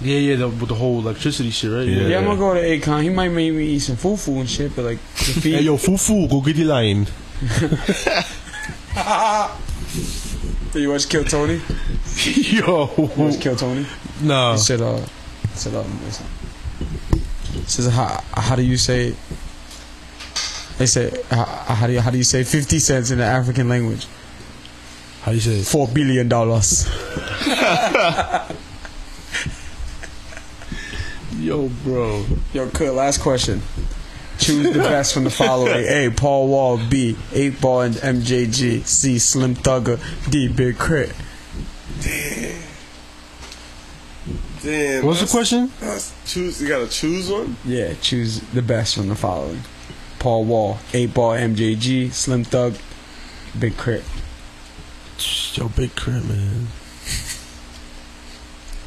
yeah yeah the, with the whole electricity shit right.
Yeah.
Yeah, I'm gonna go to Akon. He might make me eat some fufu and shit, but like the feet.
Hey yo, Fufu, go get the line.
Did you watch Kill Tony? You
yo,
watch Kill Tony?
nah.
He said, uh, he said, um, what's that? He says, how, how do you say? They said, how, how do you how do you say fifty cents in the African language?
How you say? it?
Four billion dollars.
Yo, bro.
Yo, Kurt, last question. Choose the best from the following: A. Paul Wall, B. Eight Ball and MJG, C. Slim Thugger, D. Big Crit.
Damn.
What's the
that's-
question?
that's- Choose. You gotta choose one.
Yeah, choose the best from the following: Paul Wall, Eight Ball, MJG, Slim Thug, Big Crit.
Yo, big crib, man.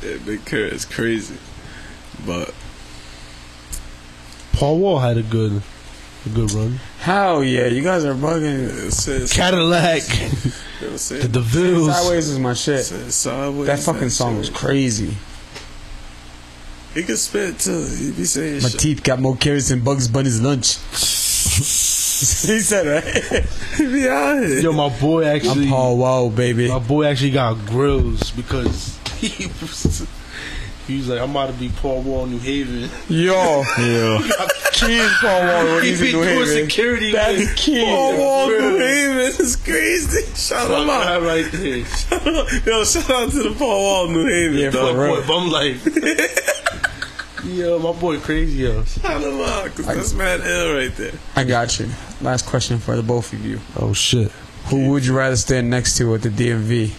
Yeah, Big Kurt is crazy, but
Paul Wall had a good, a good run.
Hell yeah, you guys are bugging.
it's it's-
Cadillac,
you know what I'm saying?
the DeVilles.
Sideways is my shit.
It's sideways.
That fucking
that
song
shit.
was crazy.
He could spit too. He be saying
My
shit.
teeth got more carrots than Bugs Bunny's lunch. he said that.
he be out here.
Yo, my boy actually.
I'm Paul Wall, baby.
My boy actually got grills because he was, he was like, I'm about to be Paul Wall in New Haven.
Yo,
Yo,
kids Paul Wall when he's in New Haven.
security.
That's key.
Paul Wall
Bro.
New Haven is crazy. Shout him out.
right there.
Yo, shout out to the Paul Wall New Haven.
Yeah, for
dog.
real.
Boy, bum life.
Yo, my boy crazy yo.
Shout him out, 'cause that's mad ill right there.
I got you. Last question for the both of you.
Oh shit.
Who would you rather stand next to at the DMV?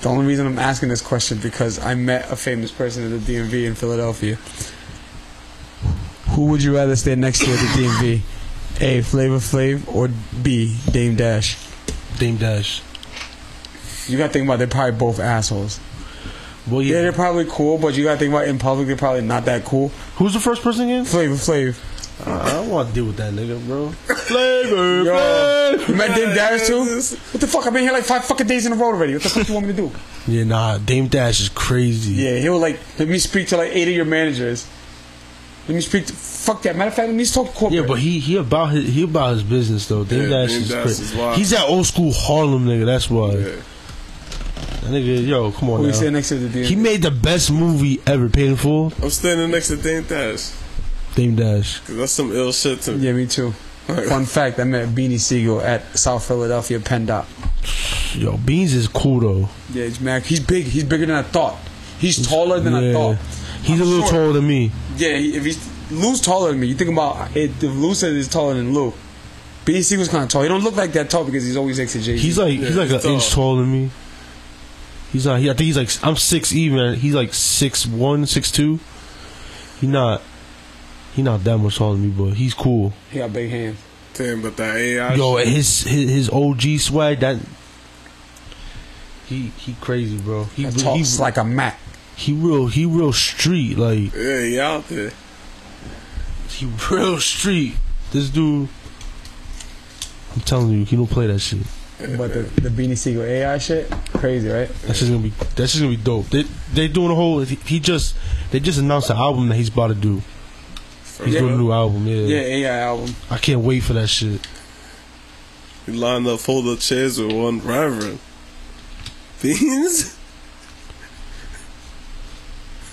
The only reason I'm asking this question because I met a famous person at the DMV in Philadelphia. Who would you rather stand next to at the DMV? A. Flavor Flav or B. Dame Dash?
Dame Dash.
You gotta think about they're probably both assholes.
Well,
Yeah,
yeah.
they're probably cool, but you gotta think about in public they're probably not that cool.
Who's the first person again?
Flavor Flav.
I don't want to deal with that nigga, bro. Flavor,
Yo,
Flav.
you met Dame Dash too? What the fuck? I've been here like five fucking days in a row already. What the fuck do you want me to do?
Yeah, nah. Dame Dash is crazy.
Yeah, he will like let me speak to like eight of your managers. Let me speak to fuck that. Matter of fact, let me talk to corporate.
Yeah, but he he about his he about his business though. Dame
Yeah,
Dash,
Dame
is,
Dash
crazy.
is wild.
He's that old school Harlem nigga. That's why.
Yeah.
That nigga, yo, come on.
who
now.
he said next to the DMV.
He made the best movie ever, Paid in Full.
I'm standing next to Dame Dash.
Dame Dash.
Cause that's some ill shit to me.
yeah, me too. Fun fact: I met Beanie Siegel at South Philadelphia PennDOT.
Yo, Beans is cool though.
Yeah, he's mad. He's big. He's bigger than I thought. He's taller than I thought.
He's a
I'm
little
short.
taller than me.
Yeah, he, if he's Lou's taller than me. You think about it, if Lou said he's taller than Lou. Beanie Siegel's kind of tall. He don't look like that tall because he's always next to Jay.
He's like he's like
he's
an inch taller than me. He's not. He, I think he's like I'm six even. He's like six one, six two. He not. He not that much taller than me, but he's cool.
he got big hands.
Damn, but that AI.
Yo,
shit,
his his, his OG swag that. He he crazy, bro. He re-
That
he,
talks like a Mac.
he real he real street like
yeah, he out there.
he real street. This dude. I'm telling you, he don't play that shit.
But the, the Beanie Siegel AI shit, crazy, right?
That's just gonna be that's just gonna be dope. They they doing a whole. He just they just announced an album that he's about to do. He's
Yeah.
doing a new album. Yeah.
Yeah, AI album.
I can't wait for that shit.
He lined up full of chairs with one reverend. Beans.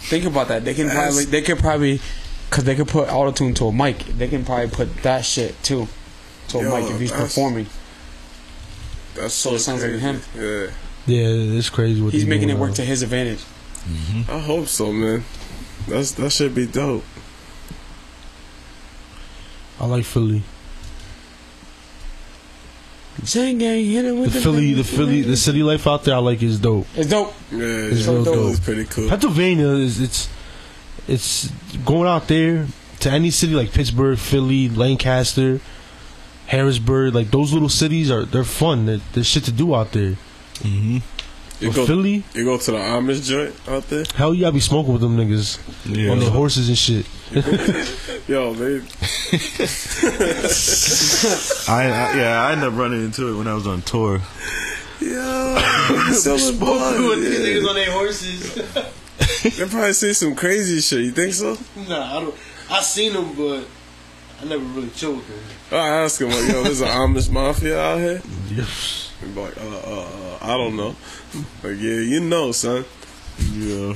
Think about that. They can
That's-
probably they could probably because they could put auto tune to a mic. They can probably put that shit too to a
Yo,
mic if he's
that's-
performing.
That's
So it sounds like
crazy.
him.
Yeah.
Yeah, it's crazy what
He's
they
making it
doing
work
now.
to his advantage.
I hope so, man. That's that should be dope.
I like Philly.
Zang gang hit it
The
with the,
Philly, the Philly, the city life out there. I like is dope.
It's dope.
Yeah,
It's
yeah,
real
that
dope.
was pretty cool.
Pennsylvania is it's it's going out there to any city like Pittsburgh, Philly, Lancaster, Harrisburg. Like those little cities are they're fun. There- There's shit to do out there.
mm-hmm.
You
But
go,
Philly,
you go to the Amish joint out there.
hell yeah, I be smoking with them niggas on their
yeah.
horses and shit.
Yo, they
I, I yeah, I ended up running into it when I was on tour.
yo, selling blood.
Who with these
yeah.
niggas on their horses?
They probably see some crazy shit. You think so?
nah, I don't. I seen them, but I never really chilled with them.
I ask him like, yo, there's an Amish mafia out here.
Yes.
He be like, uh, uh, uh, I don't know. Like, yeah, you know, son.
Yeah,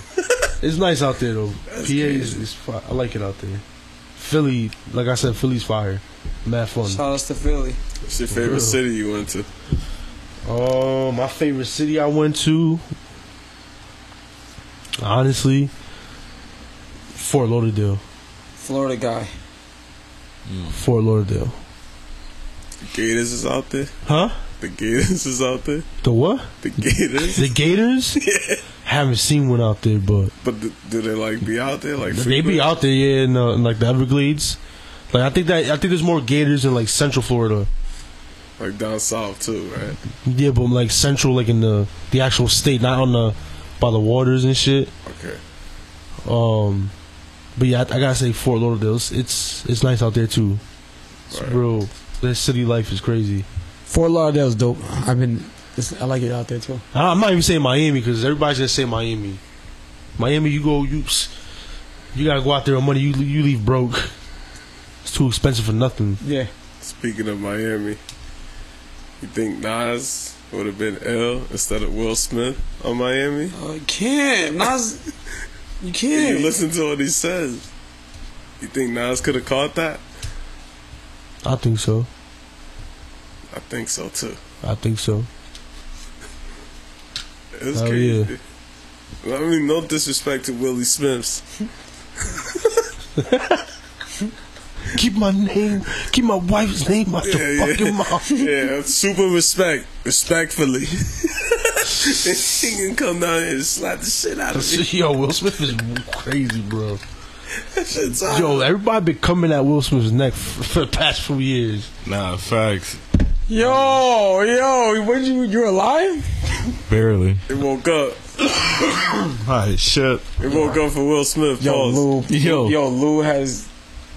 It's nice out there though. PA is,
crazy.
is fi I like it out there. Philly, like I said, Philly's fire. Mad fun.
Shout outs to Philly.
What's your favorite city you went to?
Oh, my favorite city I went to, honestly, Fort Lauderdale.
Florida guy.
Fort Lauderdale.
Gators is out there.
Huh?
The Gators is out there.
The what?
The Gators.
The Gators? Haven't seen one out there, but
but do, do they like be out there? Like
they be
frequent?
out there, yeah, in, uh, in like the Everglades. Like I think that I think there's more Gators in like Central Florida.
like down south too, right?
Yeah, but like Central, like in the the actual state, not on the by the waters and shit.
Okay.
Um, but yeah, I, I gotta say Fort Lauderdale. It's it's, it's nice out there too. It's
Right.
real. That city life is crazy.
Fort Lauderdale's dope. I've been. It's, I like it out there too.
I, I'm not even saying Miami because everybody's gonna say Miami. Miami, you go, you s- you gotta go out there on money. You you leave broke. It's too expensive for nothing.
Yeah.
Speaking of Miami, you think Nas would have been ill instead of Will Smith on Miami?
Oh, you can't. Nas, you
If
can't.
you listen to what he says. You think Nas could have caught that?
I think so.
I think so too.
I think so.
It's
Hell
crazy. I mean, no disrespect to Willie Smiths.
Keep my name. Keep my wife's name out
Yeah,
the
yeah.
fucking mouth.
Yeah, super respect, respectfully. he can come down here and slap the shit out of me.
Yo, Will Smith is crazy, bro.
That shit's hot.
Yo, everybody been coming at Will Smith's neck for, for the past few years.
Nah, facts.
yo, yo, what you? You're alive?
Barely.
It woke up.
Alright, shit.
It woke up for Will Smith.
Yo,
Pause.
Lou.
Yo.
yo, Lou has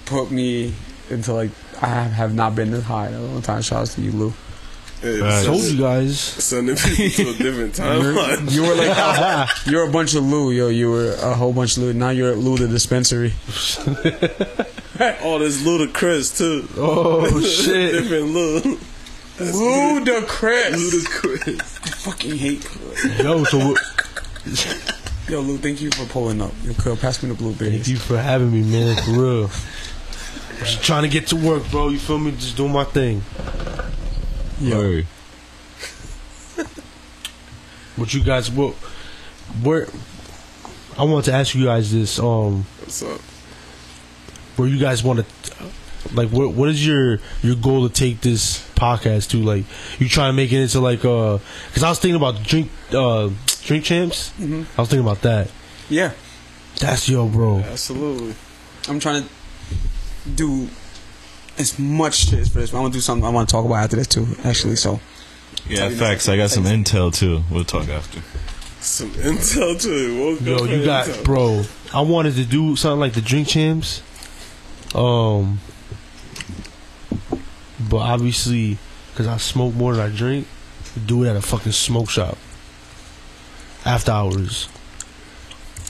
put me into like I have- have not been this high in a long time. Shout out to you, Lou.
Yeah,
Facts.
Told
send-
you guys.
Sending people to a different timeline.
You were like you're a bunch of Lou, yo. You were a whole bunch of Lou. Now you're Lou the dispensary.
Oh, there's ludicrous too.
Oh shit.
Different Lou.
Lou the Chris.
Ludicrous.
Fucking hate.
Yo, so what-
Yo, Lou, thank you for pulling up. Yo, Cub, pass me the
thank
blueberries.
you for having me, man. For real. Just trying to get to work, bro. You feel me? Just doing my thing.
Yo,
Word.
What you guys? What? Where? I want to ask you guys this. Um,
What's up?
where you guys want to like what what is your your goal to take this podcast to like you trying to make it into like uh because i was thinking about drink uh drink champs i was thinking about that
yeah.
that's yo bro
Absolutely.
I'm trying to do as much shit as for this. I want to do something. I want to talk about after this too. Actually, so
Yeah, facts. I got some intel too. We'll talk after.
Some intel too. It Woke
yo
up
you
for
got
intel.
bro i wanted to do something like the drink champs um but obviously because i smoke more than i drink do it at a fucking smoke shop after hours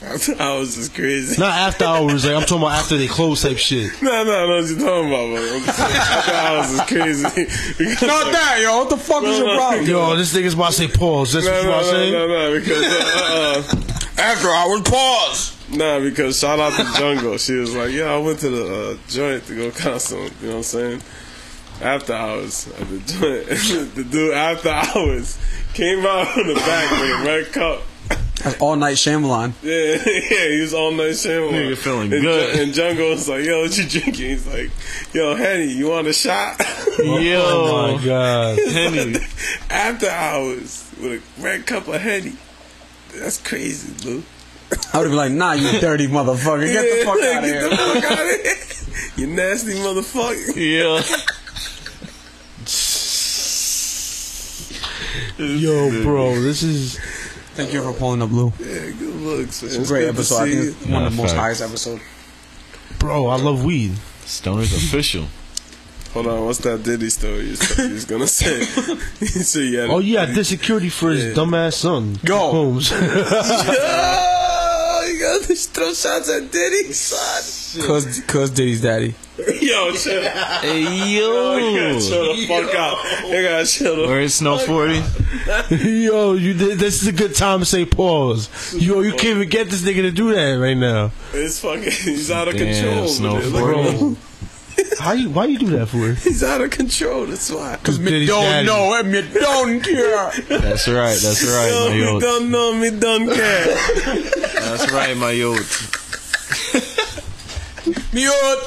After hours is crazy.
not after hours like i'm talking about after they close type shit
No, no, I know what you're talking about, but I'm just saying, after hours is crazy. Because,
not that, yo. What the fuck is your problem?
Yo, this nigga's about to say pause. That's
no,
what you
no,
about to
no,
say?
no, no, because uh, uh,
After hours, pause.
Nah, because shout out to Jungle. She was like, "Yeah, I went to the uh, joint to go consult." You know what I'm saying? After hours at the joint, the dude after hours came out on the back with a red cup.
That's all night Shyamalan.
Yeah, yeah, he was all night shambling.
Nigga feeling
and,
good.
Ju- and Jungle was like, "Yo, what you drinking?" He's like, "Yo, Henny, you want a shot?"
Yo.
Oh my god.
Henny.
after hours with a red cup of Henny. That's crazy, Lou.
I would have been like, nah, you dirty motherfucker. Get the fuck out of
Get the
here.
fuck out of here. You nasty motherfucker.
Yeah.
Yo, bro, this is
Thank you for pulling up, Lou.
Yeah, good looks. man. It's
Great
good to
episode. I
see
think
you.
it's one of the
Nah,
most
facts.
highest episode.
bro, I love weed.
Stoner's official.
Hold on, what's that Diddy story you s- you was gonna say? you said you had
Oh yeah, I did security for his dumbass son.
Go.
Holmes.
Oh, you gotta just throw shots at Diddy, son.
Cause, cause Diddy's daddy.
Yo, chill. You gotta
Yo.
chill the fuck out. You gotta chill the
Where is Snow 40?
Yo, you did this is a good time to say pause. Yo, you can't even get this nigga to do that right now.
It's fucking, he's out of
Damn,
control.
Snow
man. Look at him.
Bro. How you? Why you do that for?
He's out of control. That's why.
Cause
Me
Diddy's
don't
daddy.
know and me don't care.
That's right. That's
Yo,
right, my
me
yo.
don't know. Me don't care.
That's right, my yo.
Mute.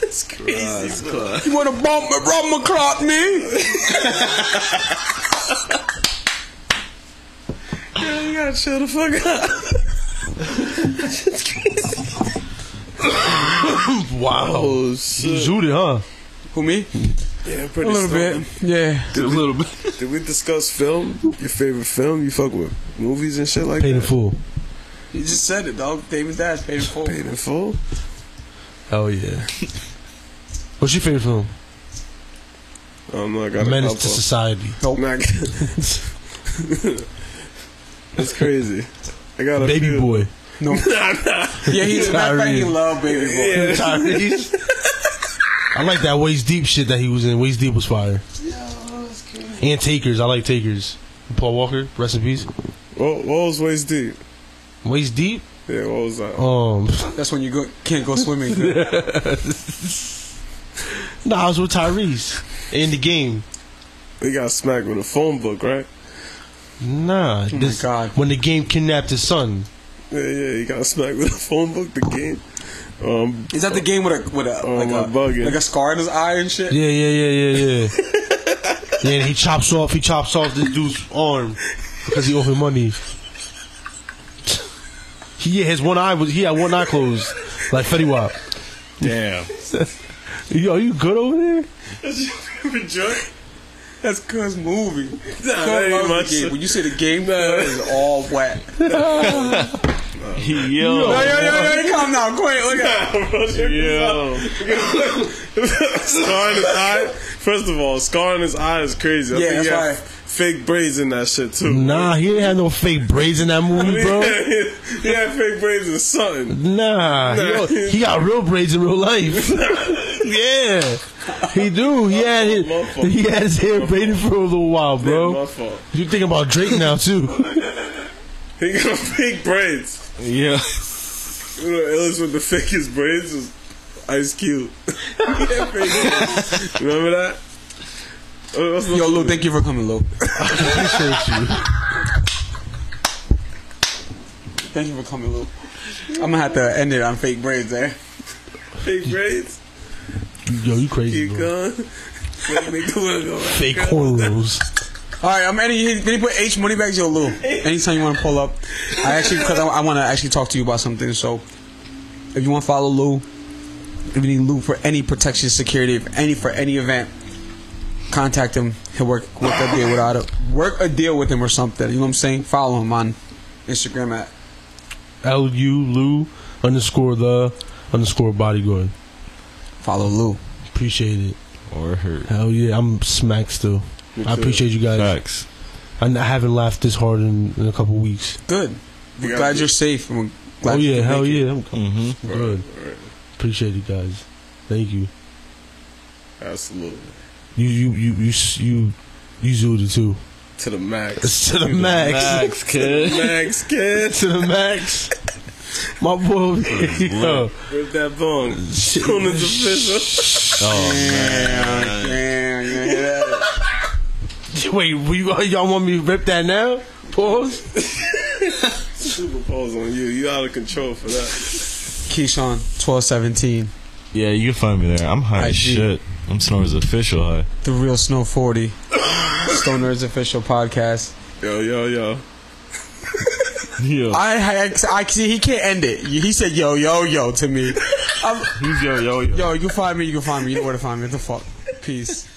That's crazy. bro.
You wanna bump me, rub my clock, me?
Yo, you gotta chill the fuck out.
Wow.
Oh
You
shit.
zooted, huh?
Who me?
Yeah,
A
pretty
little bit. Yeah.
A little bit.
bit. Did we discuss film? Your favorite film? You fuck with movies and shit like
Paid in
that.
full.
You just said it, dog. David's dad's paid in full.
Paid in full.
Hell yeah. What's your favorite film?
Um, I got
Menace
a
to
couple.
Society.
Not- it's crazy. I got a
Baby
few.
Boy.
No. Yeah, he's a matter of fact, he
Tyrese.
love baby boy.
Tyrese. I like that waist deep shit that he was in. Waist deep was fire. And Takers. I like Takers. Paul Walker. Rest in peace.
What, what was waist deep?
Waist deep.
Yeah, what was that?
Um.
That's when you go, can't go swimming. Good.
No, I was with Tyrese in the game.
We got smacked with a phone book, right?
Nah, this,
God.
when the game kidnapped his son.
Yeah, yeah. You got smacked with a phone book. The game. Um,
Is that the game with a with a
Oh,
like
my
a
bugging.
like a scar in his eye and shit?
Yeah, yeah, yeah, yeah, yeah. yeah, and he chops off. He chops off this dude's arm because he owe him money. He yeah, his one eye was he had one eye closed like Fetty Wap.
Damn.
Yo, are you good over there?
That's Cuz movie.
that
Cuz
ain't
loves the
much.
game. When you say the game, Cuz is all whack. Yo,
Yo.
yo, yo, yo, calm down, quick. Look at
Yo.
scar in his eye. First of all, scar in his eye is crazy. I
Yeah,
think he
that's
had fake braids in that shit too.
Nah, he didn't have no fake braids in that movie, bro.
he had fake braids in something.
Nah,
Nah.
He, he got real braids in real life. yeah, he do. He had his, he had his hair braided for a little while,
Yeah,
bro.
my fault.
You thinking about Drake now too?
He got fake braids.
Yeah.
You know, Ellis with the fakest braids was Ice Cube. He had fake braids. Remember that? What- What's the
him. Yo, Lou, thank you for coming, Lou.
Appreciate you.
Thank you for coming, Lou. I'm gonna have to end it on fake eh? braids there.
fake braids?
Yo, you crazy,
Keep
bro.
going. Let me do it. Go back.
Fake cornrows.
All right, I'm ending. He- Then he put H money bags, yo, Lou. Anytime you want to pull up, I actually because I, I want to actually talk to you about something. So, if you want to follow Lou, if you need Lou for any protection, security, if any for any event, contact him. He'll work work a deal without it. Work a deal with him or something. You know what I'm saying? Follow him on Instagram at
L U Lou underscore the underscore bodyguard.
follow Lou.
Appreciate it.
Or hurt.
Hell yeah, I'm smacked still. I appreciate you guys.
Facts.
I n- I haven't laughed this hard in, in a couple weeks.
Good.
We
We're
got
glad
you.
you're safe. And we're glad
oh
you
yeah,
can
hell
make it.
yeah, I'm
Mm-hmm.
good.
Alright.
Appreciate you guys. Thank you.
Absolutely.
You you you you s- you you zooted too.
To the max.
It's to the max.
Facts, kid.
max, kid.
to the max. My boy, over here, yo,
Rip that bong. Soon as official.
Oh,
Damn, damn, you hear that?
wait, you, y'all want me to rip that now? Pause.
Super pause on you. You out of control for that.
Keyshawn, twelve seventeen.
Yeah, you can find me there. I'm high
I
as
see.
shit. I'm Snor's official high.
The Real Snow 40, Stoner's official podcast.
Yo, yo, yo.
Yo.
I, I, I see he can't end it. He said yo yo yo to me. I'm,
Who's yo, yo, yo?
yo, you can find me. You can find me. You know where to find me. What the fuck? Peace.